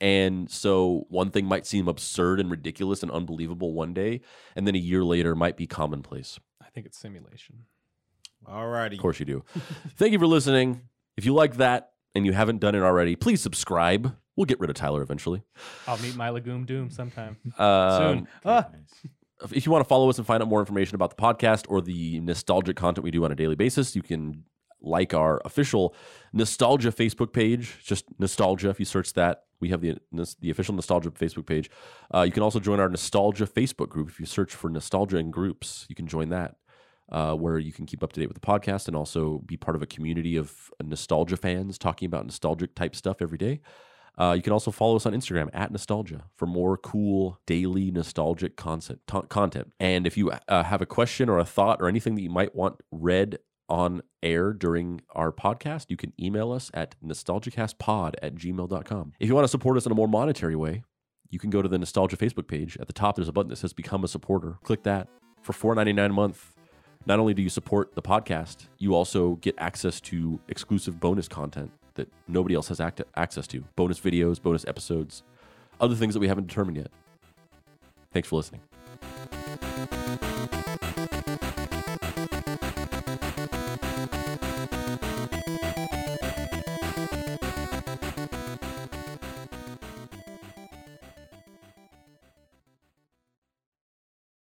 F: And so one thing might seem absurd and ridiculous and unbelievable one day, and then a year later might be commonplace.
E: I think it's simulation.
B: Alrighty.
F: Of course you do. Thank you for listening. If you like that, and you haven't done it already, please subscribe. We'll get rid of Tyler eventually.
H: I'll meet my legume doom sometime.
F: Um,
H: Soon.
F: if you want to follow us and find out more information about the podcast or the nostalgic content we do on a daily basis, you can like our official nostalgia Facebook page. Just nostalgia. If you search that, we have the the official nostalgia Facebook page. Uh, you can also join our nostalgia Facebook group. If you search for nostalgia in groups, you can join that. Uh, where you can keep up to date with the podcast and also be part of a community of nostalgia fans talking about nostalgic type stuff every day. Uh, you can also follow us on Instagram at Nostalgia for more cool daily nostalgic content. ton- content. And if you uh, have a question or a thought or anything that you might want read on air during our podcast, you can email us at nostalgicastpod at gmail.com. If you want to support us in a more monetary way, you can go to the Nostalgia Facebook page. At the top, there's a button that says Become a Supporter. Click that for $4.99 a month. Not only do you support the podcast, you also get access to exclusive bonus content that nobody else has act- access to bonus videos, bonus episodes, other things that we haven't determined yet. Thanks for listening.